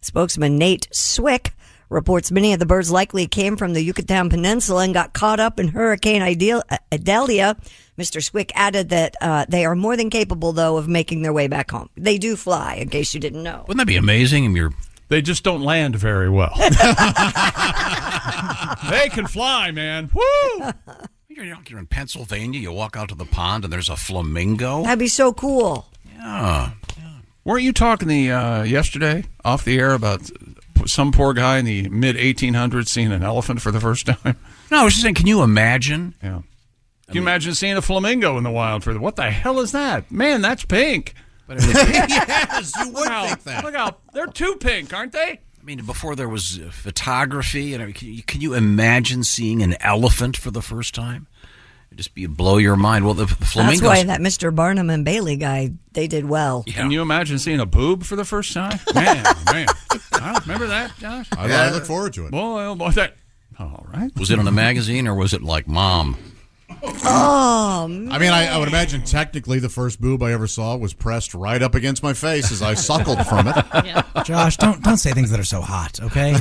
S5: Spokesman Nate Swick reports many of the birds likely came from the Yucatan Peninsula and got caught up in Hurricane Ideal- uh, Idalia. Mr. Swick added that uh, they are more than capable, though, of making their way back home. They do fly, in case you didn't know.
S8: Wouldn't that be amazing? And you're
S4: they just don't land very well. [laughs] they can fly, man. Woo!
S8: You're in Pennsylvania. You walk out to the pond, and there's a flamingo.
S5: That'd be so cool. [laughs]
S8: Yeah.
S4: Weren't you talking the uh, yesterday off the air about some poor guy in the mid 1800s seeing an elephant for the first time?
S8: No, I was just saying, can you imagine?
S4: Yeah. Can you imagine seeing a flamingo in the wild for the, what the hell is that? Man, that's pink. [laughs]
S8: yes,
S6: you would think that.
S4: Look out, they're too pink, aren't they?
S8: I mean, before there was uh, photography, and I mean, can, you, can you imagine seeing an elephant for the first time? It'd just be blow your mind. Well, the, the
S5: That's
S8: flamingos.
S5: why that Mr. Barnum and Bailey guy, they did well.
S4: Can you imagine seeing a boob for the first time? Man, man. I don't remember that, Josh.
S8: I- I look
S4: forward to it. Boy, oh boy, that. All right.
S8: was it on a magazine or was it like mom?
S5: Oh,
S6: I mean, I, I would imagine technically the first boob I ever saw was pressed right up against my face as I suckled
S4: [laughs]
S6: from it.
S7: Josh, don't don't say things that are so hot,
S6: [laughs]
S7: okay?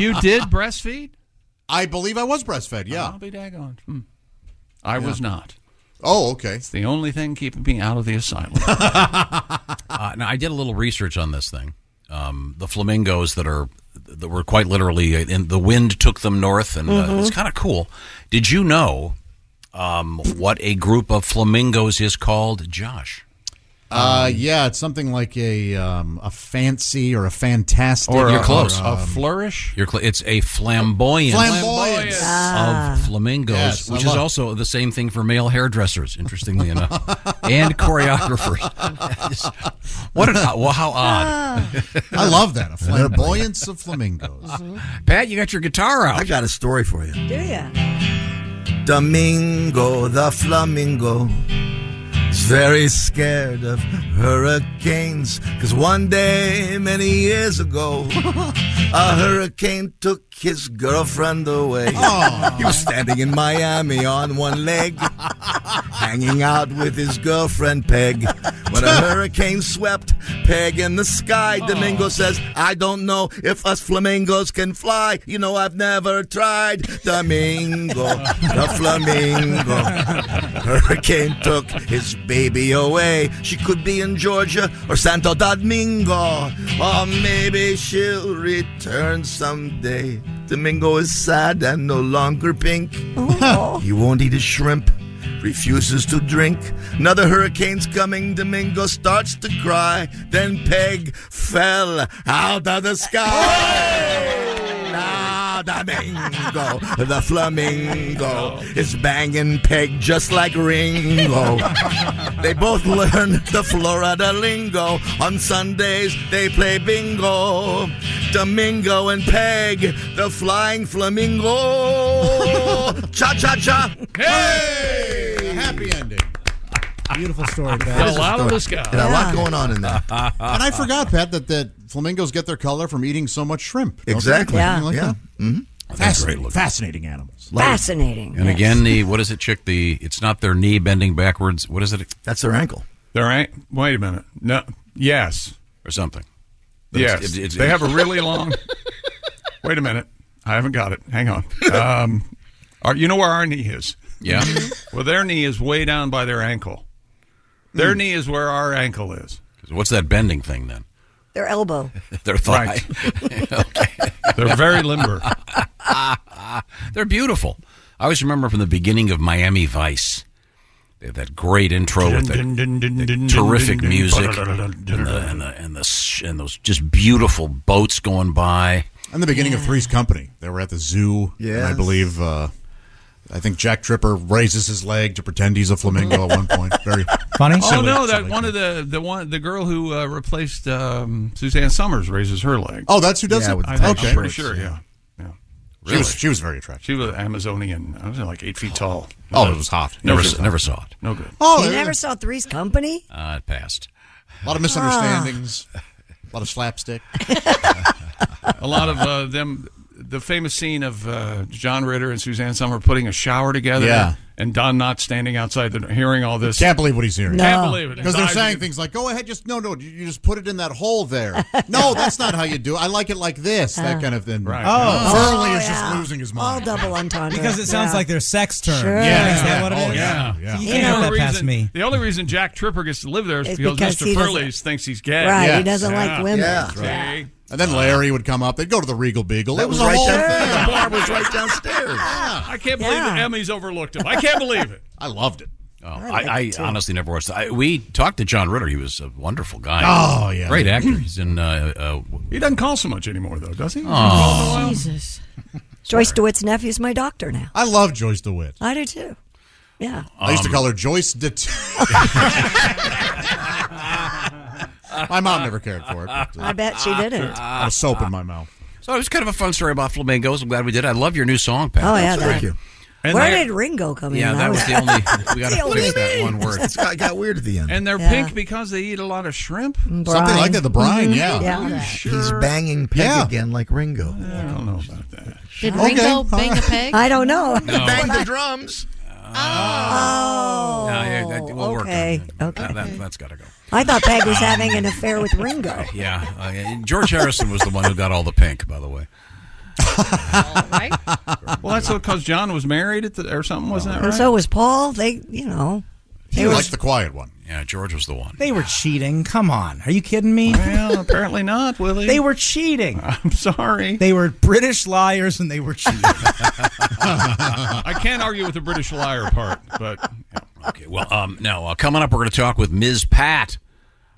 S4: you did breastfeed?
S6: I believe I was breastfed. Yeah,
S4: I'll be daggone. I
S6: Yeah.
S4: was not.
S6: Oh, okay.
S4: It's the only thing keeping me out of the asylum.
S8: Uh, now, I did a little research on this thing. Um, the flamingos that are that were quite literally uh, in the wind took them north, and uh,
S21: Mhm.
S8: it's kind of cool. Did you know um, what a group of flamingos is called, Josh?
S6: [laughs] Uh, yeah, it's something like a um, a fancy or a fantastic.
S8: You're close.
S6: um,
S4: flourish.
S8: You're cl- it's a flamboyance,
S6: Flamboyance. Ah.
S8: of flamingos,
S6: Yes, I
S8: which is
S6: love it.
S8: also the same thing for male hairdressers, interestingly enough, [laughs] and choreographers. [laughs] what an well, how odd!
S6: Ah. I love that. A
S8: [laughs]
S6: Mm-hmm. flamboyance of flamingos.
S8: Pat, you got your guitar out.
S9: I got a story for you.
S5: Do ya?
S9: Domingo the flamingo is very scared of hurricanes because one day many years ago a hurricane took his girlfriend away
S12: Aw.
S9: he was standing in miami on one leg hanging out with his girlfriend peg when a hurricane swept peg in the sky domingo says i don't know if us flamingos can fly you know i've never tried domingo the flamingo Hurricane took his baby away. She could be in Georgia or Santo Domingo. Or maybe she'll return someday. Domingo is sad and no longer pink. he won't eat his shrimp, refuses to drink. Another hurricane's coming. Domingo starts to cry. Then Peg fell out of the sky. Now flamingo. Ah, The flamingo is banging peg just like Ringo. they both [laughs] learn the Florida lingo. On Sundays, they play bingo. Domingo and Peg, the flying flamingo. Cha cha cha. Hey!
S6: Happy ending.
S7: Beautiful story,
S9: Got a lot on this guy. And a lot
S6: Yeah.
S9: going on in there.
S8: Ah,
S6: and I forgot, Pat, that, that flamingos get their color from eating so much shrimp. don't they?
S9: Exactly.
S6: Something Like
S9: Yeah.
S6: That?
S8: That's great
S6: Fascinating,
S8: looking.
S6: fascinating animals.
S5: Fascinating.
S8: And again, the what is it, chick? The it's not their knee bending backwards. What is it?
S9: That's their ankle.
S4: Their ankle. Wait a minute. No. Yes.
S8: Or something.
S4: Yes.
S8: It's- it's-
S4: they have a really long. Wait a minute. I haven't got it. Hang on. Um, our, you know where our knee is?
S8: Yeah.
S4: well, their knee is way down by their ankle. Their knee is where our ankle is.
S8: What's that bending thing then?
S5: Their elbow.
S8: [laughs] Their thigh.
S5: Right.
S8: [laughs] Okay.
S4: [laughs] They're very limber.
S8: [laughs] They're beautiful. I always remember from the beginning of Miami Vice. They have that great intro with that terrific music and the, and the, and the sh- and those just beautiful boats going by.
S6: And the beginning of Three's Company. They were at the zoo. And I
S8: Yes.
S6: believe, uh, I think Jack Tripper raises his leg to pretend he's a flamingo at one point.
S9: [laughs]
S6: Very funny.
S4: Oh no, that one of the the one the girl who uh, replaced um, Suzanne Summers raises her leg.
S6: Oh, that's who does Yeah, it? with the
S4: I think,
S6: tight
S4: I'm pretty
S6: shorts,
S4: sure.
S6: yeah.
S4: Yeah. yeah.
S6: She Really? was- she was very attractive.
S4: She was Amazonian. I was like eight feet tall.
S6: Oh, it was hot.
S4: No
S8: Never
S4: good.
S8: s- never saw it.
S4: No good.
S6: Oh,
S5: you never saw Three's Company?
S8: Uh, it passed.
S6: A lot of misunderstandings. A lot of slapstick.
S4: a lot of uh, them. The famous scene of uh, John Ritter and Suzanne Summer putting a shower together.
S6: Yeah.
S4: And Don not standing outside, the, hearing all this.
S6: Can't believe what he's hearing.
S4: Can't believe it.
S6: Because they're
S4: His eyes-
S6: saying things like, go ahead, just, no, no, you- you just put it in that hole there. No, that's not how you do it. I like it like this, that kind of thing. Right.
S7: Oh.
S6: Furley
S7: Oh,
S6: is just
S7: yeah.
S6: losing his
S5: All
S6: mind.
S5: double entendre.
S7: Because it sounds
S5: Yeah.
S7: like their sex term.
S5: Sure.
S7: Is that what it
S4: Oh,
S6: Oh,
S7: is? So you
S4: The
S7: can't
S4: only
S7: get that past
S4: reason-
S7: me.
S4: The only reason Jack Tripper gets to live there is
S5: It's
S4: because,
S5: because he
S4: Mr.
S5: doesn't-
S4: Furley thinks he's gay.
S5: Right, he doesn't like women. Yeah.
S4: See?
S5: Yeah.
S6: And then Larry would come up. They'd go to the Regal Beagle.
S4: That
S6: it was,
S4: was
S6: a
S4: right
S6: whole
S4: down-
S6: thing.
S4: [laughs] the bar was right downstairs. I can't believe that Emmy's overlooked him. I can't believe it.
S6: I loved it.
S8: Oh, I, I honestly never watched. It. I, we talked to John Ritter. He was a wonderful guy.
S4: Oh, yeah.
S8: great actor. He's in. Uh, uh,
S4: He doesn't call so much anymore, though, does he?
S8: Oh.
S5: Ah. Jesus. Joyce DeWitt's nephew's my doctor now.
S6: I love Joyce DeWitt.
S5: I do too. Yeah.
S6: I used to
S5: Um,
S6: call her Joyce Det. [laughs] my mom never cared for it. but, uh,
S5: I bet she didn't.
S8: Uh,
S6: I was soap in my mouth.
S8: So it was kind of a fun story about flamingos. I'm glad we did. I love your new song, Pat.
S5: Oh, yeah, that- Thank
S8: you.
S5: Where did Ringo come
S8: Yeah,
S5: in?
S8: that was the [laughs] only.
S5: [laughs]
S8: We got
S5: That's the
S8: to
S5: only
S8: fix that
S5: thing.
S8: one word.
S5: It's got-
S9: got weird at the end.
S4: And they're
S5: Yeah.
S4: pink because they eat a lot of shrimp?
S9: Something like that, the brine, Mhm. yeah. Yeah.
S4: Are you
S9: He's
S4: sure?
S9: banging Peg
S4: Yeah.
S9: again like Ringo.
S4: I don't know about that.
S22: Did Ringo
S5: Okay.
S22: bang a peg?
S5: I don't know.
S8: No. Bang
S9: the drums.
S5: [laughs]
S2: Ah.
S5: Oh.
S8: No, yeah, that- we'll work on
S5: okay.
S8: that.
S5: Okay.
S8: That- that- that's gotta go.
S5: I thought Peg was having an affair with
S8: [laughs]
S5: Ringo.
S8: Yeah, uh, and George Harrison was the one who got all the pink, by the way.
S4: [laughs] Well, that's because John was married at the, or something, wasn't that
S5: And
S4: right?
S5: so was Paul. They, you know, they were
S6: the quiet one.
S8: Yeah, George was
S4: [laughs]
S8: the one.
S7: They were cheating. Come on. Are you kidding me?
S4: Well, apparently not, Willie.
S7: They were cheating.
S4: [laughs] I'm sorry.
S7: They were British liars and they were
S4: [laughs]
S7: cheating.
S4: I can't argue with the British liar part, but
S8: Okay, well, um, now uh, coming up, we're going to talk with Ms. Pat.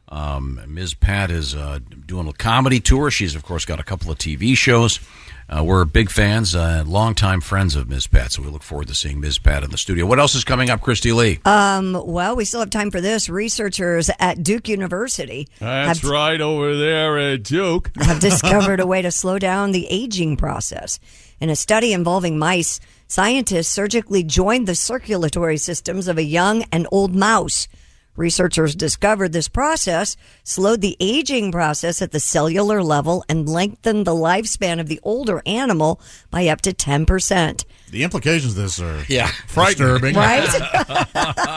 S8: Um, Ms. Pat is uh, doing a comedy tour. She's, of course, got a couple of TV shows. Uh, we're big fans, uh, longtime friends of Ms. Pat, so we look forward to seeing Ms. Pat in the studio. What else is coming up, Christy Lee?
S5: Um, well, we still have time for this. Researchers at Duke University
S4: that's
S5: have,
S4: right over there at Duke.
S5: [laughs] have
S4: [laughs]
S5: discovered a way to slow down the aging process. In a study involving mice, scientists surgically joined the circulatory systems of a young and old mouse. Researchers discovered this process slowed the aging process at the cellular level and lengthened the lifespan of the older animal by up to 10%.
S6: The implications of this are
S8: yeah.
S6: [laughs] disturbing.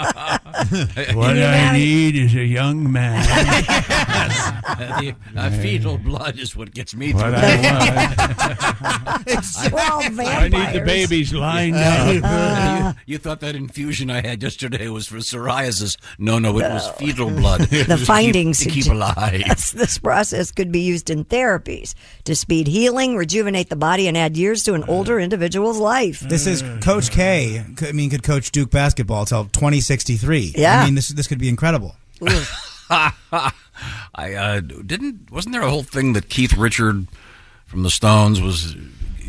S4: what I need is a young man.
S8: the uh, fetal blood is what gets me
S4: What
S8: through.
S5: [laughs]
S4: I I need the babies lined up.
S8: you, you thought that infusion I had yesterday was for psoriasis. No, no, it was fetal blood.
S5: [laughs] the
S8: To
S5: findings
S8: keep, to keep
S5: suggest-
S8: alive.
S5: Yes, this process could be used in therapies to speed healing, rejuvenate the body, and add years to an older individual's life.
S7: This is Coach K. c- I mean, could coach Duke basketball till 2063.
S5: Yeah.
S7: I mean, this, this could be
S4: [laughs]
S7: incredible.
S5: [laughs]
S8: [laughs] I uh, didn't. Wasn't there a whole thing that Keith Richard from the Stones was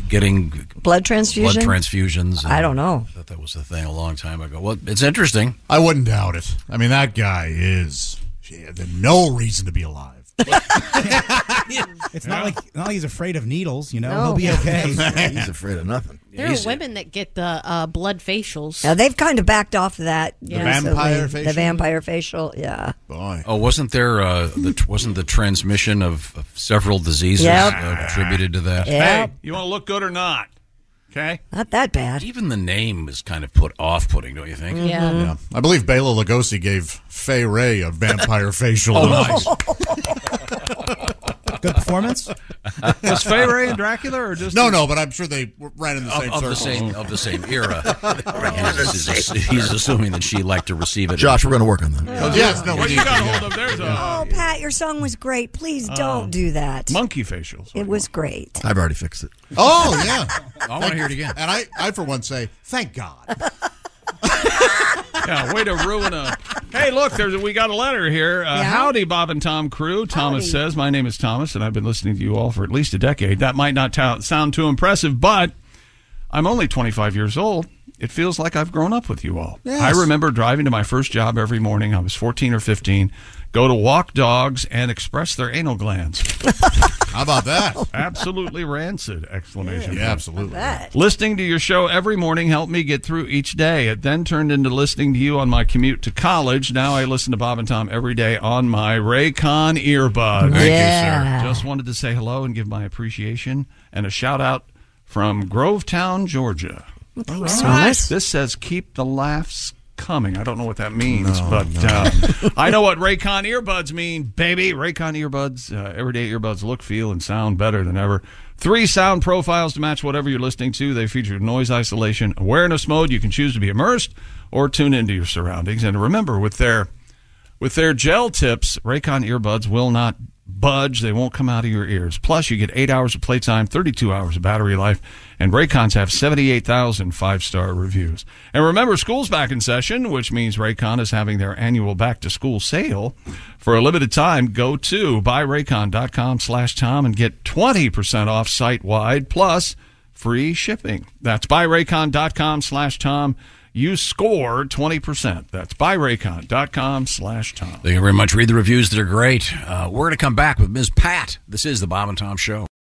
S8: getting
S5: Blood transfusion?
S8: blood transfusions.
S5: I don't know.
S8: I thought that was the thing a long time ago. Well, it's interesting.
S6: I wouldn't doubt it. I mean, that guy is yeah, there's no reason to be alive.
S7: It's not like not like he's afraid of needles. You know,
S6: No.
S7: he'll be
S5: [laughs]
S7: okay.
S9: He's afraid of nothing.
S22: There are women that get the uh, blood facials.
S5: Now they've kind of backed off of that.
S22: The
S5: recently.
S8: vampire
S5: The
S8: facial?
S5: vampire facial. Yeah.
S8: Boy. Oh, wasn't there uh, the wasn't the transmission of, of several diseases
S5: Yep.
S8: uh, attributed to that?
S5: Yep.
S4: [laughs] Hey, you want to look good or not? Okay.
S5: Not that bad.
S8: Even the name is kind of put off-putting, don't you think?
S5: Mm-hmm.
S22: Yeah.
S6: Yeah. I believe Bela Lugosi gave Fay Ray a
S8: [laughs]
S6: vampire facial.
S8: Oh,
S6: nice.
S8: [laughs]
S7: Good
S5: [laughs]
S7: performance.
S6: Was
S4: Fay Ray and Dracula, or just
S6: no, no? But I'm sure they were right in the
S8: Of,
S6: same
S8: of the
S6: circles.
S8: same of the same era, he's, he's- he's [laughs] assuming that she'd like to receive it.
S9: Josh, we're going to work on that.
S6: yes, no,
S4: Well,
S6: we
S4: you
S6: need
S4: got
S6: to-
S4: hold of there's a
S5: Oh, Pat, your song was great. Please don't
S4: Um,
S5: do that.
S4: monkey facial.
S5: It was great.
S9: I've already fixed it.
S6: Oh yeah,
S8: [laughs] I want to hear it again.
S6: And I, I for one say, thank God.
S4: yeah, way to ruin a. Hey, look, there's we got a letter here. Uh, Howdy, Bob and Tom crew. Thomas says, "My name is Thomas, and I've been listening to you all for at least a decade. That might not ta- sound too impressive, but I'm only 25 years old. It feels like I've grown up with you all.
S11: Yes.
S4: I remember driving to my first job every morning. I was 14 or 15. Go to walk dogs and express their anal glands.
S6: [laughs] How about that?
S4: Absolutely rancid! Exclamation!
S6: Yeah,
S4: point.
S6: absolutely.
S4: Listening to your show every morning helped me get through each day. It then turned into listening to you on my commute to college. Now I listen to Bob and Tom every day on my Raycon earbud.
S23: Thank you, Yeah. sir.
S4: Just wanted to say hello and give my appreciation and a shout out from Grovetown, Georgia.
S5: Thanks,
S4: All right.
S5: Thomas.
S4: This says keep the laughs coming. I don't know what that means, but Uh, I know what Raycon earbuds mean, baby. Raycon earbuds, uh, everyday earbuds look, feel, and sound better than ever. Three sound profiles to match whatever you're listening to. They feature noise isolation, awareness mode. You can choose to be immersed or tune into your surroundings. And remember, with their with their gel tips, Raycon earbuds will not budge. They won't come out of your ears. Plus, you get eight hours of playtime, 32 hours of battery life, and Raycons have 78,000 five star reviews. And remember, school's back in session, which means Raycon is having their annual back to school sale. For a limited time, go to buyraycon.com slash Tom and get 20% off site wide. Plus, free shipping. That's buyraycon.com slash Tom. You score 20%. That's buyraycon.com slash Tom.
S8: Thank you very much. Read the reviews; they're great. Uh, we're going to come back with Ms. Pat. This is the Bob and Tom Show.
S4: [laughs]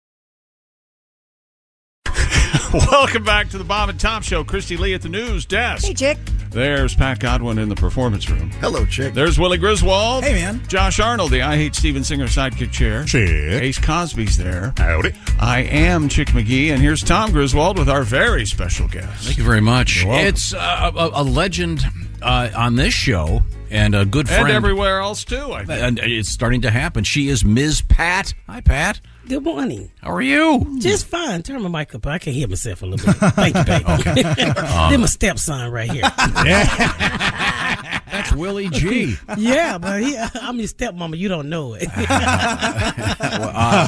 S4: Welcome back to the Bob and Tom Show. Christy Lee at the news desk. Hey,
S5: Chick.
S4: There's Pat Godwin in the performance room.
S9: Hello, Chick.
S4: There's Willie Griswold.
S7: Hey, man.
S4: Josh Arnold, the I Hate Steven Singer sidekick chair. Chick. Ace Cosby's there. Howdy. I am Chick McGee, and here's Tom Griswold with our very special guest.
S8: Thank you very much. It's uh, a, a legend uh, on this show and a good friend.
S4: And everywhere else, too. I think.
S8: And uh, it's starting to happen. She is Ms. Pat. Hi, Pat.
S11: Good morning.
S8: How are you?
S11: Just fine. Turn my mic up. I can hear myself a little bit. Thank you, baby. [laughs] then my stepson right here.
S8: [laughs] That's Willie G.
S11: yeah, but he, I'm your stepmama. You don't know
S8: [laughs]
S11: it.
S8: uh,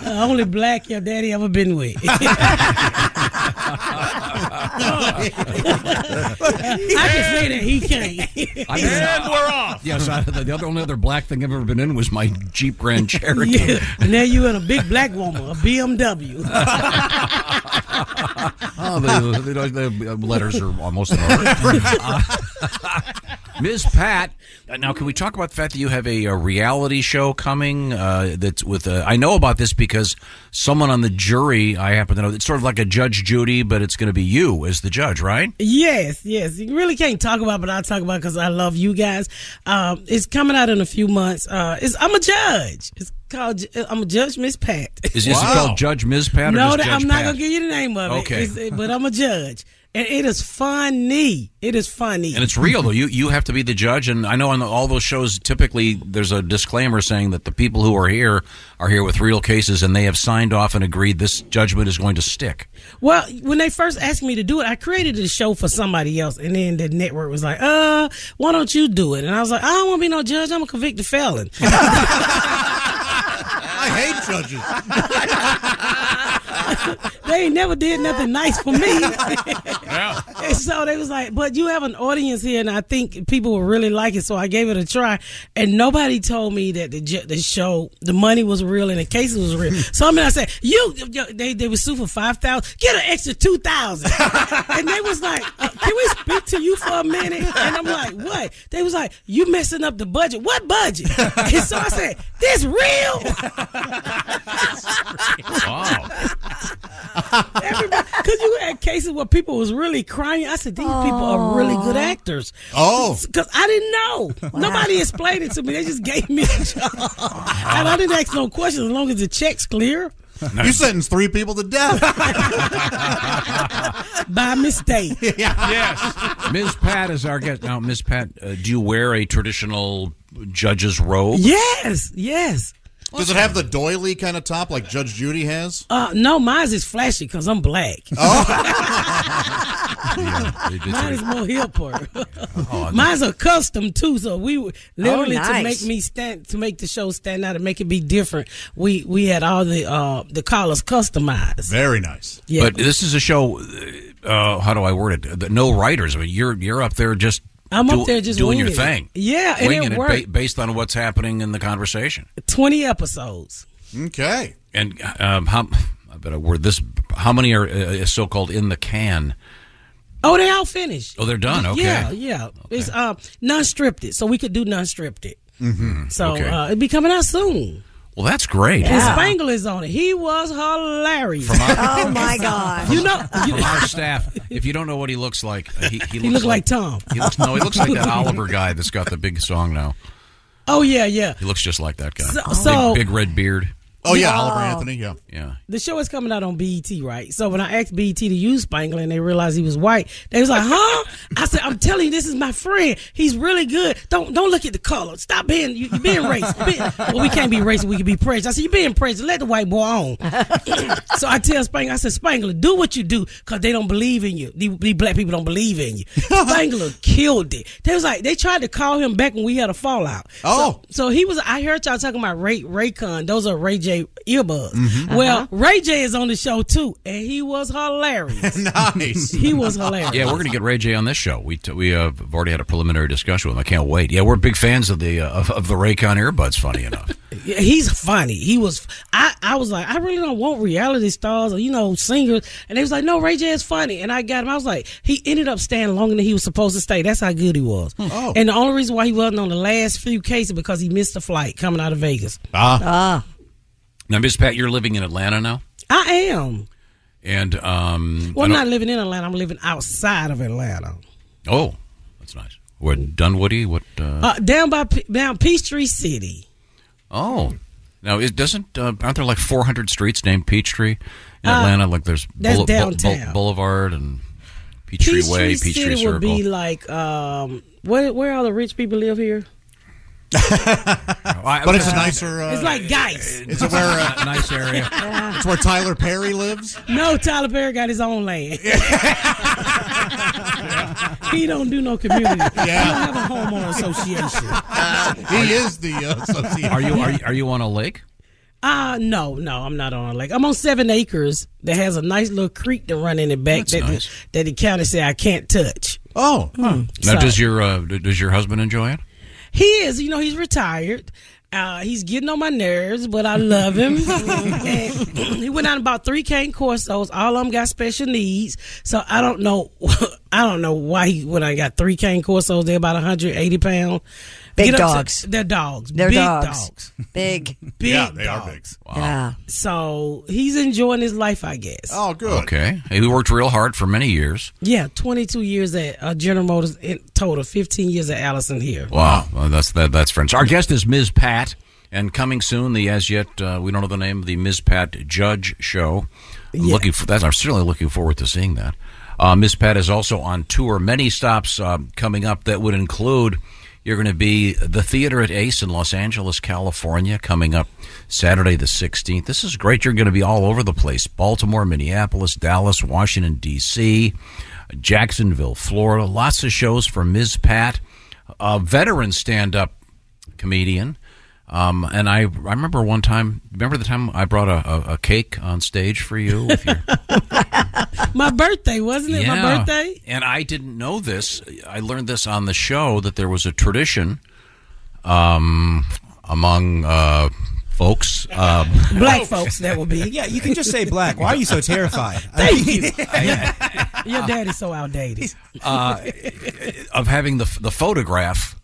S11: [laughs] Only black your daddy ever been
S8: [laughs]
S11: with. [laughs] I can say that he can't.
S8: [laughs] I mean, And
S4: we're off.
S8: [laughs] Yes, I, the, the other only other black thing I've ever been in was my Jeep Grand Cherokee.
S11: [laughs] Yeah. Now you in a big black woman, a BMW.
S8: [laughs] Oh, the, the, the, the uh, letters are almost over. [laughs] Uh, Ms. Pat, uh, now can we talk about the fact that you have a, uh reality show coming? Uh, that's with uh, I know about this because someone on the jury I happen to know. It's sort of like a Judge Judy, but it's going to be you as the judge, right?
S11: Yes, yes. You really can't talk about, it, but I'll talk about because I love you guys. Um, it's coming out in a few months. Uh, it's I'm a judge. It's called I'm a judge, Miss Pat.
S8: Is, is it called Judge Ms. Pat? Or
S11: no,
S8: just
S11: that-
S8: judge
S11: I'm not
S8: Pat?
S11: gonna give you the name of it.
S8: Okay.
S11: It's- but I'm a judge, and it is funny. It is funny,
S8: And it's real though. You you have to be the judge, and I know on the, all those shows typically there's a disclaimer saying that the people who are here are here with real cases, and they have signed off and agreed this judgment is going to stick.
S11: Well, when they first asked me to do it, I created a show for somebody else, and then the network was like, "Uh, why don't you do it?" And I was like, "I don't want to be no judge. I'm a convicted felon." I hate judges. [laughs] they ain't never did nothing nice for me.
S4: Yeah.
S11: And so they was like, but you have an audience here, and I think people will really like it. So I gave it a try, and nobody told me that the ju- the show, the money was real and the cases was real. so I mean, I said, you, you- they they was sued for five thousand, get an extra two thousand, [laughs] and they was like, uh, can we speak to you for a minute? And I'm like, what? They was like, you messing up the budget. What budget? and so I said, this real.
S4: Wow.
S11: Because you had cases where people was really crying. I said, these people are really good actors.
S4: Oh.
S11: Because I didn't know. Nobody explained it to me. They just gave me a job. and I didn't ask no questions as long as the check's clear.
S6: You sentenced three people to death.
S11: [laughs]
S6: [laughs]
S11: By mistake.
S8: Ms. Pat is our guest now. Ms. Pat, uh, do you wear a traditional judge's robe?
S11: Yes, yes.
S6: Does it have the doily kind of top like Judge Judy has? Oh.
S11: Uh, no, mine's is flashy because I'm black. Mine is more
S6: [laughs]
S11: hip hop.
S4: Oh,
S11: Mine's a custom too, so we were- literally
S4: Oh, nice.
S11: to make me stand to make the show stand out and make it be different. We we had all the uh the collars customized.
S6: Very nice.
S11: Yeah.
S8: But this is a show. Uh, how do I word it? The- No writers. I mean, you're you're up there just.
S11: I'm up there just
S8: doing your
S11: winging it.
S8: thing.
S11: Yeah, and it
S8: winging it, ba-
S11: worked.
S8: based on what's happening in the conversation.
S11: Twenty episodes.
S6: Okay.
S8: And um, how? I better word this. How many are uh, so-called in the can?
S11: Oh, they all finished.
S8: Oh, they're done. Okay.
S11: Yeah, yeah. It's uh non stripped so we could do non stripped
S8: Mm-hmm.
S11: So uh, it'd be coming out soon.
S8: well, that's great.
S11: And Spangle is on it. He was hilarious.
S8: From our-
S5: oh my god!
S11: You know,
S8: From our staff, if you don't know what he looks like, uh, he, he, looks
S11: looked like Tom.
S8: He looks, no, he looks like that Oliver guy that's got the big song now.
S11: oh yeah, yeah.
S8: He looks just like that guy.
S11: So-
S8: big,
S11: so-
S8: big red beard.
S11: Oh, yeah, Wow. Oliver Anthony,
S6: yeah.
S8: Yeah.
S11: the show is coming out on BET, right? So when I asked BET to use Spangler and they realized he was white, they was like, "Huh?" I said, "I'm telling you, this is my friend. He's really good. Don't don't look at the color. Stop being you, you being racist. Be- well, we can't be racist. We can be prejudiced." I said, "You being prejudiced. Let the white boy on." so I tell Spangler, I said, "Spangler, do what you do, cause they don't believe in you. These, these black people don't believe in you." Spangler killed it. They was like, they tried to call him back when we had a fallout. Oh, so, so he was. I heard y'all talking about Ray Raycon. Those are Ray J earbuds.
S4: Mhm.
S11: Well, Ray J is on the show too, and he was hilarious.
S6: nice.
S11: He was hilarious.
S8: Yeah, we're going to get Ray J on this show. We t- we uh, have already had a preliminary discussion with him. I can't wait. Yeah, we're big fans of the uh, of, of the Raycon earbuds. Funny enough,
S11: Yeah, he's funny. He was. I, I was like, I really don't want reality stars or you know singers. And they was like, No, Ray J is funny. And I got him. I was like, he ended up staying longer than he was supposed to stay. That's how good he was.
S4: Oh.
S11: And the only reason why he wasn't on the last few cases because he missed the flight coming out of Vegas.
S8: Ah.
S11: ah.
S8: now Miss Pat, you're living in Atlanta now,
S11: I am.
S8: and um,
S11: Well,
S8: I
S11: I'm
S8: don't-
S11: not living in Atlanta. I'm living outside of Atlanta.
S8: oh, that's nice. What Dunwoody? What? Uh,
S11: Uh, down by P- down Peachtree City.
S8: oh, now it doesn't. Uh, aren't there like 400 streets named Peachtree in
S11: Uh,
S8: Atlanta? Like there's
S11: that's
S8: Boule- Boule-
S11: downtown.
S8: Boulevard and Peachtree, Way, Peachtree
S11: City
S8: Circle.
S11: would [laughs] be like um, where where all the rich people live here.
S6: [laughs] But it's a nicer. Uh,
S11: It's like guys.
S6: Is it where uh,
S8: [laughs] nice area?
S6: It's where Tyler Perry lives.
S11: No, Tyler Perry got his own land.
S6: [laughs]
S11: he don't do no community.
S6: Yeah.
S11: He don't have a homeowner association.
S6: He is the uh, associate.
S8: Are you are you, are you on a lake?
S11: Uh no, no, I'm not on a lake. I'm on seven acres that has a nice little creek to run in the back
S8: That's
S11: that
S8: nice.
S11: that the county said I can't touch. Oh,
S8: Now, does your uh, d- does your husband enjoy it?
S11: He is, you know, he's retired. Uh, he's getting on my nerves, but I love him. And he went on about three cane corsos. All of them got special needs, so I don't know. [laughs] I don't know why he when I got three cane corsos. They're about 180 pounds.
S5: Big
S11: Get up to-
S5: dogs.
S11: they're dogs.
S5: They're
S11: big
S5: dogs. Big.
S11: Big
S5: Yeah, they are
S11: dogs.
S5: Yeah.
S11: So he's enjoying his life, I guess.
S6: Oh, good.
S8: Okay, he worked real hard for many years.
S11: Yeah, 22 years at uh, General Motors in total, 15 years at Allison here.
S8: Wow, Well, that's that, that's French. Our guest is Ms. Pat, and coming soon the as yet uh, we don't know the name of the Ms. Pat Judge Show. I'm
S11: Yeah.
S8: Looking for that, I'm certainly looking forward to seeing that. Uh, Ms. Pat is also on tour. Many stops um, coming up that would include you're going to be the theater at Ace in Los Angeles, California, coming up Saturday the 16th. This is great. You're going to be all over the place: Baltimore, Minneapolis, Dallas, Washington D.C., Jacksonville, Florida. Lots of shows for Ms. Pat a veteran stand-up comedian. Um, and I, I remember one time. Remember the time I brought a, a, a cake on stage for
S11: [laughs]
S8: you with your
S11: My birthday, wasn't it? My
S8: Yeah.
S11: birthday?
S8: And I didn't know this. I learned this on the show that there was a tradition um, among uh, folks. Um,
S11: [laughs] Black folks, that would be.
S7: Yeah, you can just say black. Why are you so terrified?
S11: Thank you. [laughs] Your daddy's so outdated.
S8: uh, of having the the photograph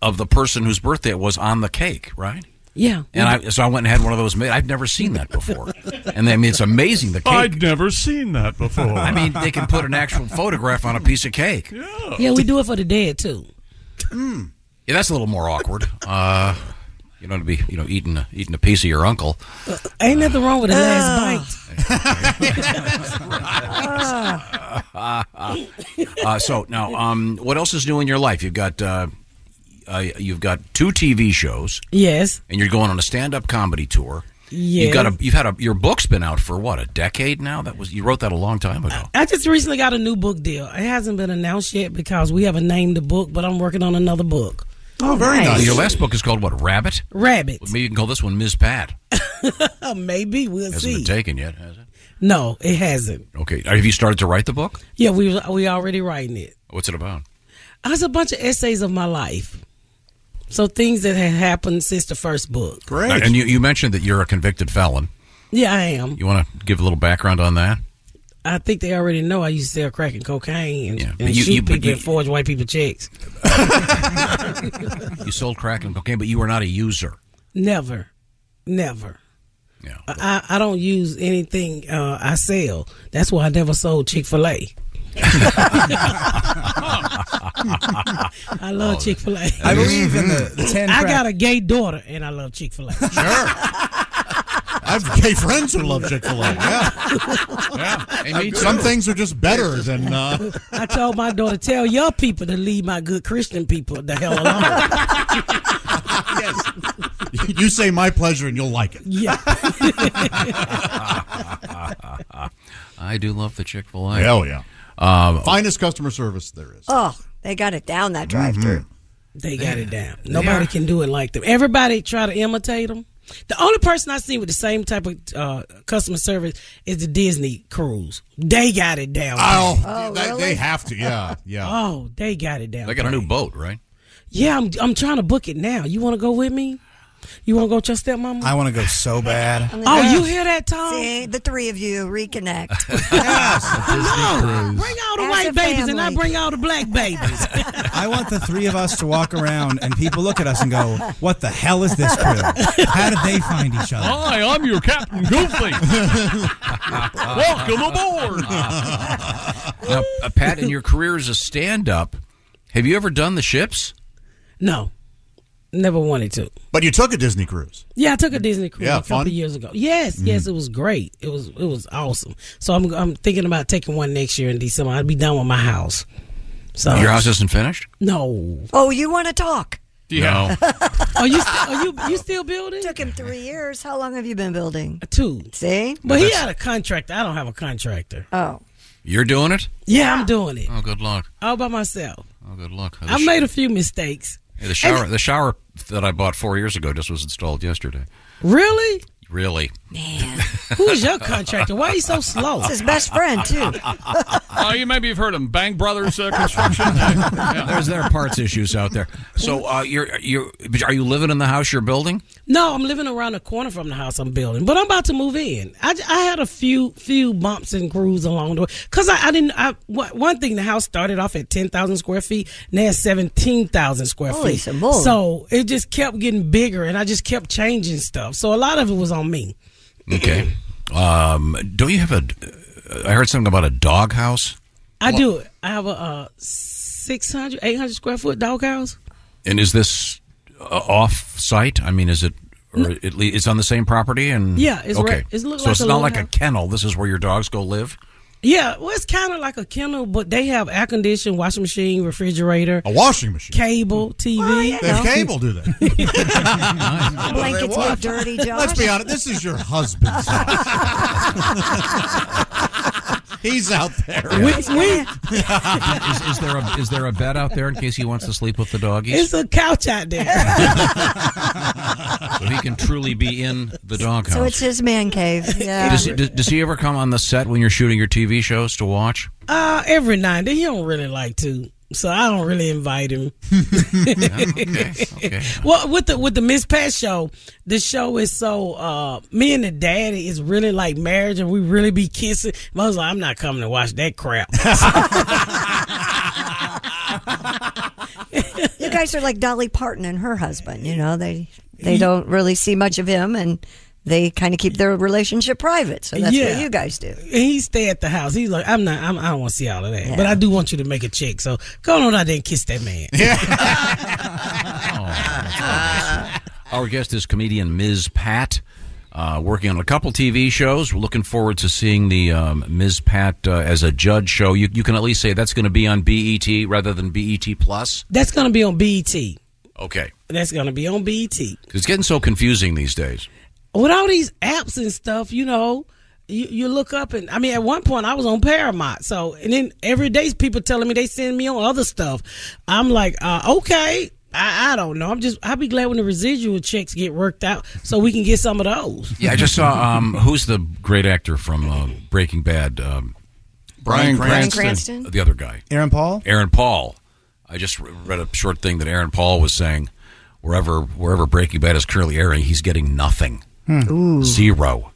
S8: of the person whose birthday it was on the cake, right?
S11: Yeah.
S12: [laughs]
S8: And I, so I went and had one of those made. I've never seen that before. And I mean, it's amazing the cake.
S4: I'd never seen that before.
S8: I mean, they can put an actual photograph on a piece of cake. Yeah,
S11: [laughs] Yeah, we do it for the dead too.
S7: Hmm.
S8: that's a little more awkward. Uh, you know, to be you know eating a, eating a piece of your uncle.
S11: Ain't nothing wrong with the last
S7: [laughs]
S8: Ah. uh, so now, um, what else is new in your life? You've got uh, uh, you've got two TV shows,
S11: Yes.
S8: and you're going on a stand-up comedy tour.
S11: Yes.
S8: You've got a you've had a your book's been out for what a decade now. That was you wrote that a long time ago.
S11: I just recently got a new book deal. It hasn't been announced yet because we haven't named the book, but I'm working on another book. [laughs]
S8: Oh, very nice. Your last book is called what? Rabbit.
S11: Rabbit.
S8: Maybe you can call this one Ms. Pat.
S11: Maybe we'll
S8: Hasn't
S11: see.
S8: been taken yet, has it?
S11: No, it hasn't.
S8: Okay. Have you started to write the book?
S11: Yeah, we we already writing it.
S8: What's it about?
S11: It's a bunch of essays of my life. So things that have happened since the first book.
S8: Now, And you, you mentioned that you're a convicted felon.
S11: Yeah, I am.
S8: You want to give a little background on that?
S11: I think they already know I used to sell crack and cocaine and,
S8: but
S11: and
S8: you-
S11: shoot
S8: you- but
S11: people
S8: you-
S11: and forge white people
S8: [laughs]
S11: checks.
S8: You sold crack and cocaine, but you were not a user.
S11: Never, never.
S8: Yeah.
S11: I, I I don't use anything uh, I sell. That's why I never sold Chick Fil A. I love
S7: Oh,
S11: Chick Fil A.
S7: I believe in the-
S11: [laughs]
S12: Mm-hmm.
S7: the 10
S11: I
S7: crack-
S11: got a gay daughter, and I love Chick Fil A. [laughs]
S6: I have gay friends who love Chick
S8: [laughs]
S6: Fil A.
S11: Yeah.
S6: Yeah, some things are just better than.
S8: [laughs]
S6: Uh,
S11: [laughs] I told my daughter, tell your people to leave my good Christian people the hell alone.
S6: [laughs] you say my pleasure and you'll like it.
S11: Yeah.
S8: [laughs] I do love the Chick Fil A.
S6: Hell yeah.
S8: Um,
S6: Finest customer service there is.
S5: Oh, they got it down that drive-through.
S11: They got it down.
S5: They
S11: Nobody
S5: are.
S11: can do it like them. Everybody try to imitate them. The only person I see with the same type of uh, customer service is the Disney cruise. They got it down.
S6: Oh,
S11: pat.
S6: they, they have to. Yeah, yeah.
S11: [laughs] Oh, they got it down.
S8: They got a
S11: pat.
S8: new boat, right?
S11: Yeah, I'm I'm trying to book it now. You want to go with me? You want to go with your stepmama?
S7: I want to go so bad.
S11: Oh, you hear that, Tom?
S5: See, the three of you [laughs] reconnect.
S11: no, bring all the
S5: As a
S11: white babies and I
S5: family.
S11: bring all the black babies.
S7: I want the three of us to walk around and people look at us and go, "What the hell is this crew? How did they find each other?"
S4: Hi, I'm your
S6: [laughs]
S4: Captain Goofy. Welcome aboard.
S8: Now, uh, Pat, in your career as a stand up, have you ever done the ships?
S11: no, never wanted to.
S6: But you took a Disney cruise.
S11: Yeah, I took a Disney cruise
S6: Yeah,
S11: a couple
S6: fun?
S11: years ago. Yes, yes, it was great. It was it was awesome. So I'm I'm thinking about taking one next year in December. I'll be done with my house. So
S8: Your house isn't finished?
S11: no.
S5: oh, you want to talk?
S8: Yeah.
S11: Are you st- are you you still building?
S5: Took him three years. How long have you been building?
S11: Two.
S5: See?
S11: But he had a contractor. I don't have a contractor.
S5: Oh,
S8: [laughs] You're doing it?
S11: Yeah, I'm doing it
S8: Oh, good luck.
S11: all by myself.
S8: Oh, good luck.
S11: I made a few mistakes.
S8: The shower, the shower that I bought four years ago just was installed yesterday.
S11: Really?
S8: Really?
S11: Who's your contractor? Why are you so slow?
S5: It's his best friend, too.
S4: Oh, you maybe have heard of 'em, Bang Brothers
S5: [laughs]
S4: uh, Construction. Yeah.
S8: [laughs] There's there are parts issues out there. So uh, you're you are you living in the house you're building?
S11: No, I'm living around the corner from the house I'm building, but I'm about to move in. I, j- I had a few few bumps and grooves along the way because I, I didn't. I wha- one thing the house started off at ten thousand square feet, now it's seventeen thousand square
S5: Holy
S11: feet.
S5: simoleon.
S11: So it just kept getting bigger, and I just kept changing stuff. So a lot of it was on me.
S8: Okay. Um, don't you have a? I heard something about a dog house
S11: I do it. I have a uh, 600, 800 square foot dog house.
S8: And is this uh, off site? I mean, is it or at least it's on the same property? And
S11: Yeah, it's
S8: okay.
S11: right- it's look
S8: so
S11: like
S8: it's
S11: a
S8: not
S11: little
S8: like
S11: house.
S8: a kennel. This is where your dogs go live.
S11: Yeah, well, it's kind of like a kennel, but they have air conditioned washing machine, refrigerator,
S6: a washing machine,
S11: cable, TV.
S6: They have cable,
S5: [laughs]
S6: do they?
S5: Blankets
S6: Well,
S5: get dirty, Josh. [laughs]
S6: Let's be honest. This is your husband's house. He's out there.
S8: is, is there a is there a bed out there in case he wants to sleep with the doggies?
S11: It's a couch out there.
S8: So he can truly be in the doghouse.
S5: So it's his man cave. Yeah.
S8: does, he, does, does he ever come on the set when you're shooting your TV shows to watch?
S11: Uh, every now and then he don't really like to, so I don't really invite him. Well, with the with the Miss Pat show, the show is so uh, me and the daddy is really like marriage, and we really be kissing. I was like, I'm not coming to watch that crap.
S5: you guys are like Dolly Parton and her husband. You know, they they don't really see much of him, and they kind of keep their relationship private. So that's
S11: Yeah.
S5: what you guys do.
S11: And he stay at the house. He's like, I'm not. I'm, I don't want to see all of that, but I do want you to make a check. So go on out there and kiss that man.
S8: Our guest is comedian Ms. Pat, uh, working on a couple TV shows. We're looking forward to seeing the um, Ms. Pat uh, as a judge show. You, you can at least say that's going to be on BET rather than BET Plus.
S11: [laughs] That's gonna be on E BET.
S8: Okay,
S11: That's gonna be on E BET.
S8: 'Cause it's getting so confusing these days.
S11: with all these apps and stuff, you know, you, you look up and I mean, at one point I was on Paramount, so and then every day people telling me they send me on other stuff. I'm like, uh, okay, I, I don't know. I'm just I'll be glad when the residual checks get worked out so we can get some of those.
S8: Yeah, I just saw
S11: [laughs]
S8: um, who's the great actor from uh, Breaking Bad? Um,
S6: Bryan Bryan Cranston. Cranston?
S8: the other guy,
S7: Aaron Paul?
S8: Aaron Paul. I just re- read a short thing that Aaron Paul was saying. Wherever wherever Breaking Bad is currently airing, he's getting nothing.
S11: Oh.
S7: Hmm.
S8: zero.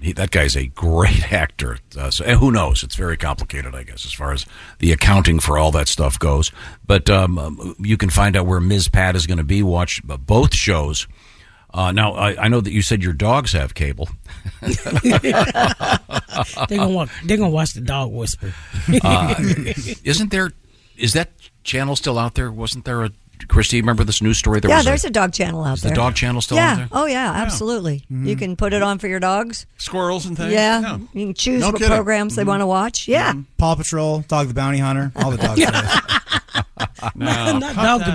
S8: He, that guy's a great [laughs] actor. Uh, so and who knows? It's very complicated, I guess, as far as the accounting for all that stuff goes. But um, um, you can find out where Ms. Pat is going to be. Watch uh, both shows. Uh, now, I, I know that you said your dogs
S5: [laughs]
S8: have cable.
S11: They're gonna watch, they're gonna watch the dog whisper.
S8: [laughs] Uh, isn't there? Is that channel still out there? Wasn't there a Christy? Remember this news story? There
S5: yeah,
S8: was
S5: there's a, dog channel out
S8: is the
S5: there.
S8: dog channel still
S5: yeah.
S8: out there?
S5: Oh yeah, absolutely. You can put it on for your dogs,
S17: squirrels and things.
S5: Yeah, you can choose
S7: No
S5: what
S7: kidding.
S5: programs they want to watch. Yeah.
S7: Paw Patrol, Dog the Bounty Hunter, all the
S11: [laughs]
S7: dogs.
S5: [laughs]
S11: Not dog the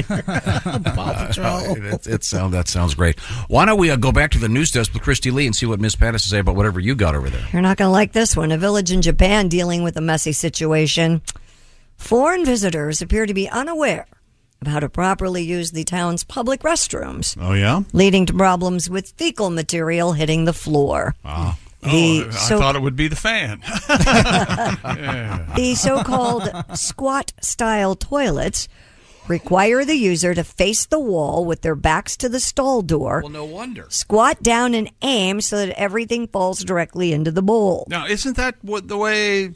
S2: [laughs]
S8: [laughs]
S11: honey. Paw
S8: Uh, it, it sound, that sounds great. Why don't we uh, go back to the news desk with Christy Lee and see what Miss Pat has to say about whatever you got over there?
S5: You're not going to like this one. A village in Japan dealing with a messy situation. Foreign visitors appear to be unaware of how to properly use the town's public restrooms,
S6: [laughs] Oh yeah.
S5: leading to problems with fecal material hitting the floor.
S17: Wow.
S5: The-
S17: oh, I
S5: so-
S17: thought it would be the
S5: [laughs]
S17: fan. Yeah.
S5: The so called squat style toilets require the user to face the wall with their backs to the stall door. Well,
S8: no wonder.
S5: Squat down and aim so that everything falls directly into the bowl.
S17: Now, isn't that what the way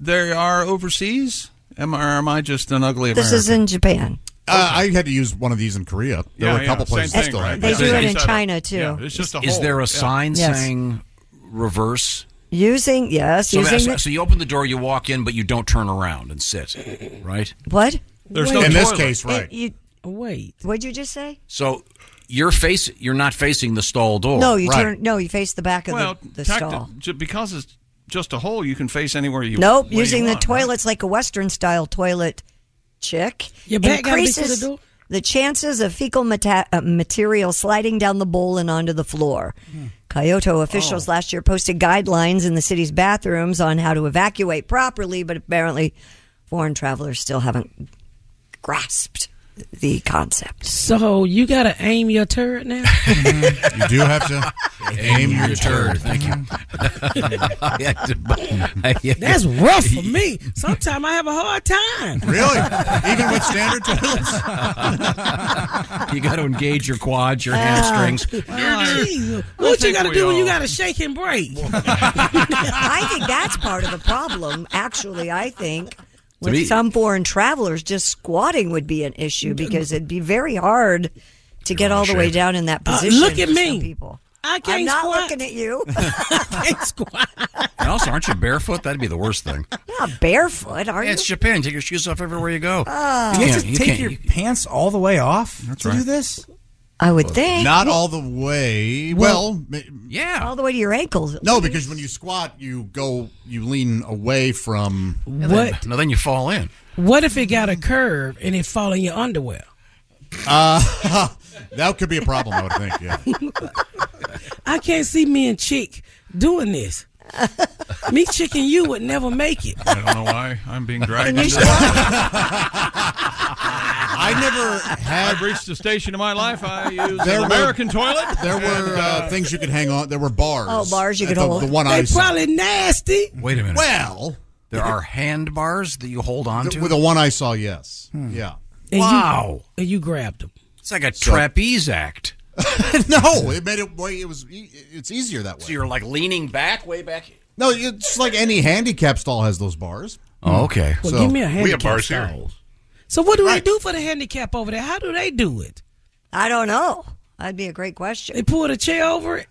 S17: they are overseas? Am I, or am I just an ugly
S5: This
S17: American?
S5: is in Japan.
S6: Uh, I had to use one of these in Korea. There
S17: Yeah,
S6: were a
S17: yeah,
S6: couple
S17: same
S6: places
S17: thing,
S6: still.
S17: right?
S6: had
S5: They
S6: that.
S5: do it in China too.
S8: Is there a
S5: yeah.
S8: sign
S5: Yes.
S8: saying reverse?
S5: Using yes,
S8: So,
S5: using
S8: so,
S5: the,
S8: so you open the door, you walk in, but you don't turn around and sit, right?
S5: what?
S8: There's no In this toilet. case, right.
S5: It- you-
S11: Wait,
S5: what'd you just say?
S8: So you're face you're not facing the stall door.
S5: no, you
S8: Oh, Right.
S5: turn. No, you face the back of
S17: well,
S5: the, the
S17: tacti-
S5: stall.
S17: ju- because it's just a hole, you can face anywhere you
S5: nope,
S17: where you
S5: using the
S17: want, right?
S5: toilets like a Western style toilet. Chick
S11: Your back gotta be to the
S5: increases
S11: door?
S5: the chances of fecal mata- uh, material sliding down the bowl and onto the floor.
S11: Hmm.
S5: Kyoto officials
S11: Oh.
S5: last year posted guidelines in the city's bathrooms on how to evacuate properly, but apparently, foreign travelers still haven't grasped the concept.
S11: So you [laughs] gotta aim your turret now.
S6: Mm-hmm. You [laughs] do have
S8: [laughs]
S6: to aim your turd.
S8: Thank you.
S11: [laughs]
S8: [laughs]
S11: That's rough for me. Sometimes I have a hard time. [laughs]
S6: Really? Even with standard toilets?
S8: you got to engage your quads, your
S11: Ah.
S8: hamstrings.
S11: Jesus. What you
S8: think
S11: got to
S8: we
S11: do when you
S8: all-
S11: got to shake and break?
S5: I think that's part of the problem. Actually, I think with
S11: me-
S5: some foreign travelers, just squatting would be an issue because it'd be very hard to get all the way down in that
S11: Uh,
S5: position.
S11: look at
S5: for some
S11: me.
S5: people.
S11: I can't
S5: I'm not
S11: squat.
S5: looking
S12: [laughs]
S5: at you.
S8: And also, aren't you barefoot? That'd be the worst thing.
S5: Not barefoot, are
S8: Yeah,
S5: you?
S8: It's Japan. Take your shoes off everywhere you go.
S5: Ah.
S7: you
S8: Yeah,
S7: have to
S8: you
S7: take
S8: can't-
S7: your
S8: you-
S7: pants all the way off to do
S8: right.
S7: this?
S5: I would think.
S6: Not all the way. Well,
S8: yeah.
S5: All the way to your ankles.
S6: No, because when you squat, you go, you lean away from
S11: What?
S8: No, then you fall in.
S11: What if it got a curve and it fall in your underwear?
S6: Uh, [laughs] that could be a problem, I would think. Yeah.
S5: [laughs]
S11: I can't see me and Chick doing this. Me chicken you would never make it.
S4: I don't know why
S5: [laughs]
S4: I'm being dragged.
S11: Can you
S4: into
S11: stop?
S17: [laughs]
S4: I [laughs] never have reached a station in my life. I use
S6: There
S4: an
S6: were-
S4: American toilet.
S6: There were
S4: and,
S6: uh, things you could hang on. There were bars.
S5: Oh, bars you
S6: At
S5: could
S6: the,
S5: hold.
S6: The one
S5: They
S6: I saw.
S5: probably
S11: [laughs] nasty.
S8: Wait a minute.
S6: Well,
S8: there are hand bars that you hold on
S6: The-
S8: to.
S6: with the one I saw, yes.
S8: Hmm.
S6: Yeah.
S11: And
S8: wow,
S11: You, and you grabbed him.
S8: it's like a trapeze act.
S6: no, it made it way. It was. e- It's easier that way.
S8: So you're like leaning back, way back.
S6: No, it's like any handicap stall has those bars. Hmm.
S8: Oh, okay.
S11: Well, give me a handicap stall. So what do they do for the handicap over there? How do they do it?
S5: I don't know. That'd be a great question.
S11: They pulled a chair
S6: [laughs]
S11: over it.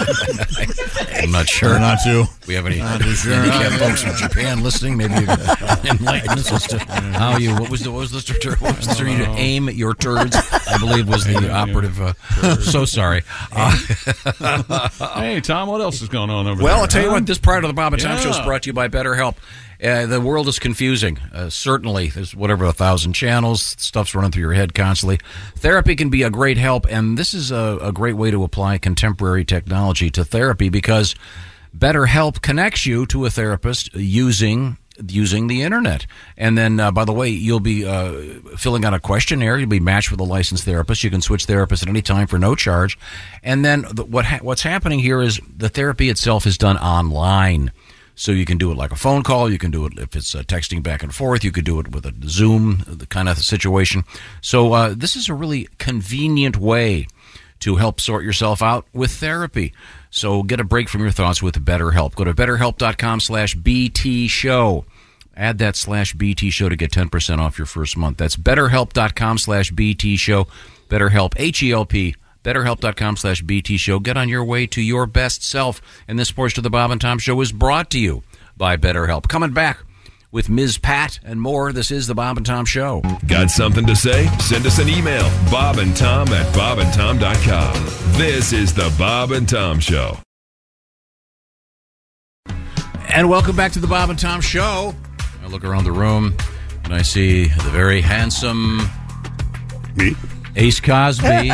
S8: I'm not sure.
S6: Not to.
S8: We have any
S6: Not too sure.
S8: handicap folks from
S6: [laughs]
S8: Japan listening? Maybe you can enlighten us as to how you. What was the what was the, tur- what was the term you aim at your turds? I believe was the operative. Uh, [laughs] so sorry. Uh,
S4: [laughs] hey, Tom, what else is going on over
S8: well,
S4: there?
S8: I'll tell you
S4: huh?
S8: what. This part of the Bob and Tom show is
S4: Yeah.
S8: brought to you by BetterHelp. Uh, the world is confusing. Uh, certainly, there's whatever a thousand channels, stuff's running through your head constantly. Therapy can be a great help, and this is a, a great way to apply contemporary technology to therapy because BetterHelp connects you to a therapist using using the internet. And then, uh, by the way, you'll be uh, filling out a questionnaire. You'll be matched with a licensed therapist. You can switch therapists at any time for no charge. And then the, what ha- what's happening here is the therapy itself is done online. So you can do it like a phone call. You can do it if it's uh, texting back and forth. You could do it with a Zoom, the kind of situation. So uh, this is a really convenient way to help sort yourself out with therapy. So get a break from your thoughts with BetterHelp. Go to betterhelp.com slash BT show. Add that slash BT show to get 10% off your first month. That's betterhelp.com slash BT show. BetterHelp, H E L P. BetterHelp.com slash BT show. Get on your way to your best self. And this portion of the Bob and Tom show is brought to you by BetterHelp. Coming back with Ms. Pat and more. This is the Bob and Tom show.
S14: Got something to say? Send us an email. Bob and Tom at bobandtom.com. This is the Bob and Tom Show.
S8: And welcome back to the Bob and Tom Show. I look around the room and I see the very handsome me, Ace Cosby,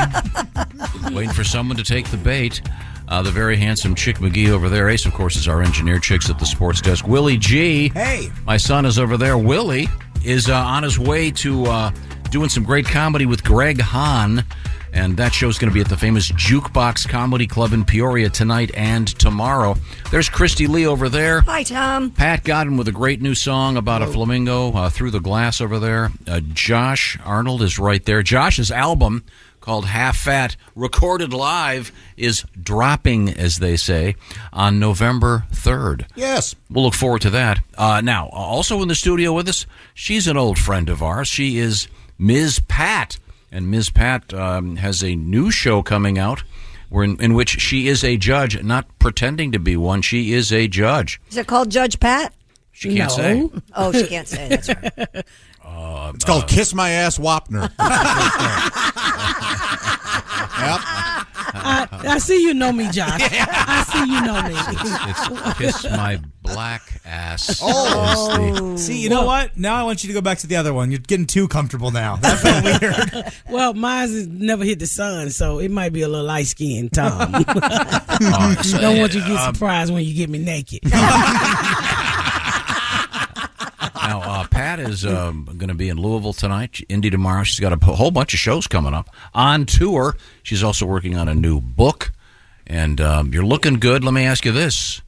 S8: [laughs] waiting for someone to take the bait. Uh, the very handsome Chick McGee over there. Ace, of course, is our engineer. Chick's at the sports desk. Willie G. Hey, my son is over there. Willie is uh, on his way to uh, doing some great comedy with Greg Hahn. And that show's going to be at the famous Jukebox Comedy Club in Peoria tonight and tomorrow. There's Christy Lee over there.
S5: Hi, Tom.
S8: Pat Godden with a great new song about a flamingo uh, through the glass over there. Uh, Josh Arnold is right there. Josh's album called Half Fat, recorded live, is dropping, as they say, on November 3rd.
S6: Yes.
S8: We'll look forward to that. Uh, now, also in the studio with us, she's an old friend of ours. She is Ms. Pat. And Ms. Pat um, has a new show coming out where in, in which she is a judge, not pretending to be one. She is a judge.
S5: Is it called Judge Pat?
S8: She can't say.
S5: Oh, she can't say. That's right.
S6: It's
S8: uh,
S6: called "Kiss My Ass" Wapner.
S8: [laughs]
S11: I, I see you know me,
S6: [laughs]
S11: Josh. I see you know me.
S8: It's kiss my black ass.
S7: Oh, see, you know
S11: Well-
S7: what? Now I want you to go back to the other one. You're getting too comfortable now. That felt
S11: well, mine's has never hit the sun, so it might be a little light skinned, Tom.
S8: [laughs]
S11: Don't want you to get
S8: Oh, um,
S11: surprised when you get me naked. [laughs]
S8: Now, uh, Pat is um, going to be in Louisville tonight, Indy tomorrow. She's got a p- whole bunch of shows coming up on tour. She's also working on a new book, and um, you're looking good. Let me ask you this: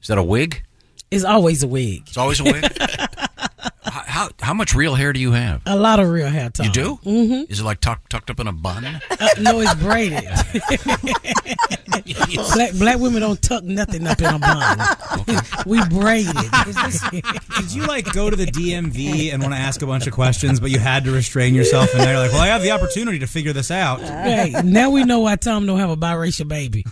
S8: Is that a wig?
S11: it's always a wig.
S8: It's always a wig. how, how Uh, how much real hair do you have?
S11: [laughs] A lot of real hair, Tom.
S8: You do?
S11: Mm-hmm.
S8: Is it like tuck, tucked up in a bun?
S11: Uh, no, it's
S8: [laughs]
S11: braided. black black women don't tuck nothing up in a bun. [laughs] We
S8: [laughs]
S11: braid it.
S7: Did you like go to the DMV and want to ask a bunch of questions, but you had to restrain yourself? And they're like, "Well, I have the opportunity to figure this out."
S11: Hey, now we know why Tom don't have a biracial baby.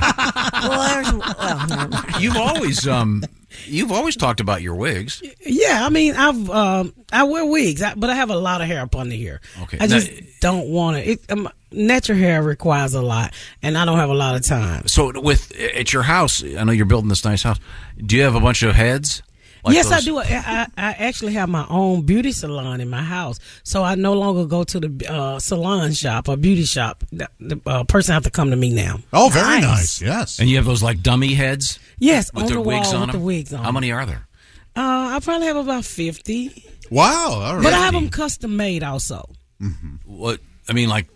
S5: well, there's, well, never mind.
S8: You've always um, you've always talked about your wigs.
S11: Yeah, I mean, I've um, I wear wigs, I, but I have a lot of hair up under here.
S8: Okay,
S11: I
S8: now-
S11: just don't want it. it um, natural hair requires a lot, and I don't have a lot of time.
S8: So with at your house, I know you're building this nice house. Do you have a bunch of heads?
S11: yes, I
S8: those-
S11: do. I, I, I actually have my own beauty salon in my house, so I no longer go to the uh, salon shop or beauty shop. The, the uh, person have to come to me now.
S8: Oh,
S11: very
S8: nice.
S6: Yes.
S8: And you have those like dummy heads.
S11: Yes,
S8: with
S11: on
S8: their
S11: the
S8: wigs
S11: wall
S8: on
S11: with
S8: them.
S11: the wigs on
S8: How
S11: them.
S8: many are there?
S11: Uh, I probably have about fifty.
S6: Wow,
S11: But I have them custom made also.
S8: What I mean, like,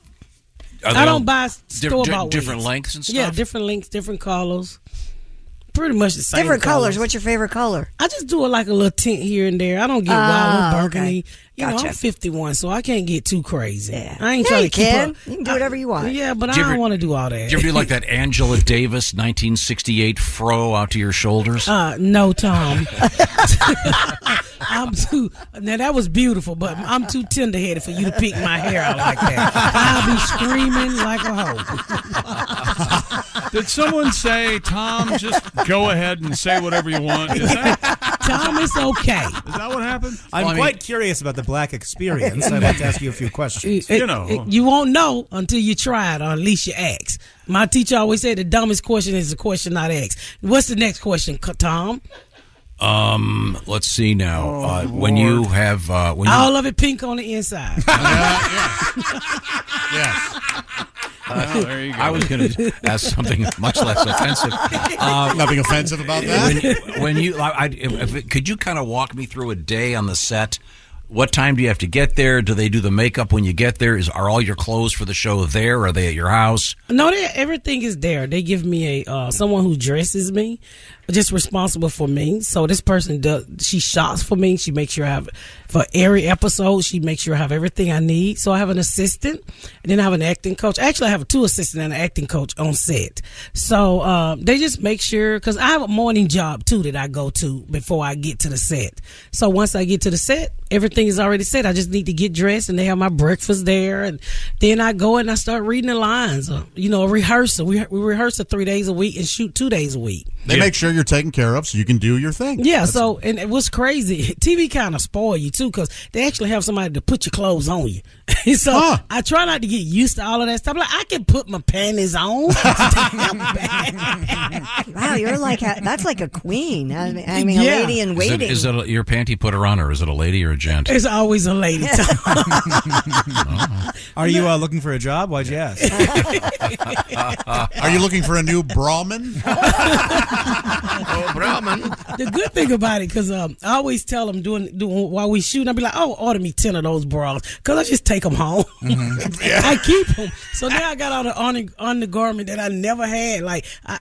S8: are they
S11: I
S8: all
S11: don't buy store
S8: di-
S11: bought
S8: different lengths and stuff.
S11: Yeah, different lengths, different colors. Pretty much the same.
S5: Different colors.
S11: What's your favorite color? I just do it like a little tint here and there. I don't get
S5: Ah,
S11: wild or
S5: okay.
S11: burgundy. You know, I'm
S5: Gotcha.
S11: 51, so I can't get too crazy. [laughs] I
S5: Yeah,
S11: ain't trying
S5: you
S11: to keep
S5: can.
S11: up.
S5: You can do whatever you want.
S11: Yeah, but
S8: Do
S11: I
S8: you
S11: don't
S8: ever-
S11: want to do all
S8: Do
S11: that.
S8: you ever do like that Angela Davis 1968 fro out to your
S11: [laughs]
S8: shoulders?
S11: Uh, no, Tom. [laughs] I'm too. Now that was beautiful, but I'm too tender-headed for you to pick my hair out like
S8: [laughs]
S11: that. I'll be screaming like a hoe.
S4: Did someone say, Tom, just go ahead and say whatever you want? Is that,
S8: [laughs]
S11: Tom, it's okay.
S4: is that what happened?
S7: I'm
S4: Well, I mean-
S7: quite curious about the black experience. I'd like to ask you a few questions.
S11: It- it- you won't know until you try it, or at least you ask. My teacher always said the dumbest question is the question not asked. What's the next question, C- Tom?
S8: Um, let's see now. uh,
S11: Oh,
S8: when you have uh, when you,
S11: All of it pink on the
S8: [laughs]
S11: inside. [laughs] Oh,
S8: Uh, I was going to [laughs] ask something much less
S6: [laughs]
S8: offensive. Uh,
S6: Nothing offensive about that?
S8: When, when you, I, I- if, if, could you kind of walk me through a day on the set? What time do you have to get there? Do they do the makeup when you get there? Is are all your clothes for the show there? Are they at your house?
S11: No, they, everything is there. They give me a uh, someone who dresses me, just responsible for me. So this person does. She shots for me. She makes sure I have for every episode. She makes sure I have everything I need. So I have an assistant, and then I have an acting coach. Actually, I have two assistants and an acting coach on set. So um, they just make sure because I have a morning job too that I go to before I get to the set. So once I get to the set, everything is already set. I just need to get dressed, and they have my breakfast there, and then I go and I start reading the lines. Uh, You know, a rehearsal. We we rehearse it three days a week and shoot two days a week.
S6: They make sure you're taken care of so you can do your thing.
S11: Yeah, so and it was crazy. [laughs] TV kind of spoil you too because they actually have somebody to put your clothes on you. [laughs] And so I try not to get used to all of that stuff. Like I can put my
S7: [laughs]
S11: panties on.
S5: Wow, you're like a,
S11: [laughs]
S5: that's like a queen. I mean, I mean a
S11: Yeah.
S5: lady in
S8: Is it,
S5: waiting.
S8: is it a, your panty putter on, or is it a lady or a gent?
S11: It's always a lady.
S7: [laughs]
S5: [laughs]
S7: Are you uh, looking for a job? Why'd you
S11: [laughs]
S7: ask?
S6: Are you looking for a new Brahmin?
S11: the good thing about it, because um, I always tell them doing, doing while we shoot, I'll be like, oh, order me 10 of those bras, because I just take them home.
S7: Mm-hmm.
S11: I keep them. So now I got all the under- undergarment that I never had, like I,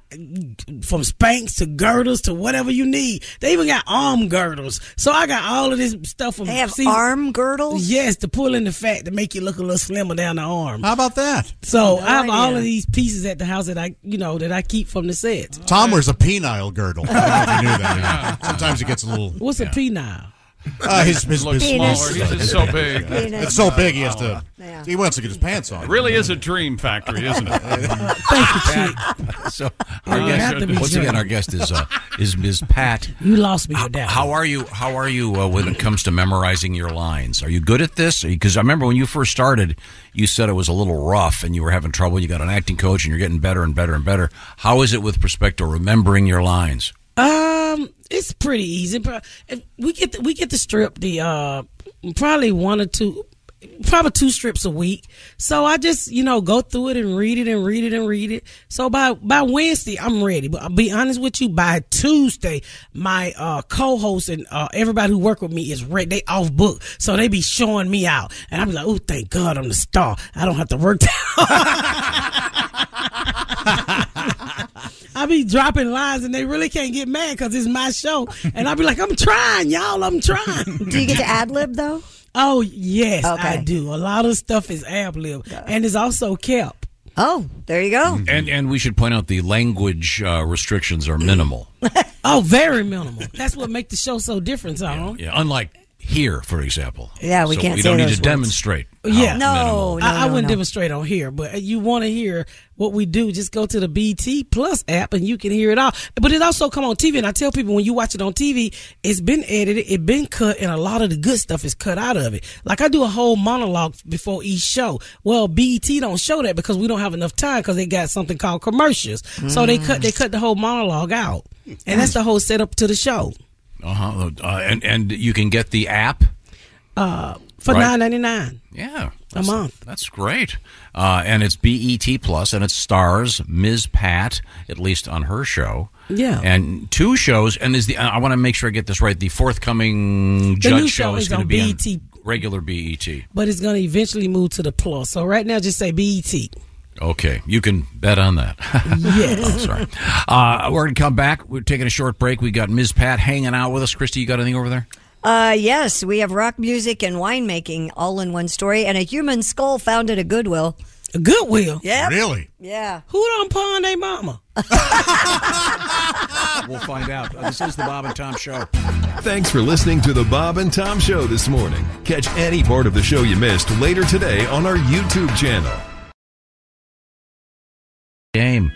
S11: from Spanx to girdles to whatever you need. They even got arm girdles. So I got all of this stuff from
S5: They have arm girdles?
S11: Yes, to pull in the fat to make you look a little slimmer down the arm.
S6: How about that?
S11: So
S6: No
S11: I have all
S6: idea.
S11: of these pieces at the house that I, you know, that I keep from the set.
S6: Tom wears a penile girdle. I don't know if you knew that. Sometimes it gets a little.
S11: What's a penile?
S6: Uh, his his,
S11: Looks
S6: his
S11: smaller.
S6: penis.
S11: He's just so
S5: [laughs]
S11: big.
S6: [laughs]
S11: Penis.
S6: It's so big he has to. He wants to get his pants on.
S4: It really is a dream factory, isn't it?
S11: Thank
S8: you, Chief. [laughs] So,
S4: Oh,
S8: our
S4: you have
S8: guest,
S4: to be
S8: once
S4: joking.
S8: again, our guest is uh, is Ms. Pat.
S11: You lost me with
S8: that. How are you? How are you uh, when it comes to memorizing your lines? Are you good at this? Because I remember when you first started, you said it was a little rough, and you were having trouble. You got an acting coach, and you're getting better and better and better. How is it with respect to remembering your lines?
S11: Um, it's pretty easy. Pro- if We get the, we get the strip the uh probably one or two. Probably two strips a week, so I just you know go through it and read it and read it and read it. So by by Wednesday I'm ready. But I'll be honest with you, by Tuesday my uh, co-host and uh, everybody who work with me is ready. They off book, so they be showing me out, and I'm like, oh thank God I'm the star. I don't have to work. [laughs] I be dropping lines and they really can't get mad because it's my show. And I be like, I'm trying, y'all. I'm
S5: [laughs]
S11: trying.
S5: Do you get to ad lib though?
S11: Oh yes, I
S5: Okay.
S11: do. A lot of stuff is ad lib, and it's also kept.
S5: Oh, there you go.
S8: And and we should point out the language uh, restrictions are minimal. [clears throat]
S11: Oh, very minimal. That's what makes the show so different, Tom.
S8: Yeah, unlike here, for example.
S11: Yeah, we
S8: So
S11: can't
S8: We
S11: say
S8: don't need to
S11: those words.
S8: demonstrate. how
S11: Yeah,
S8: minimal.
S11: I, I wouldn't
S8: no.
S11: demonstrate on here, but you want to hear what we do? Just go to the BT Plus app and you can hear it all. But it also come on TV, and I tell people when you watch it on TV, it's been edited, it been cut, and a lot of the good stuff is cut out of it. Like I do a whole monologue before each show. Well, BET don't show that because we don't have enough time because they got something called commercials, so they cut they cut the whole monologue out, and that's the whole setup to the show.
S8: Uh-huh. Uh And and you can get the app.
S11: Uh, for
S8: Right.
S11: nine ninety nine.
S8: Yeah,
S11: a month.
S8: That's great. Uh, and it's BET Plus, and it stars Ms. Pat, at least on her show.
S11: Yeah.
S8: And two shows, and is the I want to make sure I get this right. The forthcoming
S11: The
S8: judge
S11: new
S8: show
S11: show
S8: is
S11: is
S8: going to
S11: on E
S8: be
S11: BET.
S8: on regular E BET.
S11: But it's going to eventually move to the plus. So right now, just say E BET.
S8: Okay, you can bet on that.
S11: [laughs] Yes.
S8: I'm sorry. Uh, we're going to come back. We're taking a short break. We got Ms. Pat hanging out with us. Christy, you got anything over there?
S5: Uh, yes, we have rock music and winemaking all in one story, and a human skull found at a Goodwill.
S11: A Goodwill?
S5: Yeah.
S11: Really?
S5: Yeah.
S11: Who don't pawn their mama?
S8: We'll find out. Uh, This is the Bob and Tom Show.
S14: Thanks for listening to the Bob and Tom Show this morning. Catch any part of the show you missed later today on our YouTube channel.
S8: Game.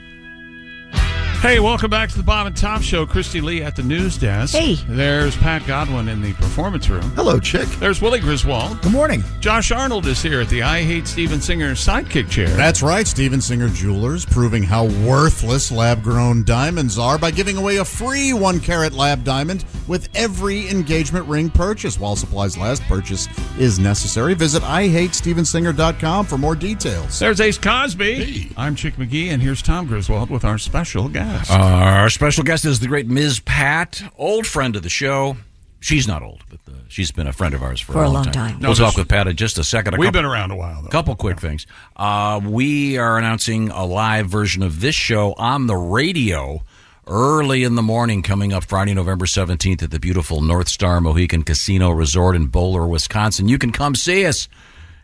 S4: Hey, welcome back to the Bob and Tom Show. Christy Lee at the news desk. Hey. There's Pat Godwin in the performance room.
S9: Hello, chick.
S4: There's Willie Griswold. Good
S6: morning.
S4: Josh Arnold is here at the I Hate Steven Singer sidekick chair.
S6: That's right, Steven Singer Jewelers, proving how worthless lab grown diamonds are by giving away a free one carat lab diamond with every engagement ring purchase while supplies last. Purchase is necessary. Visit IHateStevenSinger.com for more details.
S4: There's Ace Cosby. I'm Chick McGee, and here's Tom Griswold with our special guest.
S8: Our special guest is the great Ms. Pat, old friend of the show. She's not old, but uh, she's been a friend of ours for,
S5: For a long time.
S8: We'll
S5: No,
S8: talk
S5: this-
S8: with Pat in just a second. A
S4: We've been around a while, though.
S8: Couple quick things. Uh, we are announcing a live version of this show on the radio early in the morning, coming up Friday, November seventeenth, at the beautiful North Star Mohican Casino Resort in Bowler, Wisconsin. You can come see us.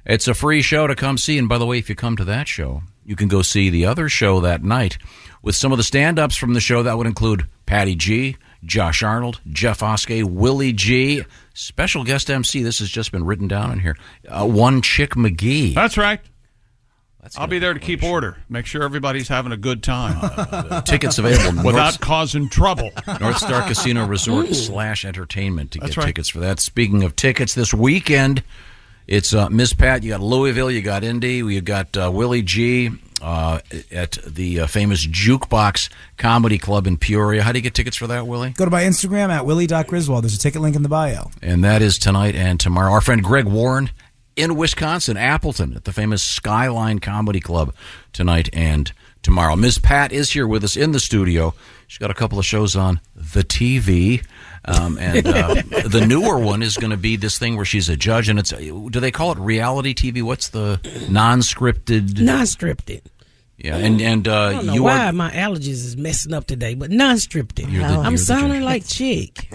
S8: It's a free show to come see. And by the way, if you come to that show, you can go see the other show that night with some of the stand ups from the show. That would include Patty G, Josh Arnold, Jeff Oskey, Willie G, special guest MC. This has just been written down in here. Uh, one Chick McGee.
S4: That's right. I'll be there to keep order. Make sure everybody's having a good time.
S8: Tickets available.
S4: without
S8: North-
S4: causing trouble. [laughs]
S8: North Star Casino Resort
S4: Ooh.
S8: slash entertainment to
S4: That's
S8: get
S4: right.
S8: tickets for that. Speaking of tickets, this weekend it's uh, Miss Pat. You got Louisville. You got Indy. You got uh, Willie G. Uh, at the uh, famous Jukebox Comedy Club in Peoria. How do you get tickets for that, Willie?
S7: [laughs] Go to my Instagram at willie.griswold. There's a ticket link in the bio.
S8: And that is tonight and tomorrow. Our friend Greg Warren in Wisconsin, Appleton, at the famous Skyline Comedy Club tonight and tomorrow. Miss Pat is here with us in the studio. She's got a couple of shows on the TV. Um, and uh,
S11: [laughs]
S8: the newer one is going to be this thing where she's a judge, and it's do they call it reality TV? What's the non-scripted?
S11: Non-scripted.
S8: Yeah, and and uh,
S11: I don't know
S8: you
S11: why
S8: are
S11: my allergies is messing up today, but non-scripted.
S8: You're the- you're
S11: I'm
S8: the
S11: sounding like
S4: [laughs]
S11: chick.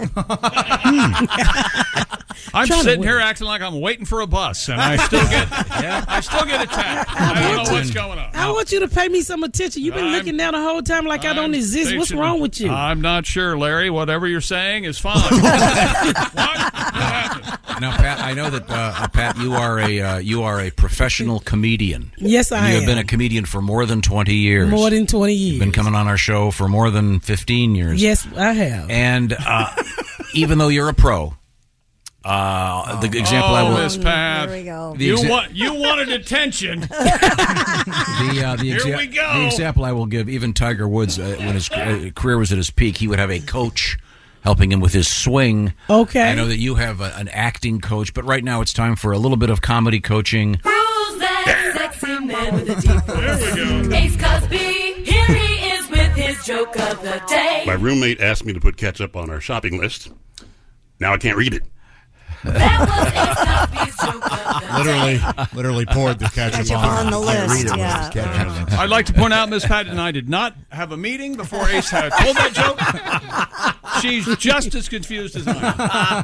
S11: Trying
S4: I'm
S11: to
S4: sitting
S11: win.
S4: here acting like I'm waiting for a bus, and [laughs] I still get I still get attacked. I don't know what's going on.
S11: I want you to pay me some attention. You've been looking down the whole time like I'm, I do not exist. What's
S4: Station-
S11: wrong with you?
S4: I'm not sure, Larry. Whatever you're saying [laughs] is fine. What?
S8: now Pat. I know that uh, Pat, you are a uh, you are a professional comedian.
S11: yes, I
S8: you have
S11: am.
S8: been a comedian for more than 20 years.
S11: More than 20 years.
S8: You've been coming on our show for more than 15 years.
S11: Yes, I
S4: [laughs]
S11: have.
S8: And
S11: [laughs]
S8: uh, even though you're a pro, uh, the example I
S4: oh,
S8: will
S4: Miss Pat.
S8: we go. The
S4: You
S8: exa-
S4: want you wanted
S12: [laughs]
S4: attention.
S8: the, uh, the,
S4: Here
S8: exa-
S4: we go.
S8: the example I will give even Tiger Woods uh, when his uh, career was at his peak, he would have a coach helping him with his swing.
S11: Okay.
S8: I know that you have a, an acting coach, but right now it's time for a little bit of comedy coaching.
S12: Who's that sexy man with a deep voice? Ace Cosby, here he is with his joke of the day.
S1: My roommate asked me to put ketchup on our shopping list. Now I can't read it.
S6: Literally, literally poured the ketchup,
S4: Ketchup on the
S6: I
S4: list,
S6: read it
S4: yeah.
S6: with this ketchup.
S4: I'd like to point out Miss Pat and I did not have a meeting before Ace had told that joke. She's just as confused as I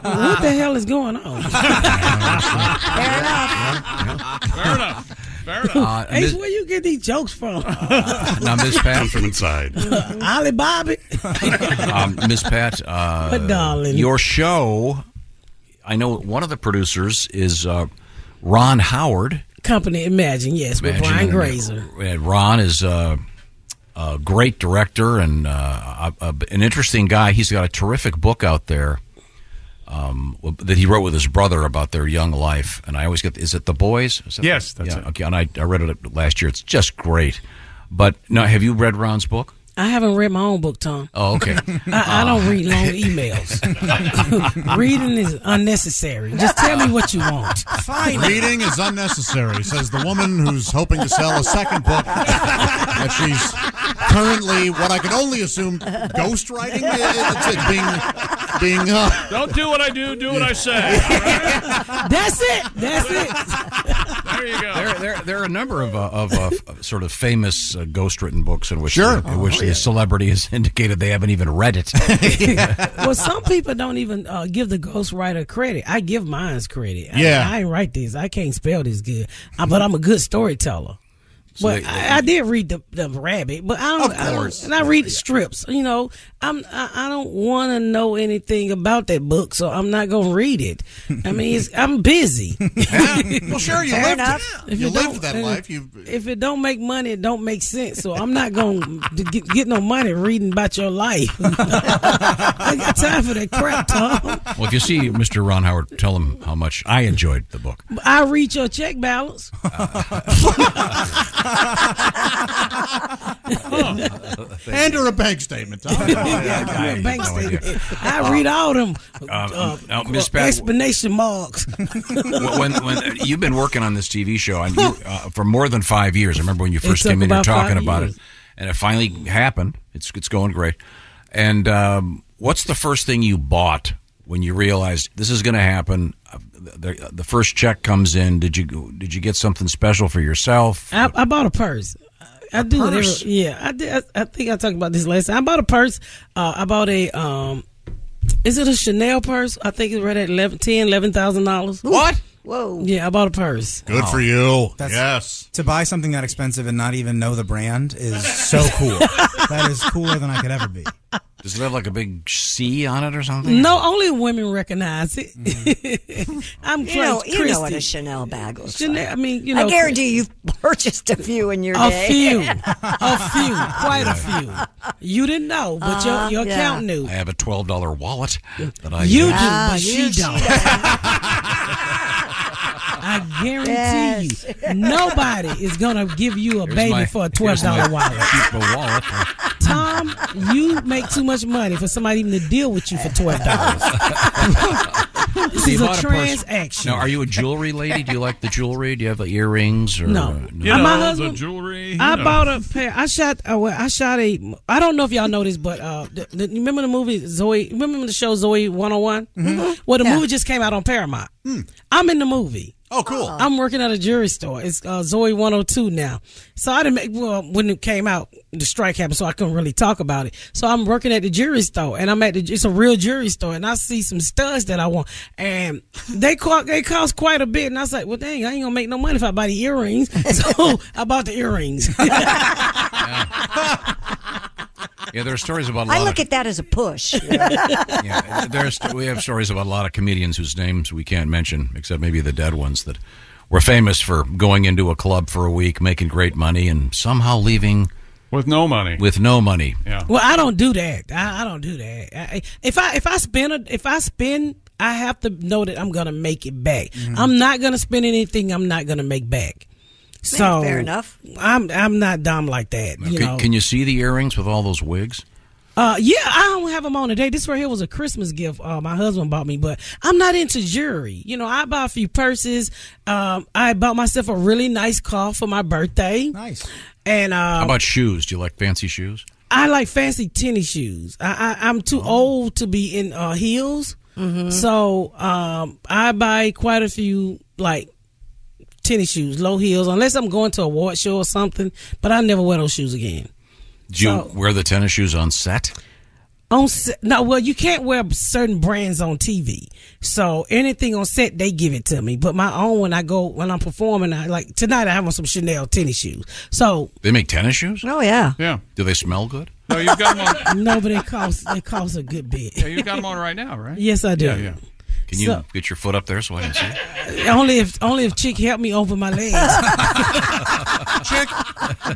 S4: am.
S11: what the hell is going on?
S4: Fair enough. Fair enough.
S8: Uh,
S11: Ace,
S8: Miss-
S11: where you get these jokes
S4: [laughs]
S11: from?
S8: now, Miss Pat,
S1: from inside.
S8: Mm-hmm.
S11: Ollie Bobby.
S8: um, Miss Pat, uh,
S11: But darling.
S8: your show. I know one of the producers is uh, Ron Howard.
S11: Company Imagine, yes, with
S8: Imagine
S11: Brian
S8: and, uh,
S11: Grazer.
S8: uh, Ron is a, a great director and uh, a, a- an interesting guy. He's got a terrific book out there um, that he wrote with his brother about their young life. And I always get is it the boys? Is that
S4: Yes,
S8: the-
S4: that's
S8: yeah, Okay, and I, I read it last year. It's just great. But now, have you read Ron's book?
S11: I haven't read my own book, Tom.
S8: Oh, okay.
S11: [laughs] I, I don't read long
S8: [laughs]
S11: emails. [laughs] Reading is unnecessary. Just tell me what you want.
S6: Reading is unnecessary, says the woman who's hoping to sell a second book that she's currently, what I can only assume, ghostwriting. Yeah, It's it's being, being uh,
S4: Don't do what I do, do what I say. all right?
S11: That's it. That's
S4: it. There you go.
S8: There, there, there are a number of uh, of uh, f- sort of famous uh, ghostwritten books in which
S11: Sure.
S8: the, in which
S11: Oh,
S8: the
S11: yeah.
S8: celebrity has [laughs] indicated they haven't even read
S11: [laughs]
S8: it.
S11: well, some people don't even uh, give the ghostwriter credit. I give mine's credit. I-
S8: Yeah.
S11: I, ain't write this. I can't spell this good. I, but I'm a good storyteller.
S8: So
S11: but
S8: they-
S11: I, I did read the, the rabbit, but I don't.
S8: Of
S11: I
S8: course.
S11: don't and I read strips. You know, I'm I, I don't want to know anything about that book, so I'm not gonna read it. I mean, it's, I'm busy.
S6: Well, sure, you
S11: Fair
S6: lived
S11: enough.
S6: it. You
S11: don't-
S6: lived that
S11: and
S6: life. You
S11: If it don't make money, it don't make sense. So I'm not going to get, get no money reading about your life. [laughs] I got time for that crap, Tom.
S8: well, if you see Mr. Ron Howard, tell him how much I enjoyed the book.
S11: I read your check balance.
S6: and or a bank statement.
S11: [laughs]
S6: Tom.
S11: I,
S8: have
S11: bank
S8: no
S11: statement.
S8: idea.
S11: I read all them
S8: Uh, now, Miss Pat-
S11: explanation marks.
S8: Well, when, when you've been working on this TV show and you, uh, for more than five years, I remember when you
S20: It
S8: first
S20: took
S8: came in, you're
S20: about five
S8: talking about
S20: years.
S8: it, and it finally happened. It's it's going great. And um, what's the first thing you bought when you realized this is going to happen? Uh, The, the first check comes in. Did you did you get something special for yourself?
S11: I, I bought a purse. I I do it every-
S8: purse?
S11: yeah, I did. I, I think I talked about this last time. I bought a purse. Uh, I bought a. um Is it a Chanel purse? I think it read at eleven, ten, eleven thousand dollars.
S8: What?
S11: Whoa. Yeah, I bought a purse.
S6: Good for you. yes.
S7: To buy something that expensive and not even know the brand is so
S11: [laughs]
S7: cool. [laughs] that is cooler than I could ever be.
S8: Does it have like a big C on it or something?
S11: No, only women recognize it.
S7: Mm.
S11: [laughs] I'm
S5: You know,
S11: Christy.
S5: you know what a Chanel bag looks
S11: Chanel-
S5: like.
S11: I mean, you know-
S5: I guarantee you've purchased a few in your
S11: A
S5: day.
S11: few,
S5: [laughs]
S11: a few, quite a few. You didn't know, but
S5: Uh-huh,
S11: your your
S5: yeah.
S11: account knew.
S8: I have a twelve dollar wallet that I uh,
S11: Ah, You do,
S8: use.
S11: but she don't. [laughs] I guarantee
S8: Yes.
S11: you, nobody is gonna give you a
S8: Here's
S11: baby
S8: my-
S11: for a twelve
S8: here's my
S11: dollar wallet.
S8: cheaper wallet.
S11: Tom, you make too much money for somebody even to deal with you for twelve
S4: [laughs]
S11: dollars. this
S8: You
S11: is a
S8: bought purse.
S11: transaction.
S8: Now, are you a jewelry lady? Do you like the jewelry? Do you have like, earrings or
S11: No.
S4: You
S11: Uh,
S4: know,
S11: my
S4: the
S11: husband-
S4: jewelry.
S11: I
S4: you know.
S11: bought a pair. I shot. Uh, well, I shot a. I don't know if y'all know this, but uh, the, the, you remember the movie Zoe? Remember the show Zoe One Hundred One? Well, the
S5: Yeah.
S11: movie just came out on Paramount.
S12: Hmm.
S11: I'm in the movie.
S6: Oh, cool!
S11: I'm working at a jewelry store. It's uh, Zoe 102 now. So I didn't make. Well, when it came out, the strike happened, so I couldn't really talk about it. So I'm working at the jewelry store, and I'm at the. It's a real jewelry store, and I see some studs that I want, and they [laughs] cost they cost quite a bit. And I was like, well, dang, I ain't gonna make no money if I buy the earrings. [laughs] So I bought the earrings.
S6: [laughs]
S8: Yeah, there are stories about a lot
S5: I
S8: of
S5: look at that as a push.
S8: yeah, there's we have stories about a lot of comedians whose names we can't mention, except maybe the dead ones that were famous for going into a club for a week, making great money, and somehow leaving
S4: with no money.
S8: With no money.
S4: Yeah.
S11: Well, I don't do that. I, I don't do that. I, if I if I spend a, if I spend, I have to know that I'm gonna make it back.
S8: Mm-hmm.
S11: I'm not gonna spend anything. I'm not gonna make back. So
S5: fair enough.
S11: I'm I'm not dumb like that. You
S8: can,
S11: know.
S8: can you see the earrings with all those wigs?
S11: Uh, yeah, I don't have them on today. This right here was a Christmas gift uh, my husband bought me, but I'm not into jewelry. You know, I bought a few purses. Um, I bought myself a really nice car for my birthday. Nice. And
S8: How
S11: uh,
S8: about shoes? Do you like fancy shoes?
S11: I like fancy tennis shoes. I, I I'm too old to be in uh, heels, so um, I buy quite a few like tennis shoes, low heels, unless I'm going to a award show or something. But I never wear those shoes again.
S8: Do you
S11: So-
S8: wear the tennis shoes on set?
S11: On set, no, well, you can't wear certain brands on TV. So anything on set, they give it to me. But my own, when I go when I'm performing, I like tonight I have on some Chanel tennis shoes. So
S8: They make tennis shoes.
S11: oh yeah,
S4: yeah.
S8: Do they smell good?
S4: No, you've got them on.
S11: [laughs] no, but it costs it costs a good bit.
S4: Yeah, you've got them on right now, right?
S11: Yes, I do.
S4: Yeah, yeah.
S8: Can you
S11: So-
S8: get your foot up there so I can see?
S11: Only if only if Chick helped me open my legs.
S6: [laughs] Chick,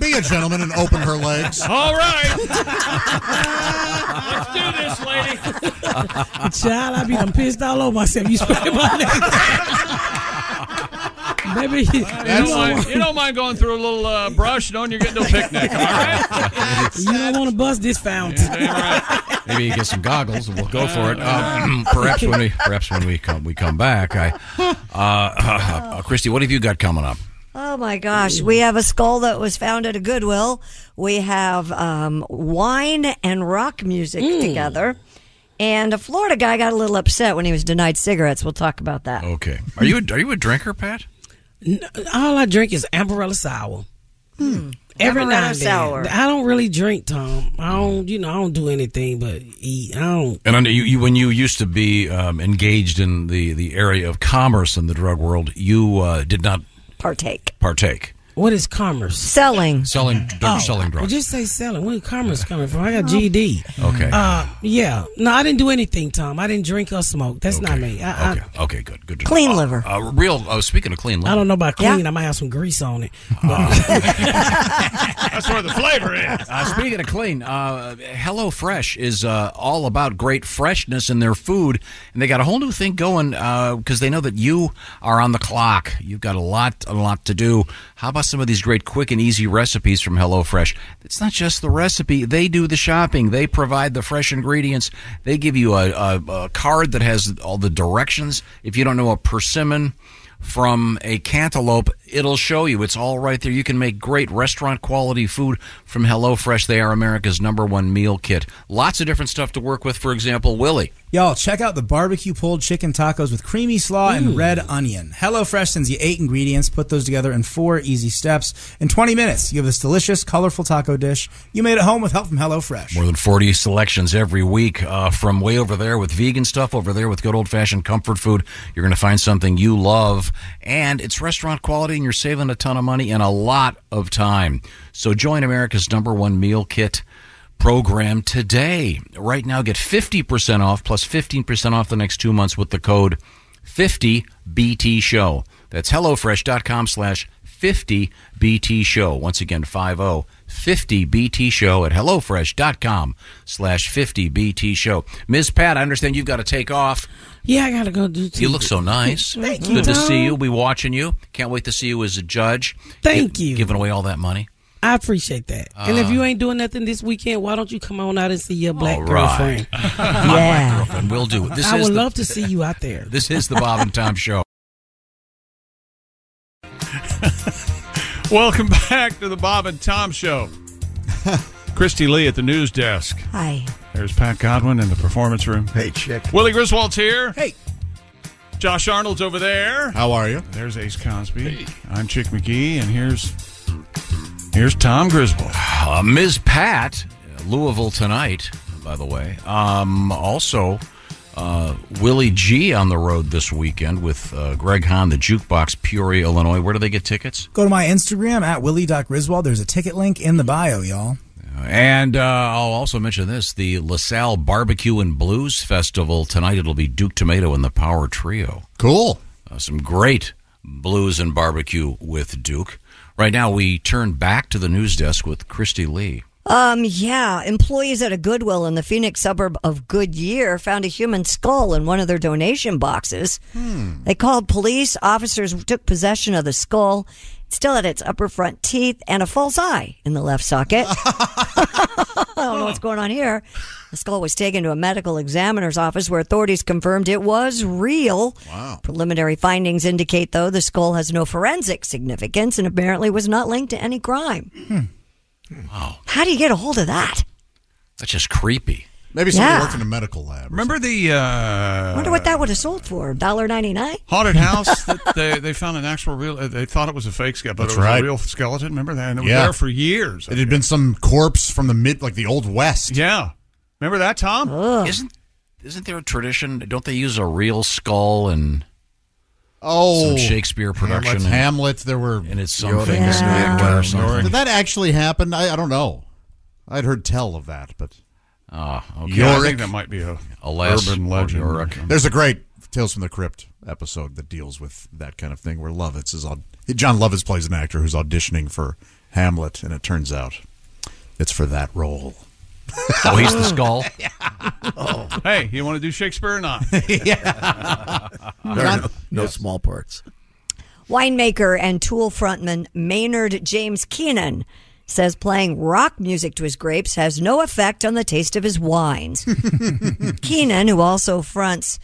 S6: be a gentleman and open her legs.
S4: All
S11: [laughs]
S4: Let's do this, lady.
S11: Child, I be done pissed all over myself. You spread my legs.
S4: [laughs]
S11: Maybe you
S4: You
S11: don't
S4: don't, mind,
S11: want-
S4: you don't mind going through a little uh, brush, knowing you're getting to a picnic. All right?
S11: you don't want to bust this fountain.
S8: Maybe you get some goggles and we'll go for it. Um, [clears throat] perhaps when we perhaps when we come we come back. I, uh, [laughs] uh, Christy, what have you got coming up?
S5: Oh my gosh. We have a skull that was found at a Goodwill. We have um, wine and rock music together. And a Florida guy got a little upset when he was denied cigarettes. We'll talk about that.
S8: Okay. Are you a, are you a drinker, Pat?
S11: All I drink is Amarillo sour. Every
S5: Amarillo
S11: now and then.
S5: Hmm. sour.
S11: I don't really drink, Tom. I don't, you know, I don't do anything but eat. I don't.
S8: And I know you, you when you used to be um, engaged in the, the area of commerce in the drug world, you uh, did not
S5: partake.
S8: Partake.
S11: What is commerce?
S5: Selling.
S8: Selling
S11: Oh,
S8: selling
S11: well,
S8: drugs.
S11: just say selling. Where commerce coming from? I got GD.
S8: Okay.
S11: Uh, yeah. No, I didn't do anything, Tom. I didn't drink or smoke. That's not me. I,
S8: okay. okay. Good. Good. to know.
S11: Clean
S8: Uh,
S11: liver.
S8: Uh, real. Uh, speaking of clean liver,
S11: I, I don't know about clean. I might have some grease on it.
S8: That's where the flavor is. [laughs] Uh, speaking of clean, uh, Hello Fresh is uh, all about great freshness in their food, and they got a whole new thing going because they know that you are on the clock. You've got a lot, a lot to do. How about some of these great, quick and easy recipes from Hello Fresh? It's not just the recipe; they do the shopping. They provide the fresh ingredients. They give you a, a, a card that has all the directions. If you don't know a persimmon from a cantaloupe, it'll show you. It's all right there. You can make great restaurant quality food from HelloFresh. They are America's number one meal kit. Lots of different stuff to work with. For example, Willie.
S7: Y'all, check out the barbecue pulled chicken tacos with creamy slaw and red onion. HelloFresh sends you eight ingredients. Put those together in four easy steps. In 20 minutes, you have this delicious, colorful taco dish you made at home with help from HelloFresh.
S8: More than 40 selections every week uh, from way over there with vegan stuff, over there with good old fashioned comfort food. You're going to find something you love, and it's restaurant quality, and you're saving a ton of money and a lot of time. So join America's number one meal kit program today. Right now, get 50% off plus 15% off the next two months with the code 50BT Show. That's HelloFresh.com slash 50BT Show. Once again, oh, 50 50BT Show at HelloFresh.com slash 50BT Show. Ms. Pat, I understand you've got to take off.
S11: Yeah, I gotta go do.
S8: You look so
S11: [laughs]
S8: nice.
S11: Thank you.
S8: Good to
S11: Tom.
S8: see you. Be watching you. Can't wait to see you as a judge.
S11: Thank
S8: you. Giving away all that money.
S11: I appreciate that. and
S8: Uh,
S11: if you ain't doing nothing this weekend, why don't you come on out and see your black
S8: [laughs]
S11: girlfriend? [laughs]
S8: yeah. My girlfriend will do it. This
S11: I
S8: is
S11: would
S8: the,
S11: love to see you out there.
S8: [laughs] This is the Bob and Tom Show.
S4: Welcome back to the Bob and Tom Show. Christy Lee at the news desk.
S5: Hi.
S4: There's Pat Godwin in the performance room.
S9: Hey, chick.
S4: Willie Griswold's here.
S7: Hey.
S4: Josh Arnold's over there.
S6: How are you?
S4: There's Ace Cosby. I'm Chick McGee, and here's here's Tom Griswold.
S8: Uh, Ms. Pat, uh, Louisville tonight, by the way. Um, also, uh, Willie G on the road this weekend with uh, Greg Hahn, the Jukebox, Peoria, Illinois. Where do they get tickets?
S7: Go to my Instagram at willie.griswold. There's a ticket link in the bio, y'all.
S8: And uh, I'll also mention this the LaSalle Barbecue and Blues Festival. Tonight it'll be Duke Tomato and the Power Trio.
S6: Cool.
S8: Uh, some great blues and barbecue with Duke. Right now, we turn back to the news desk with Christy Lee.
S5: Um, yeah, employees at a Goodwill in the Phoenix suburb of Goodyear found a human skull in one of their donation boxes.
S12: Hmm.
S5: They called police. Officers took possession of the skull. It still had its upper front teeth and a false eye in the left socket. [laughs] I don't know what's going on here. The skull was taken to a medical examiner's office where authorities confirmed it was real. Wow. Preliminary findings indicate, though, the skull has no forensic significance and apparently was not linked to any crime.
S8: Wow.
S5: How do you get a hold of that?
S8: That's just creepy.
S6: Maybe
S5: Yeah.
S6: somebody worked in a medical lab.
S4: Remember the uh,
S5: Wonder what that would have sold for? $1.99?
S4: haunted house [laughs] that they, they found an actual real. uh, They thought it was a fake skeleton, but
S6: That's
S4: it was
S6: right.
S4: a real skeleton. Remember that? And it was
S6: Yeah.
S4: there for years.
S6: It had been some corpse from the mid, like the old west.
S4: Yeah. Remember that, Tom?
S8: Isn't isn't there a tradition? Don't they use a real skull and
S6: Oh,
S8: some Shakespeare production?
S6: Hamlet's
S8: and-
S6: Hamlet. There were
S8: and it's
S6: you know,
S8: something
S6: they-
S8: that's
S6: Yeah.
S8: actor or something.
S6: Did that actually happen? I, I don't know. I'd heard tell of that, but
S8: Ah, okay.
S4: Yeah, I think that might be a
S6: Alas,
S4: urban legend.
S6: There's a great Tales from the Crypt episode that deals with that kind of thing, where Lovitz is on. John Lovitz plays an actor who's auditioning for Hamlet, and it turns out it's for that role.
S8: [laughs] Oh, he's the skull.
S4: [laughs] Oh. Hey, you want to do Shakespeare or not?
S6: [laughs] Yeah.
S9: There are no, no small parts.
S5: Winemaker and Tool frontman Maynard James Keenan says playing rock music to his grapes has no effect on the taste of his wines. Keenan, who also fronts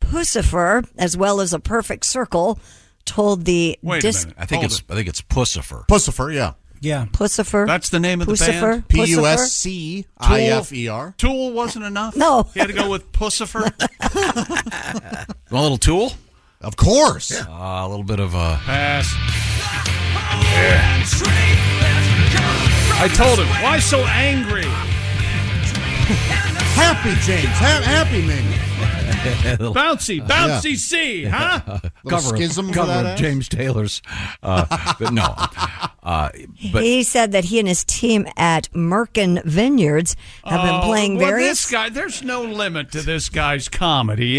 S5: Pussifer as well as A Perfect Circle, told the
S8: Wait
S5: Dis-
S8: a minute. I think it's I think it's Pussifer.
S6: Pussifer, yeah.
S7: Yeah.
S5: Pussifer.
S8: That's the name of the band?
S6: P U S C I F E R.
S4: Tool wasn't enough.
S5: No,
S4: he had to go
S5: [laughs]
S4: with Pussifer.
S8: Want a little Tool? Ah,
S6: Of course.
S8: a little bit of a
S6: [laughs]
S8: [laughs]
S4: pass. I told him, why so angry?
S6: Happy James, ha- happy man.
S4: Bouncy,
S8: [laughs]
S4: bouncy C, huh?
S8: cover of-
S6: schism for
S8: cover
S6: that
S8: of
S6: ass?
S8: James Taylor's. Uh, [laughs] but no. Uh, but
S5: he said that he and his team at Merkin Vineyards have been
S4: Oh,
S5: playing
S4: well,
S5: various
S4: This guy, there's no limit to this guy's comedy,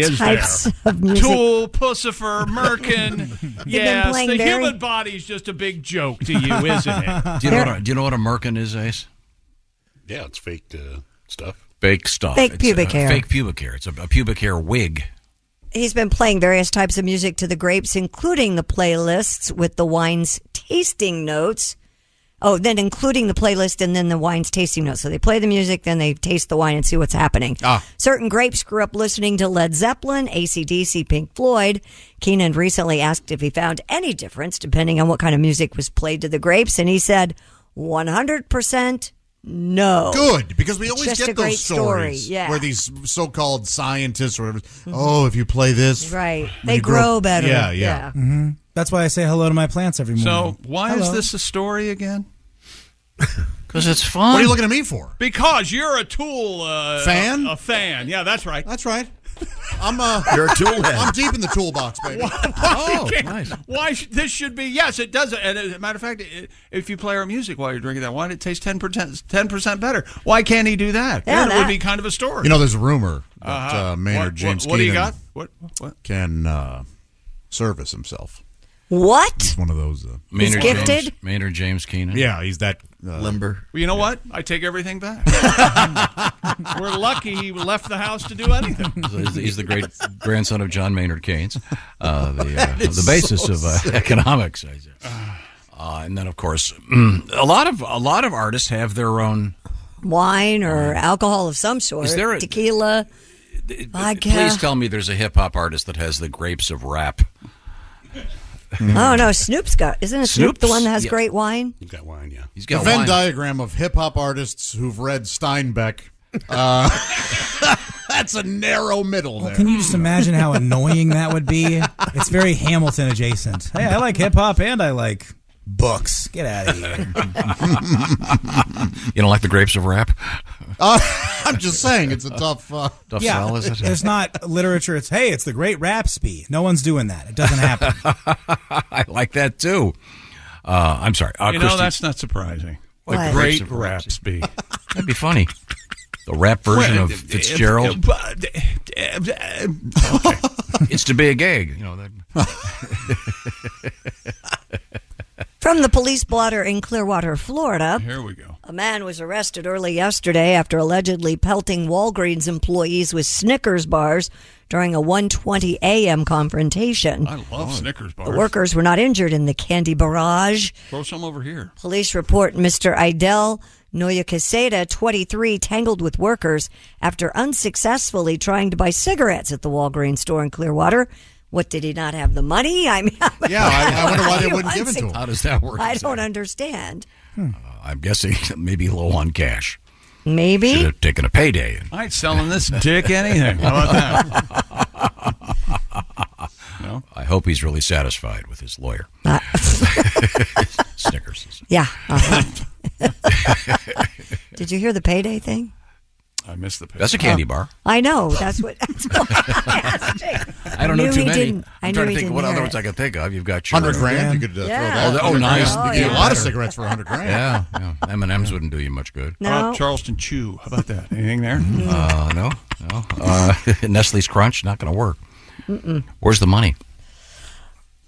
S5: [laughs]
S4: is
S5: types
S4: there?
S5: of music.
S4: Tool, Pussifer,
S5: [laughs]
S4: Merkin. yes,
S5: playing
S4: the
S5: very-
S4: human body's just a big joke to you, isn't
S6: [laughs]
S4: it?
S8: do you know what a, do you know what a merkin is, Ace?
S1: Yeah, it's faked uh, stuff.
S8: Fake stuff.
S5: Fake
S8: It's,
S5: pubic hair.
S8: Fake pubic hair. It's a, a pubic hair wig.
S5: He's been playing various types of music to the grapes, including the playlists with the wine's tasting notes. Oh, then including the playlist and then the wine's tasting notes. So they play the music, then they taste the wine and see what's happening.
S6: Ah.
S5: Certain grapes grew up listening to Led Zeppelin, ACDC, Pink Floyd. Keenan recently asked if he found any difference depending on what kind of music was played to the grapes, and he said 100% no.
S6: Good, because we
S5: Oh. It's
S6: always
S5: just a
S6: get
S5: great
S6: those stories
S5: Story. Yeah. Mm-hmm.
S6: where these so-called scientists or whatever. Oh,
S5: [laughs]
S6: if you play this,
S5: Right.
S6: when
S5: They
S6: you
S5: grow better.
S6: Yeah, yeah.
S7: hmm That's why I say hello to my plants
S6: Mm.
S7: every morning.
S4: So why is
S7: Hello.
S4: this a story again?
S8: Because it's fun.
S6: What are you looking at me for?
S4: Because you're a Tool uh,
S6: Fan?
S4: A, a fan. Yeah, that's right.
S6: That's
S4: [laughs]
S6: right. I'm a
S9: You're a tool head.
S6: I'm deep in the toolbox, baby. Oh,
S4: Why can't- Why sh- this should be? Yes, it does. And as a matter of fact, i if you play our music while you're drinking that wine, it tastes ten percent ten percent better. Why can't he do that?
S5: Yeah,
S4: Then it would
S5: that-
S4: be kind of a story.
S6: You know, there's a rumor that
S4: Uh-huh.
S6: uh, Maynard
S4: What-
S6: James
S4: what- what do you
S6: Keenan
S4: got? What- what?
S6: can uh, service himself.
S5: What?
S6: He's one of those. Uh,
S8: Maynard James, Maynard James Keenan.
S6: Yeah, he's that uh,
S9: limber.
S4: Well, you know what? I take everything
S8: [laughs]
S4: back. We're lucky he left the house to do anything.
S8: He's the, he's the great grandson of John Maynard Keynes, uh, the, uh,
S4: [laughs] That is
S8: the basis
S4: so
S8: of uh,
S4: sick.
S8: economics. I guess. Uh, and then, of course, [clears throat] a lot of a lot of artists have their own.
S5: wine or alcohol of some sort.
S8: Is there a-
S5: tequila? Vodka.
S8: Please tell me there's a hip hop artist that has the grapes of rap.
S5: Oh
S8: [laughs]
S5: no, Snoop's got isn't it Snoop the
S8: Snoop's?
S5: one that has
S8: Yeah.
S5: great wine?
S1: He's got wine, yeah.
S8: He's
S6: the
S8: got
S6: Venn
S8: wine.
S6: diagram of hip hop artists who've read Steinbeck. Uh, [laughs] that's a narrow middle there.
S7: Can you just imagine how annoying
S8: [laughs]
S7: that would be? It's very Hamilton adjacent. Hey, I like hip hop and I like books. Get out of here.
S8: you don't like the grapes of rap? [laughs]
S6: [laughs] Uh, I'm just saying, it's a tough. Uh,
S8: Tough
S7: yeah,
S8: sell, is it?
S7: It's not literature. It's hey, it's the great Rhapsody. No one's doing that. It doesn't
S4: [laughs]
S7: happen.
S8: I like that too. Uh, I'm sorry. Uh,
S4: you know
S8: Christy-
S4: that's not surprising.
S8: What?
S4: The
S8: Grapes
S4: great
S8: of
S4: raps be
S8: That'd be funny. The rap version
S4: Well,
S8: of
S4: if-
S8: Fitzgerald.
S4: if- but-
S8: it's to be a gag. You know that.
S5: From the police blotter in Clearwater, Florida.
S4: Here we go.
S5: A man was arrested early yesterday after allegedly pelting Walgreens employees with Snickers bars during a 1:20 a.m. confrontation. Oh.
S4: I love Snickers bars.
S5: The workers were not injured in the candy barrage.
S4: Throw some over here.
S5: Police report Mr. Idel Noya Caseta, 23, tangled with workers after unsuccessfully trying to buy cigarettes at the Walgreens store in Clearwater. What did he not have the money? [laughs] I mean,
S6: [laughs] yeah, I, I wonder
S5: [laughs]
S6: why they wouldn't give it to him.
S8: How does that work?
S5: I don't understand.
S8: [laughs] I'm guessing maybe low on cash.
S5: Maybe
S8: Should have taken a payday.
S4: I ain't selling this dick anything. How about that?
S8: [laughs]
S4: No?
S8: I hope he's really satisfied with his lawyer.
S5: [laughs]
S8: [laughs] Snickers. is-
S5: Uh, Yeah.
S8: [laughs]
S5: uh-huh. [laughs] did you hear the payday thing?
S4: I missed the. Picture.
S8: That's a candy bar.
S5: I know. That's what. That's what I [laughs] asked Jake.
S8: I don't know
S5: knew
S8: too
S5: he
S8: many.
S5: didn't- I
S8: I'm
S5: knew
S8: trying to
S5: he
S8: think of
S5: didn't
S8: what other
S5: hear
S8: ones
S5: it.
S8: I could think of. You've got your
S6: 100 grand? You could uh,
S5: Yeah.
S6: throw that.
S8: Oh, oh, nice.
S6: You could
S8: Yeah.
S6: get a lot of cigarettes for 100 grand.
S8: Yeah, yeah. M and M's wouldn't do you much good.
S4: How about Uh, Charleston Chew? How about that? Anything there?
S5: Mm-hmm.
S8: Uh, no, no. Uh, [laughs] Nestle's Crunch not going to work.
S5: Mm-mm.
S8: Where's the money?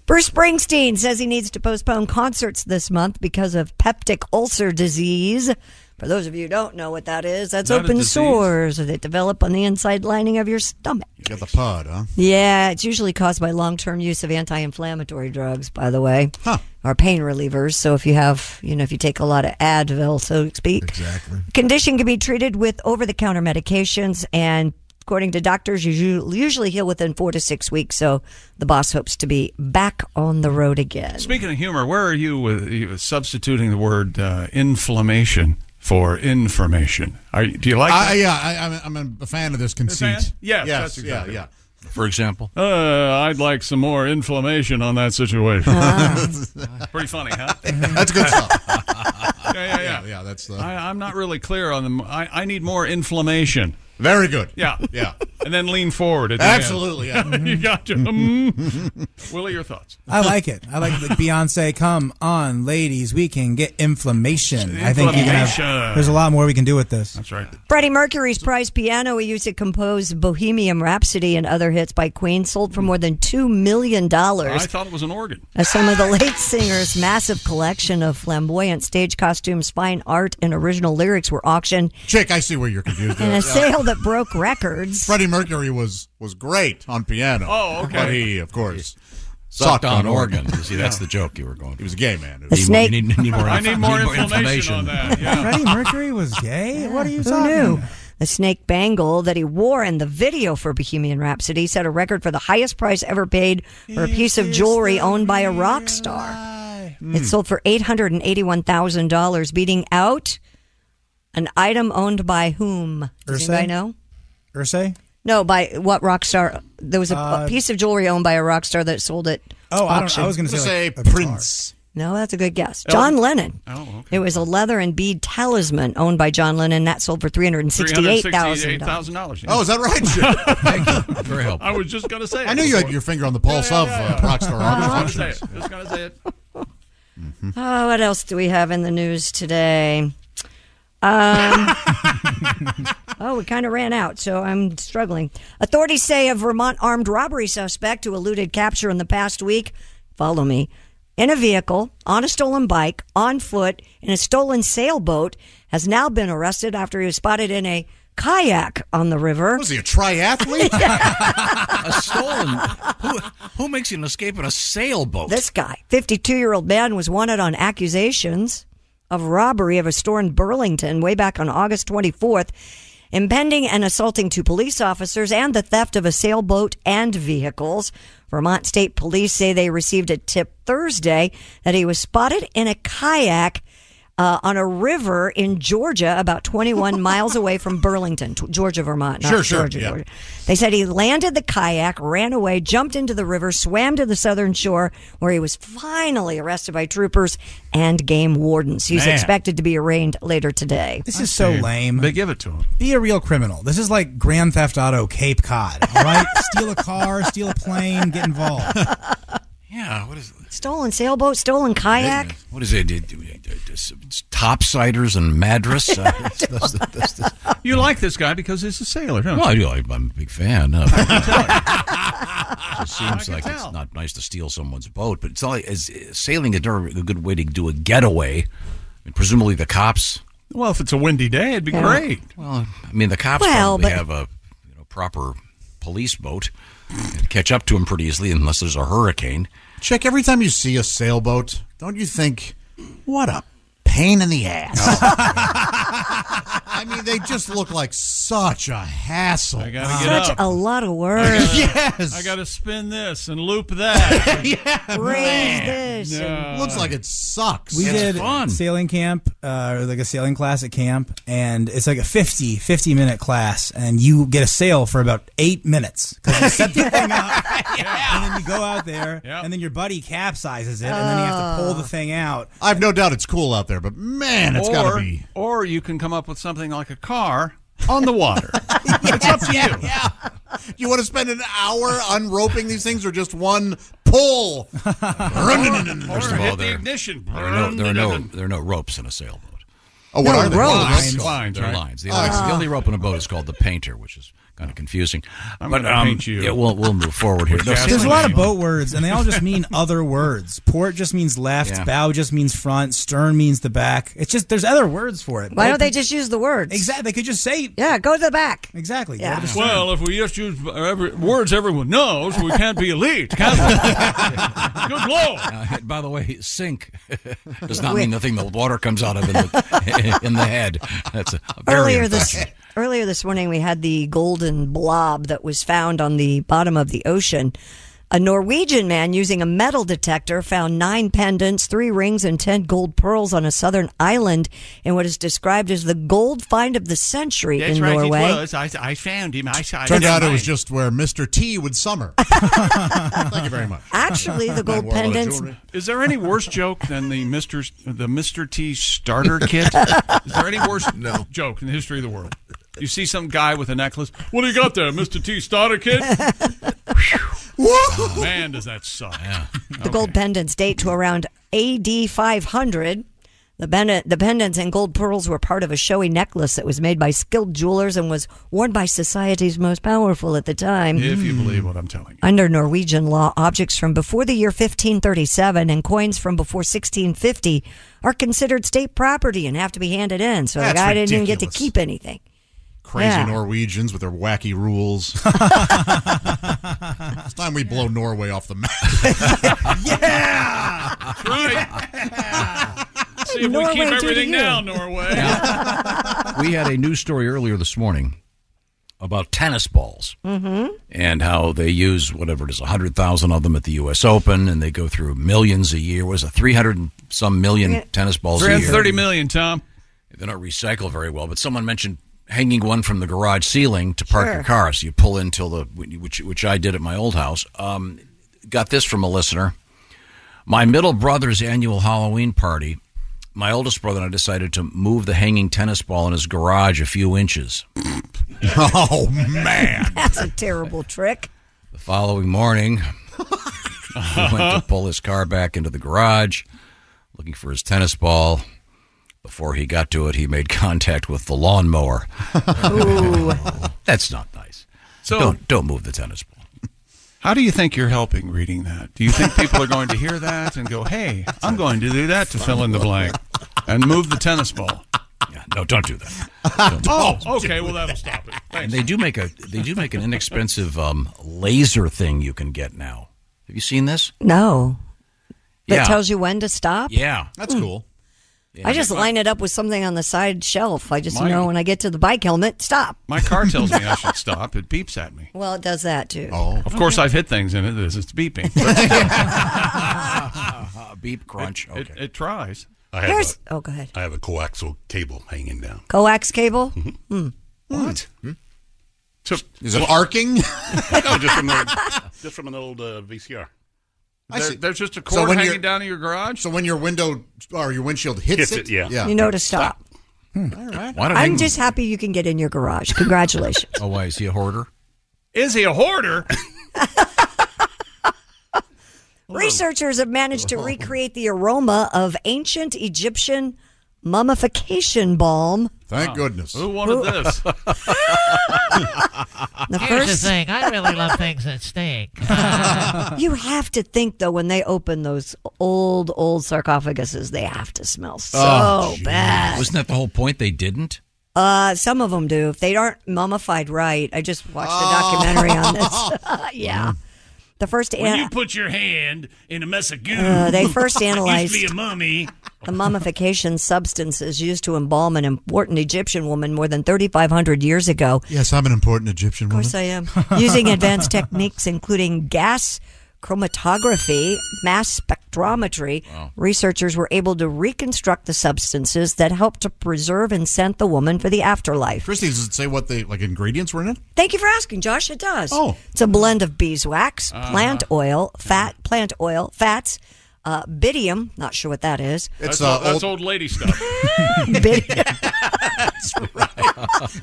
S5: Bruce Springsteen says he needs to postpone concerts this month because of peptic ulcer disease. For those of you who don't know what that is, that's
S6: Not a
S5: open
S6: disease.
S5: sores that develop on the inside lining of your stomach.
S6: Got the pod, huh?
S5: Yeah, it's usually caused by long term use of anti inflammatory drugs, by the way, or pain relievers. So if you have, you know, if you take a lot of Advil, so to speak, exactly. condition can be treated with over the counter medications. And according to doctors, you usu- usually heal within four to six weeks. So the boss hopes to be back on the road again.
S4: Speaking of humor, where are you with you substituting the word uh, inflammation for information? Are, you- do you like
S6: I,
S4: that?
S6: yeah, I, I'm, a- I'm a fan of this conceit.
S4: Yes,
S6: yes,
S4: that's exactly
S6: yeah, yeah.
S8: For example,
S4: Uh, I'd like some more inflammation on that situation.
S7: Ah.
S4: Pretty funny,
S2: [laughs]
S4: huh?
S6: [laughs] That's good stuff.
S4: [laughs] yeah, yeah, yeah.
S6: yeah, that's the-
S4: I, I'm not really clear on them. I, I need more inflammation.
S6: Very good.
S4: Yeah,
S6: yeah.
S4: And then lean forward. At the
S6: Absolutely,
S4: end.
S6: yeah.
S4: [laughs]
S6: Mm-hmm.
S4: you got to. Mm. Willie, your thoughts?
S7: I like it. I like the
S4: [laughs]
S7: Beyonce. Come on, ladies, we can get inflammation. I think you can have,
S4: Inflammation.
S7: there's a lot more we can do with this.
S4: That's right.
S5: Freddie Mercury's prized piano he used to compose Bohemian Rhapsody and other hits by Queen sold for more than $2 million.
S4: I thought it was an organ.
S5: As some of the late singer's massive collection of flamboyant stage costumes, fine art, and original lyrics were auctioned
S6: Chick, I see where you're
S5: [laughs]
S6: confused.
S5: in
S6: there.
S5: a sale that broke records.
S6: Freddie Mercury was was great on piano.
S5: Oh, okay.
S6: But he, of course,
S8: sucked
S6: sucked
S8: on
S6: on
S8: organ.
S6: organ.
S8: You See, that's the joke you were going. He
S6: was a gay man.
S5: The snake-
S8: Need, need more,
S5: I need more
S8: information, on that.
S7: Freddie Mercury was gay. What are you
S5: Who
S7: talking?
S5: knew? The snake bangle that he wore in the video for Bohemian Rhapsody set a record for the highest price ever paid for a piece of jewelry owned by a rock star. It sold for $881,000, beating out an item owned by whom? Does
S7: Ursay?
S5: anybody know?
S7: Ursay?
S5: No, by what rock star? There was a, a
S7: Uh,
S5: piece of jewelry owned by a rock star that sold at
S7: Oh, I, don't,
S5: auction.
S7: I was going to say, like, a Prince.
S5: No, that's a good guess.
S7: Oh.
S5: John Lennon.
S7: Oh, okay.
S5: It was a leather and bead talisman owned by John Lennon that sold for three hundred and sixty-eight thousand dollars.
S4: $368,000.
S6: Oh, is that right?
S4: [laughs]
S6: Chick?
S8: Very helpful.
S4: I was just going to say.
S6: I knew you had your finger on the pulse
S4: Yeah,
S6: of
S4: yeah,
S6: uh, rock star
S4: [laughs] I was
S6: art
S4: gonna
S6: auctions.
S4: say it. I was going to say it.
S5: Oh, what else do we have in the news today? Um, oh, we kind of ran out, so I'm struggling. Authorities say a Vermont armed robbery suspect who eluded capture in the past week, follow me, in a vehicle, on a stolen bike, on foot, in a stolen sailboat, has now been arrested after he was spotted in a kayak on the river.
S6: Was he a triathlete?
S8: a stolen. Who, who makes an escape in a sailboat?
S5: This guy, 52 year old man, was wanted on accusations of robbery of a store in Burlington way back on August 24th, impending and assaulting two police officers, and the theft of a sailboat and vehicles. Vermont State Police say they received a tip Thursday that he was spotted in a kayak. Uh, on a river in Georgia, about 21 [laughs] miles away from Burlington, t- Georgia, Vermont. not
S6: Sure, sure,
S5: Georgia,
S6: yeah.
S5: Georgia. They said he landed the kayak, ran away, jumped into the river, swam to the southern shore, where he was finally arrested by troopers and game wardens. He's
S7: Man.
S5: expected to be arraigned later today.
S7: This is so lame.
S4: They give it to him.
S7: Be a real criminal. This is like Grand Theft Auto Cape Cod, all right? steal a car, steal a plane, get involved.
S8: Yeah, what is
S5: Stolen sailboat, stolen kayak.
S8: what is it? It- it- it's- it's [laughs] Topsiders
S6: [laughs]
S8: and Madras. Uh, [laughs] that's- that's- that's- that's-
S4: You like this guy because he's a sailor, don't
S8: well, I
S4: you?
S8: do, I, I'm a big
S6: [laughs]
S4: [laughs]
S8: fan. Of. it seems like it's not nice to steal someone's boat, but it's all as sailing is never a good way to do a getaway. And presumably, the cops.
S4: Well, if it's a windy day, it'd be
S8: Yeah.
S4: great.
S8: Well, I mean, the cops
S4: Well,
S8: probably
S4: but-
S8: have a you know, proper police boat and catch up to them pretty easily, unless there's a hurricane.
S6: Chick, every time you see a sailboat, don't you think, what a pain in the ass? I mean, they just look like such a hassle. I
S4: gotta get Such up.
S5: a lot of work.
S6: yes.
S4: I got to spin this and loop that.
S6: [laughs] yeah.
S5: Raise
S4: this and-
S6: Looks like it sucks.
S7: We did sailing camp, uh, or like a sailing class at camp, and it's like a 50, 50 minute class, and you get a sail for about eight minutes. 'Cause you set the thing up, and then you go out there, and then your buddy capsizes it, and then you have to pull
S5: Oh.
S7: the thing out.
S6: I've no doubt it's cool out there, but man, it's got
S4: Or-
S6: to be.
S4: Or you can come up with something like a car on the water. it's up to you.
S6: You want to spend an hour unroping these things or just one pull?
S8: First of all, there,
S4: ignition.
S8: there are no there are no there are no ropes in a sailboat.
S6: Oh, what No, are they? ropes.
S8: Lines.
S6: Lines,
S8: They're
S6: right?
S8: lines. The,
S6: Oh, I
S8: the
S6: see.
S8: only rope in a boat is called the painter, which is Kind of confusing.
S21: I'm
S8: but
S21: gonna
S8: um,
S21: paint you.
S8: yeah, we'll we'll move forward here. No,
S7: There's a lot of boat words, and they all just mean other words. Port just means left,
S8: Yeah.
S7: bow just means front, stern means the back. It's just there's other words for it.
S5: Why don't they just use the words?
S7: Exactly. They could just say.
S5: Yeah, go to the back.
S7: Exactly.
S5: Yeah.
S4: Well, if we just use every, words everyone knows, we can't be elite, can we? Good lord!
S2: [laughs]
S8: Uh, [laughs] by the way, sink [laughs] does not
S5: Wait.
S8: mean the thing the water comes out of in the, [laughs] in the head. That's a, a very
S5: earlier this
S8: impressive.
S5: [laughs] earlier this morning we had the golden blob that was found on the bottom of the ocean. A Norwegian man using a metal detector found nine pendants, three rings, and ten gold pearls on a southern island in what is described as the gold find of the century
S23: That's
S5: in
S23: right,
S5: Norway.
S23: it was. I, I found him. I saw
S6: Turned out it was
S23: mine.
S6: just where Mr. T would
S5: [laughs]
S6: summer. Thank you very much.
S5: Actually, the gold pendants.
S4: Is there any worse joke than the Mister the Mister T starter kit? Is there any
S8: [laughs]
S4: worse joke in the history of the world? You see some guy with a necklace. What do you got there, Mister T
S5: [laughs]
S4: starter kit? Oh,
S5: Whoa.
S4: Man, does that suck!
S5: The gold pendants date to around AD 500. The, ben- the pendants and gold pearls were part of a showy necklace that was made by skilled jewelers and was worn by society's most powerful at the time.
S4: If you believe what I'm telling
S5: Under Norwegian law, objects from before the year 1537 and coins from before 1650 are considered state property and have to be handed in. So the
S6: That's
S5: guy didn't even get to keep anything.
S6: Crazy
S5: Yeah.
S6: Norwegians with their wacky rules. it's time we blow Norway off the
S5: [laughs]
S6: map.
S4: yeah,
S6: [laughs]
S4: That's right. See if
S12: Norway
S4: we keep
S12: to the
S4: everything
S12: year.
S4: down, Norway.
S6: [laughs]
S8: we had a news story earlier this morning about tennis balls
S12: Mm-hmm.
S8: and how they use whatever it is, 100,000 of them at the U.S. Open, and they go through millions a year. Was it 300 and some million
S4: Yeah.
S8: tennis balls a year?
S4: 330 million, Tom.
S8: They're not recycled very well, but someone mentioned hanging one from the garage ceiling to park
S4: Sure.
S8: your car. So you pull in till the, which, which I did at my old house. Um, got this from a listener. My middle brother's annual Halloween party, my oldest brother and I decided to move the hanging tennis ball in his garage a few inches. [laughs] oh, man.
S5: [laughs] That's a terrible trick.
S8: The
S4: [laughs]
S8: following morning, he went to pull his car back into the garage looking for his tennis ball. Before he got to it, he made contact with the lawnmower. That's not nice.
S4: So-
S8: don't don't move the tennis ball.
S4: How do you think you're helping reading that? Do you think people are going to hear that and go, "Hey, I'm going to do that to fill in the blank and move the tennis ball"?
S8: no, don't do that.
S4: [laughs] oh, okay. Well, that'll stop it.
S8: And they do make a they do make an inexpensive um, laser thing you can get now. Have you seen this?
S5: No. That
S8: Yeah.
S5: tells you when to stop?
S8: Yeah,
S5: That's Mm. cool. I just line it up with something on the side shelf. I just
S4: Mine-
S5: know when I get to the bike helmet, stop.
S4: My car tells me I should stop. It beeps at me.
S5: Well, it does that too.
S4: Oh,
S1: Oh,
S4: Of course, I've hit things in it. It's
S1: [laughs]
S4: it's beeping.
S8: Beep crunch.
S4: It, it, it tries.
S1: I
S5: Here's- oh, go ahead.
S1: I have a coaxial cable hanging down. [laughs]
S5: Coax cable? Hmm.
S1: What?
S6: Is it arcing?
S1: no, Oh, just from the just from an old uh, VCR.
S6: I
S1: There-
S6: see.
S1: There's just a
S6: So
S1: cord
S6: when
S1: hanging
S6: you're-
S4: down in your garage.
S6: So when your window or your windshield hits,
S1: Hits it, yeah.
S5: You know to stop.
S6: All right.
S8: Hmm. Why don't
S5: I'm
S8: they-
S5: just happy you can get in your garage. Congratulations.
S8: [laughs] Oh, why is he a hoarder?
S4: Is he a hoarder?
S5: Researchers have managed to
S8: Oh.
S5: recreate the aroma of ancient Egyptian mummification balm.
S6: Thank [laughs] goodness.
S4: Who wanted
S2: [laughs]
S4: this?
S5: The
S10: Here's
S5: first-
S10: the thing. I really love things that stink.
S5: you have to think though when they open those old old sarcophaguses, they have to
S8: Oh,
S5: smell so
S8: geez.
S5: bad.
S8: Wasn't that the whole point? They didn't.
S5: Uh, some of them do. If they aren't mummified right, I just watched
S8: Oh.
S5: a documentary on
S23: [laughs]
S8: [laughs]
S5: this. [laughs]
S8: Mm.
S5: yeah, the first
S23: When
S5: an-
S23: you put your hand in a mess of goo,
S5: Uh,
S23: [laughs]
S5: they first
S23: it
S5: analyzed-
S23: used to be a mummy.
S5: the mummification substances used to embalm an important Egyptian woman more than 3,500 years ago.
S6: Yes, I'm an important Egyptian
S5: Of
S6: woman.
S5: course, I am using advanced techniques including gas chromatography, mass spectrometry. Researchers were able to reconstruct the substances that helped to preserve and scent the woman for the afterlife.
S6: Christy, does it say what the like ingredients were in it?
S5: Thank you for asking, Josh. It does. Oh. It's a blend of beeswax,
S6: Uh-huh. Mm-hmm.
S5: plant oil, fat, plant oil, fats, uh, bidium, not sure what that is.
S4: that's,
S6: uh,
S4: old, that's old
S6: [laughs]
S5: [laughs]
S4: lady stuff.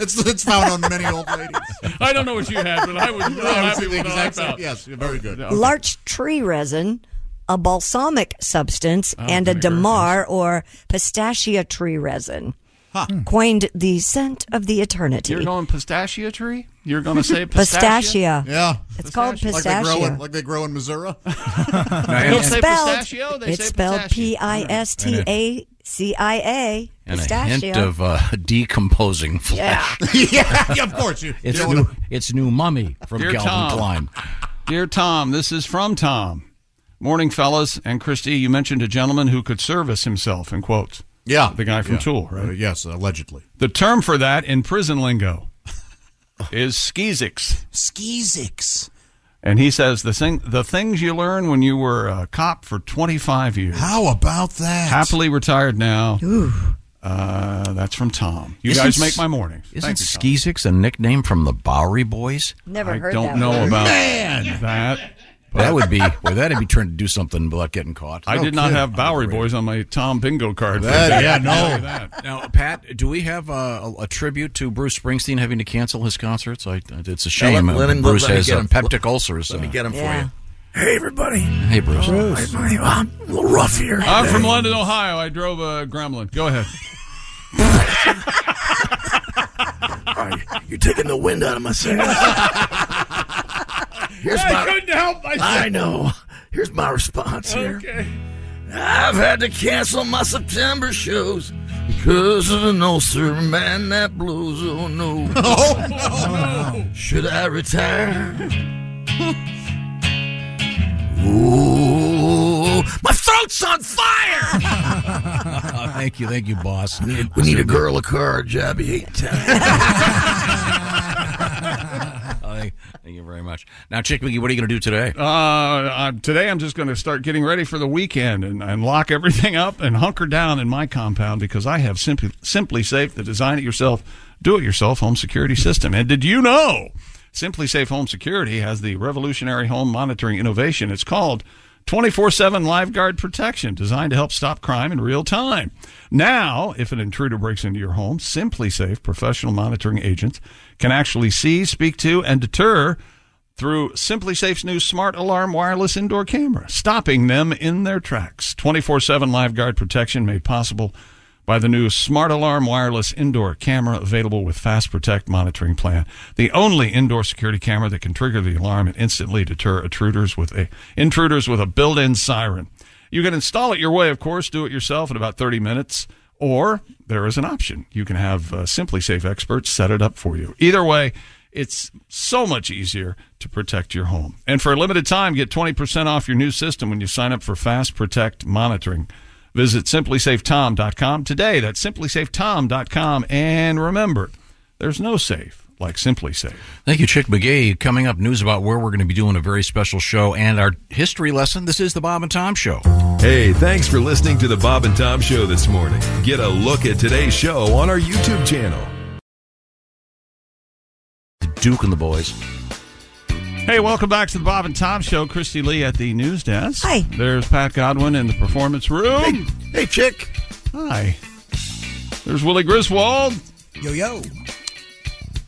S6: It's it's found on many old
S8: [laughs]
S6: ladies.
S5: [laughs]
S4: I don't know what you had, but
S6: [laughs]
S4: I was real
S6: No, it's
S4: happy
S6: the
S4: with what I
S6: exact same-
S4: found.
S6: yes, very good.
S5: larch tree resin, a
S4: Ah,
S5: balsamic substance, and a damar or pistachia tree resin. coined the scent of the eternity.
S4: You're going pistachio tree? You're going to
S5: [laughs]
S4: say
S5: Pistachio.
S4: pistachio?
S5: Yeah. It's called
S6: Like they grow
S5: pistachio.
S6: in, like they grow in Missouri.
S5: It's
S6: Don't say
S5: spelled-
S6: pistachio, they
S5: it's
S6: say
S5: spelled
S6: pistachio.
S5: P I S T A C I A.
S8: And
S5: Pistachio.
S8: a hint of uh, [laughs] decomposing flesh.
S5: [laughs] Yeah. Yeah, of
S4: [laughs]
S6: course, you-
S8: it's
S6: you don't
S8: new.
S6: wanna-
S8: It's new mummy from
S4: Dear
S8: Calvin
S4: Tom.
S8: Klein.
S4: Dear Tom, this is from Tom. Morning, fellas. And Christy, you mentioned a gentleman who could service himself, in quotes.
S6: Yeah.
S4: The guy from
S6: Yeah.
S4: Tool, right?
S6: Uh, yes, allegedly.
S4: The term for that in prison lingo is skeezicks.
S6: Skeezicks.
S4: And he says the thing, the things you learn when you were a cop for 25 years.
S6: How about that?
S4: Happily retired now. Uh, that's from Tom. You guys
S8: Isn't-
S4: make my morning.
S8: Isn't Skeezicks a nickname from the Bowery Boys?
S5: Never
S4: I
S5: heard that.
S4: don't know
S5: one.
S4: about
S8: [laughs] that. That would be well. That'd be trying to do something without getting caught.
S4: I did not have Bowery Boys on my Tom bingo card.
S8: That- yeah, no.
S4: That.
S8: Now, Pat, do we have uh, a, a tribute to Bruce Springsteen having to cancel his concerts? I, I- it's a shame.
S9: let-
S8: uh,
S9: let him-
S8: Bruce
S9: let me
S8: has
S9: get
S8: uh,
S9: him.
S8: peptic ulcers.
S9: Let me
S8: uh,
S9: get him
S4: Yeah.
S9: for you. Hey, everybody.
S8: Hey, Bruce.
S9: Bruce. My, my, I'm a little rough here.
S4: I'm
S9: today.
S4: from London, Ohio. I drove a gremlin. Go ahead.
S9: You're taking the wind out of my
S2: [laughs]
S9: sails. Here's
S2: I
S9: my-
S2: couldn't help myself.
S9: I know. Here's my response here.
S2: Okay.
S9: I've had to cancel my September shows because of an ulcer, man, that blows. Oh no.
S2: [laughs] Oh, no.
S9: Should I retire? [laughs] Ooh, my throat's on fire!
S8: [laughs] thank you, thank you, boss.
S9: we need a girl a car, Jabby eight
S8: Oh, [laughs] thank, thank you very much. Now, Chick McGee, what are you going to do today?
S4: Uh, I'm, today I'm just going to start getting ready for the weekend and, and lock everything up and hunker down in my compound because I have simply Simply Safe, the design it yourself, do it yourself home security system. And did you know Simply Safe Home Security has the revolutionary home monitoring innovation? It's called 24 7 LiveGuard protection designed to help stop crime in real time. Now, if an intruder breaks into your home, Simply Safe professional monitoring agents can actually see, speak to, and deter through Simply Safe's new smart alarm wireless indoor camera, stopping them in their tracks. 24 7 LiveGuard protection made possible by the new smart alarm wireless indoor camera available with Fast Protect monitoring plan. The only indoor security camera that can trigger the alarm and instantly deter intruders with a, intruders with a built in siren. You can install it your way, of course, do it yourself in about 30 minutes, or there is an option. You can have uh, Simply Safe experts set it up for you. Either way, it's so much easier to protect your home. And for a limited time, get 20% off your new system when you sign up for Fast Protect monitoring. Visit simplysafetom.com today. That's simplysafetom.com. And remember, there's no safe like Simply Safe.
S8: Thank you, Chick McGee. Coming up, news about where we're going to be doing a very special show and our history lesson. This is the Bob and Tom Show.
S14: Hey, thanks for listening to the Bob and Tom Show this morning. Get a look at today's show on our YouTube channel.
S8: Duke and the boys.
S4: Hey, welcome back to the Bob and Tom Show. Christy Lee at the news desk.
S5: Hi.
S4: There's Pat Godwin in the performance room. Hey,
S9: Chick.
S4: Hi. There's Willie Griswold.
S7: Yo yo.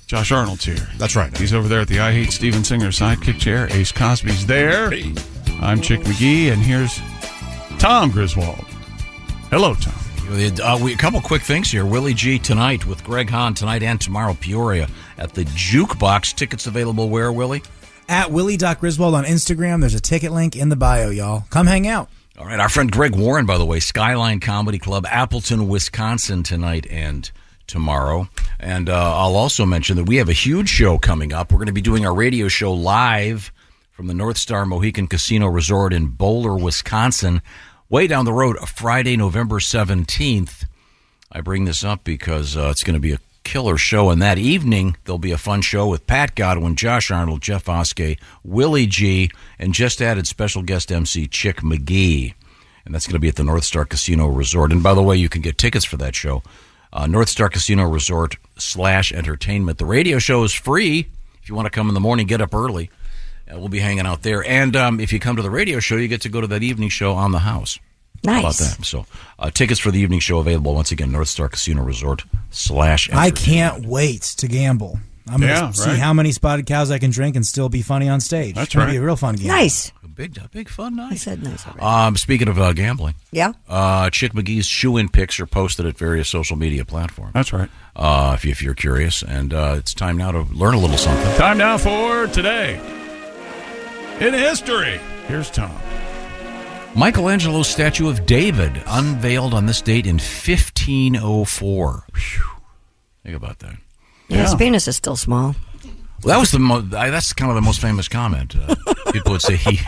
S4: Josh Arnold's here. That's right. He's over there at the I Hate Steven Singer sidekick chair. Ace Cosby's there. I'm Chick McGee, and here's Tom Griswold. Hello, Tom.
S8: Uh, we, a couple quick things here. Willie G tonight with Greg Hahn tonight and tomorrow Peoria at the Jukebox. Tickets available where, Willie?
S7: At Willie.Griswold on Instagram, there's a ticket link in the bio, y'all. Come hang out.
S8: All right, our friend Greg Warren, by the way, Skyline Comedy Club, Appleton, Wisconsin tonight and tomorrow. And uh, I'll also mention that we have a huge show coming up. We're going to be doing our radio show live from the North Star Mohican Casino Resort in Boulder, Wisconsin, way down the road, Friday, November 17th. I bring this up because uh, it's going to be a killer show. And that evening, there'll be a fun show with Pat Godwin, Josh Arnold, Jeff Oskey, Willie G, and just added special guest MC Chick McGee. And that's going to be at the North Star Casino Resort. And by the way, you can get tickets for that show. Uh, North Star Casino Resort slash entertainment. The radio show is free. If you want to come in the morning, get up early. Uh, we'll be hanging out there. And um, if you come to the radio show, you get to go to that evening show on the house. How About
S7: Nice.
S8: that. So, uh, tickets for the evening show available once again, North Star Casino Resort slash.
S7: I can't wait to gamble. I'm
S4: Yeah,
S7: gonna
S4: right.
S7: see how many spotted cows I can drink and still be funny on stage.
S8: That's
S7: It's gonna
S8: right.
S7: Be a real fun game.
S5: Nice.
S8: Big, big fun night.
S5: I said nice. already.
S8: Um, speaking of uh, gambling,
S5: Yeah.
S8: uh, Chick McGee's shoe-in picks are posted at various social media platforms.
S4: That's right.
S8: Uh, if, you, if you're curious, and uh, it's time now to learn a little something.
S4: Time now for today in history. Here's Tom.
S8: Michelangelo's statue of David unveiled on this date in 1504. Whew. Think about that.
S5: Yeah, His penis is still small.
S8: Well, that was the mo- I, that's kind of the most famous comment. Uh, people would say he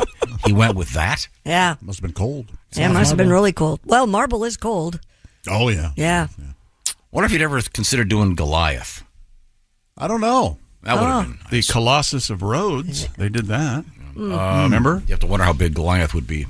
S8: he went with that.
S5: Yeah.
S8: Must have been cold.
S5: Yeah, it must have been really cold. Well, marble is cold.
S8: Oh yeah.
S5: Yeah.
S8: Wonder if you'd ever consider doing Goliath.
S6: I don't know.
S8: That would have been
S4: the Colossus of Rhodes. They did that.
S8: Um,
S4: Remember?
S8: You have to wonder how big Goliath would be.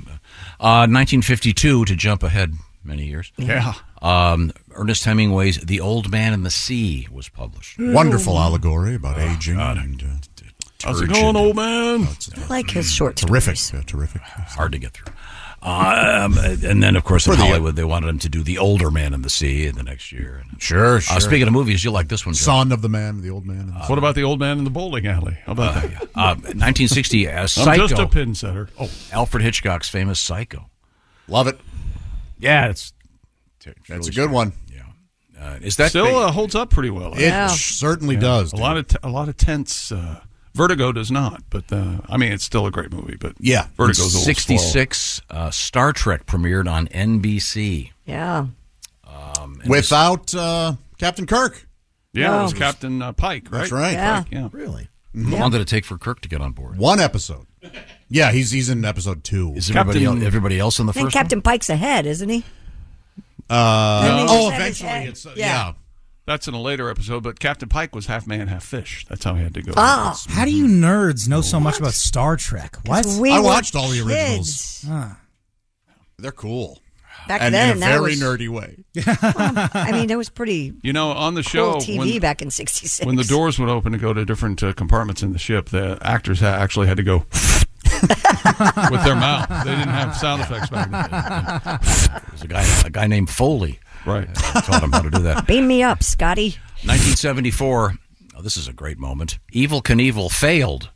S8: Uh, 1952, to jump ahead many years.
S4: Yeah.
S8: Um, Ernest Hemingway's The Old Man and the Sea was published. Ah,
S6: Wonderful allegory about aging. and, uh,
S8: How's it going,
S4: old man?
S5: I like his short
S6: Terrific. uh, terrific.
S8: Hard to get through. Um, and then, of course, in
S6: For the-
S8: Hollywood, they wanted him to do The Older Man and the Sea in the next year.
S6: Sure,
S8: Uh,
S6: sure.
S8: speaking of movies, you'll like this one, Joe.
S6: Son of the man, the Um, old man.
S4: What about the old man in the bowling alley? How about that?
S8: Uh, 1960, uh,
S4: I'm
S8: Psycho.
S4: just a pin setter. Oh,
S8: Alfred Hitchcock's famous Psycho.
S6: Love it.
S8: Yeah, it's,
S6: That's a good one.
S8: Yeah. Uh, is that
S4: still uh, holds up pretty well? I
S6: It
S4: think.
S6: certainly
S4: Yeah.
S6: does.
S4: A lot of t- a lot of tense. Uh, Vertigo does not, but uh, I mean it's still a great movie. But Vertigo's a little slow.
S8: 66. Uh, Star Trek premiered on NBC.
S5: Yeah.
S8: Um,
S6: Without uh, Captain Kirk.
S4: Yeah, it was Captain uh, Pike. Right?
S6: That's right.
S4: Pike, yeah.
S6: Really?
S8: How long did it take for Kirk to get on board?
S6: Mm-hmm. One episode. Yeah, he's he's in episode two.
S8: Is everybody Captain- el- everybody else in
S5: I think Captain Pike's ahead, isn't he? Didn't
S6: Uh,
S5: he
S6: oh,
S5: just have his
S6: eventually
S5: head?
S6: it's uh, yeah.
S4: That's in a later episode, but Captain Pike was half man, half fish. That's how he had to go.
S5: Oh,
S7: How do you nerds know so much about Star Trek? What? Ah.
S4: we I were watched all the
S6: originals.
S7: Huh.
S6: They're cool.
S5: Back
S6: and
S5: then,
S6: in a
S5: that
S6: very
S5: was-
S6: nerdy way.
S5: I mean, it was pretty
S4: You know, on the show
S5: cool TV
S4: when,
S5: back in '66.
S4: [laughs] when the doors would open to go to different uh, compartments in the ship, the actors ha- actually had to go [laughs] with their mouth. They didn't have sound effects back then.
S8: There's a guy, a guy named Foley.
S4: Right.
S8: Uh, taught him how to do
S4: [laughs]
S8: that.
S5: [laughs] Beam me up, Scotty.
S8: 1974. Oh, this is a great moment. Evil Knievel failed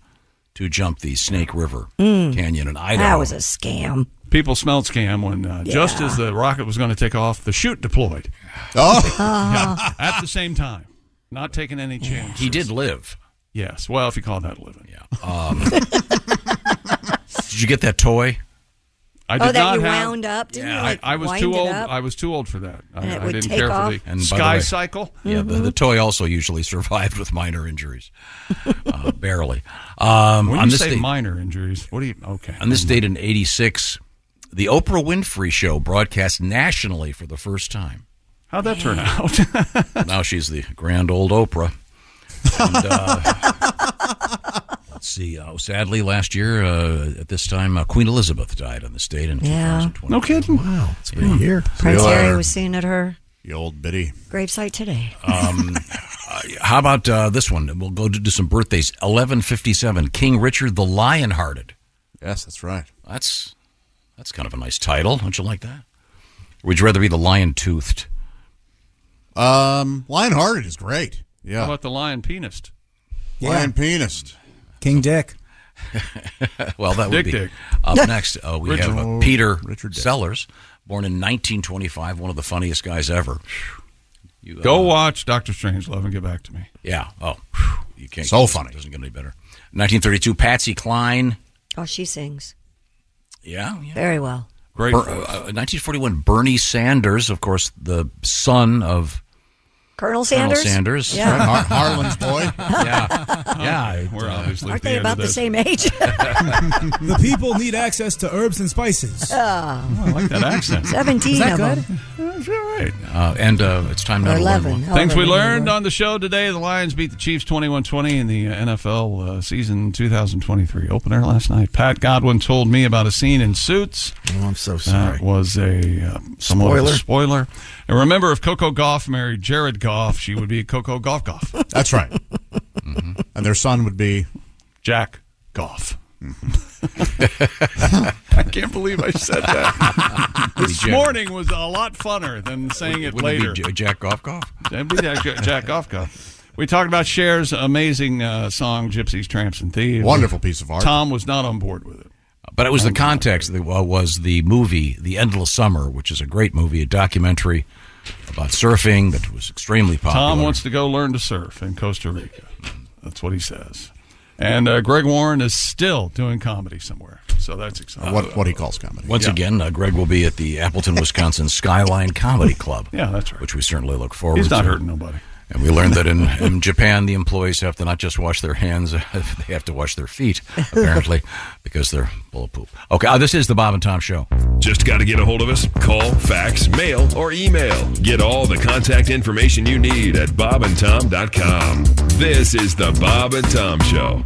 S8: to jump the Snake River
S5: Mm.
S8: Canyon in Idaho.
S5: That was a scam.
S4: People smelled scam when uh, just as the rocket was going to take off, the chute deployed.
S6: Oh.
S5: [laughs] Ah.
S4: Yeah, at the same time, not taking any chances.
S8: He did live.
S4: Yes. Well, if you call that living.
S8: Yeah. Um, did you get that toy?
S4: I
S5: Oh,
S4: did
S5: that
S4: not
S5: you
S4: have-
S5: wound up? Didn't
S4: yeah,
S5: you, like,
S4: I, I was
S5: wind
S4: too
S5: it
S4: old.
S5: up?
S4: I was too old for that. I,
S5: And it
S4: I
S5: would
S4: didn't
S5: take
S4: care
S5: off? Mm-hmm.
S4: for the
S8: And by the
S4: sky
S8: way-
S4: cycle.
S8: Yeah, the, the toy also usually [laughs] survived with minor injuries,
S5: [laughs]
S8: uh, barely. Um,
S4: When
S8: on
S4: you
S8: this
S4: say
S8: date-
S4: minor injuries, what do you? Okay.
S8: On this date in '86, the Oprah Winfrey Show broadcast nationally for the first time.
S4: How'd that [laughs] turn
S8: [laughs]
S4: out?
S8: now she's the grand old Oprah. And, uh, [laughs] let's see. Oh, sadly, last year uh, at this time, uh, Queen Elizabeth died on this date in
S5: Yeah.
S8: 2020.
S4: No kidding. Wow.
S8: It's
S6: been a year.
S5: Prince
S8: See you
S5: Harry
S8: later.
S5: was seen at her
S6: The old biddy.
S5: gravesite today.
S8: Um, [laughs] uh, how about uh, this one? We'll go to, to some birthdays. 1157, King Richard the Lionhearted.
S6: Yes, that's right.
S8: That's that's kind of a nice title. Don't you like that? Or would you rather be the lion toothed?
S6: Um, Lionhearted is great.
S4: How
S6: Yeah,
S4: about the lion penist?
S6: Lion Penis.
S7: King Dick.
S8: [laughs] well, that would
S7: Dick
S8: be
S7: Dick.
S8: up next. Uh, we
S7: Richard.
S8: have uh,
S7: Oh,
S8: Peter
S7: Richard Dick.
S8: Sellers, born in 1925, one of the funniest guys ever. You, uh,
S4: Go watch Doctor Strangelove and get back to me.
S8: Yeah. Oh, you can't.
S4: So
S8: this
S4: funny.
S8: Doesn't get any better. 1932, Patsy Cline.
S5: Oh, she sings.
S8: Yeah, yeah.
S5: Very well.
S4: Great.
S8: Ber- uh, uh, 1941, Bernie Sanders, of course, the son of
S5: Colonel Sanders.
S8: Colonel Sanders.
S5: Yeah. [laughs]
S8: [laughs] yeah. Yeah.
S4: We're obviously
S5: Aren't they about the same
S7: [laughs]
S5: age? [laughs]
S7: the people need access to herbs and spices.
S5: Oh,
S4: I like that accent.
S5: 17
S7: Is that
S5: of
S7: good?
S5: them.
S8: Uh, and uh, it's time now
S5: Or
S8: to learn
S5: 11,
S8: one.
S5: however
S4: Things we
S5: many
S4: learned
S5: were.
S4: on the show today: the Lions beat the Chiefs 21-20 in the uh, NFL uh, season 2023 open air last night. Pat Godwin told me about a scene in Suits.
S24: Oh, I'm so sorry.
S4: That was a uh, somewhat of a spoiler. And remember, if Coco Goff married Jared Goff, she would be Coco Goff
S8: [laughs]
S4: Goff.
S6: That's
S4: [laughs]
S6: right.
S8: Mm-hmm.
S6: And their son would be
S4: Jack Goff. [laughs]
S8: Mm-hmm.
S4: I can't believe I said
S8: [laughs]
S4: that. this
S8: Jack-
S4: morning was a lot funner than saying it
S8: Wouldn't it
S4: later.
S8: be J- Jack Goff Goff?
S4: That'd be Jack, Jack Goff Goff. We talked about Cher's amazing uh, song, Gypsies, Tramps, and Thieves.
S8: Wonderful piece of art.
S4: Tom was not on board with it.
S8: But it was the context that uh, was the movie, The Endless Summer, which is a great movie, a documentary about surfing that was extremely popular.
S4: Tom wants to go learn to surf in Costa Rica. That's what he says. And uh, Greg Warren is still doing comedy somewhere. So that's exciting.
S8: Uh, What- what
S25: he calls comedy.
S8: Once
S4: Yeah.
S8: again, uh, Greg will be at the Appleton, Wisconsin Skyline Comedy Club.
S4: [laughs] Yeah, that's right.
S8: Which we certainly look forward
S4: He's
S8: to.
S4: not hurting nobody.
S8: And we learned that
S4: [laughs]
S8: in, in Japan, the employees have to not just wash their hands, [laughs] they have to wash their feet,
S4: [laughs]
S8: apparently, because they're full of poop. Okay, uh, this is the Bob and Tom Show.
S14: Just got to get a hold of us. Call, fax, mail, or email. Get all the contact information you need at bobandtom.com. This is the Bob and Tom Show.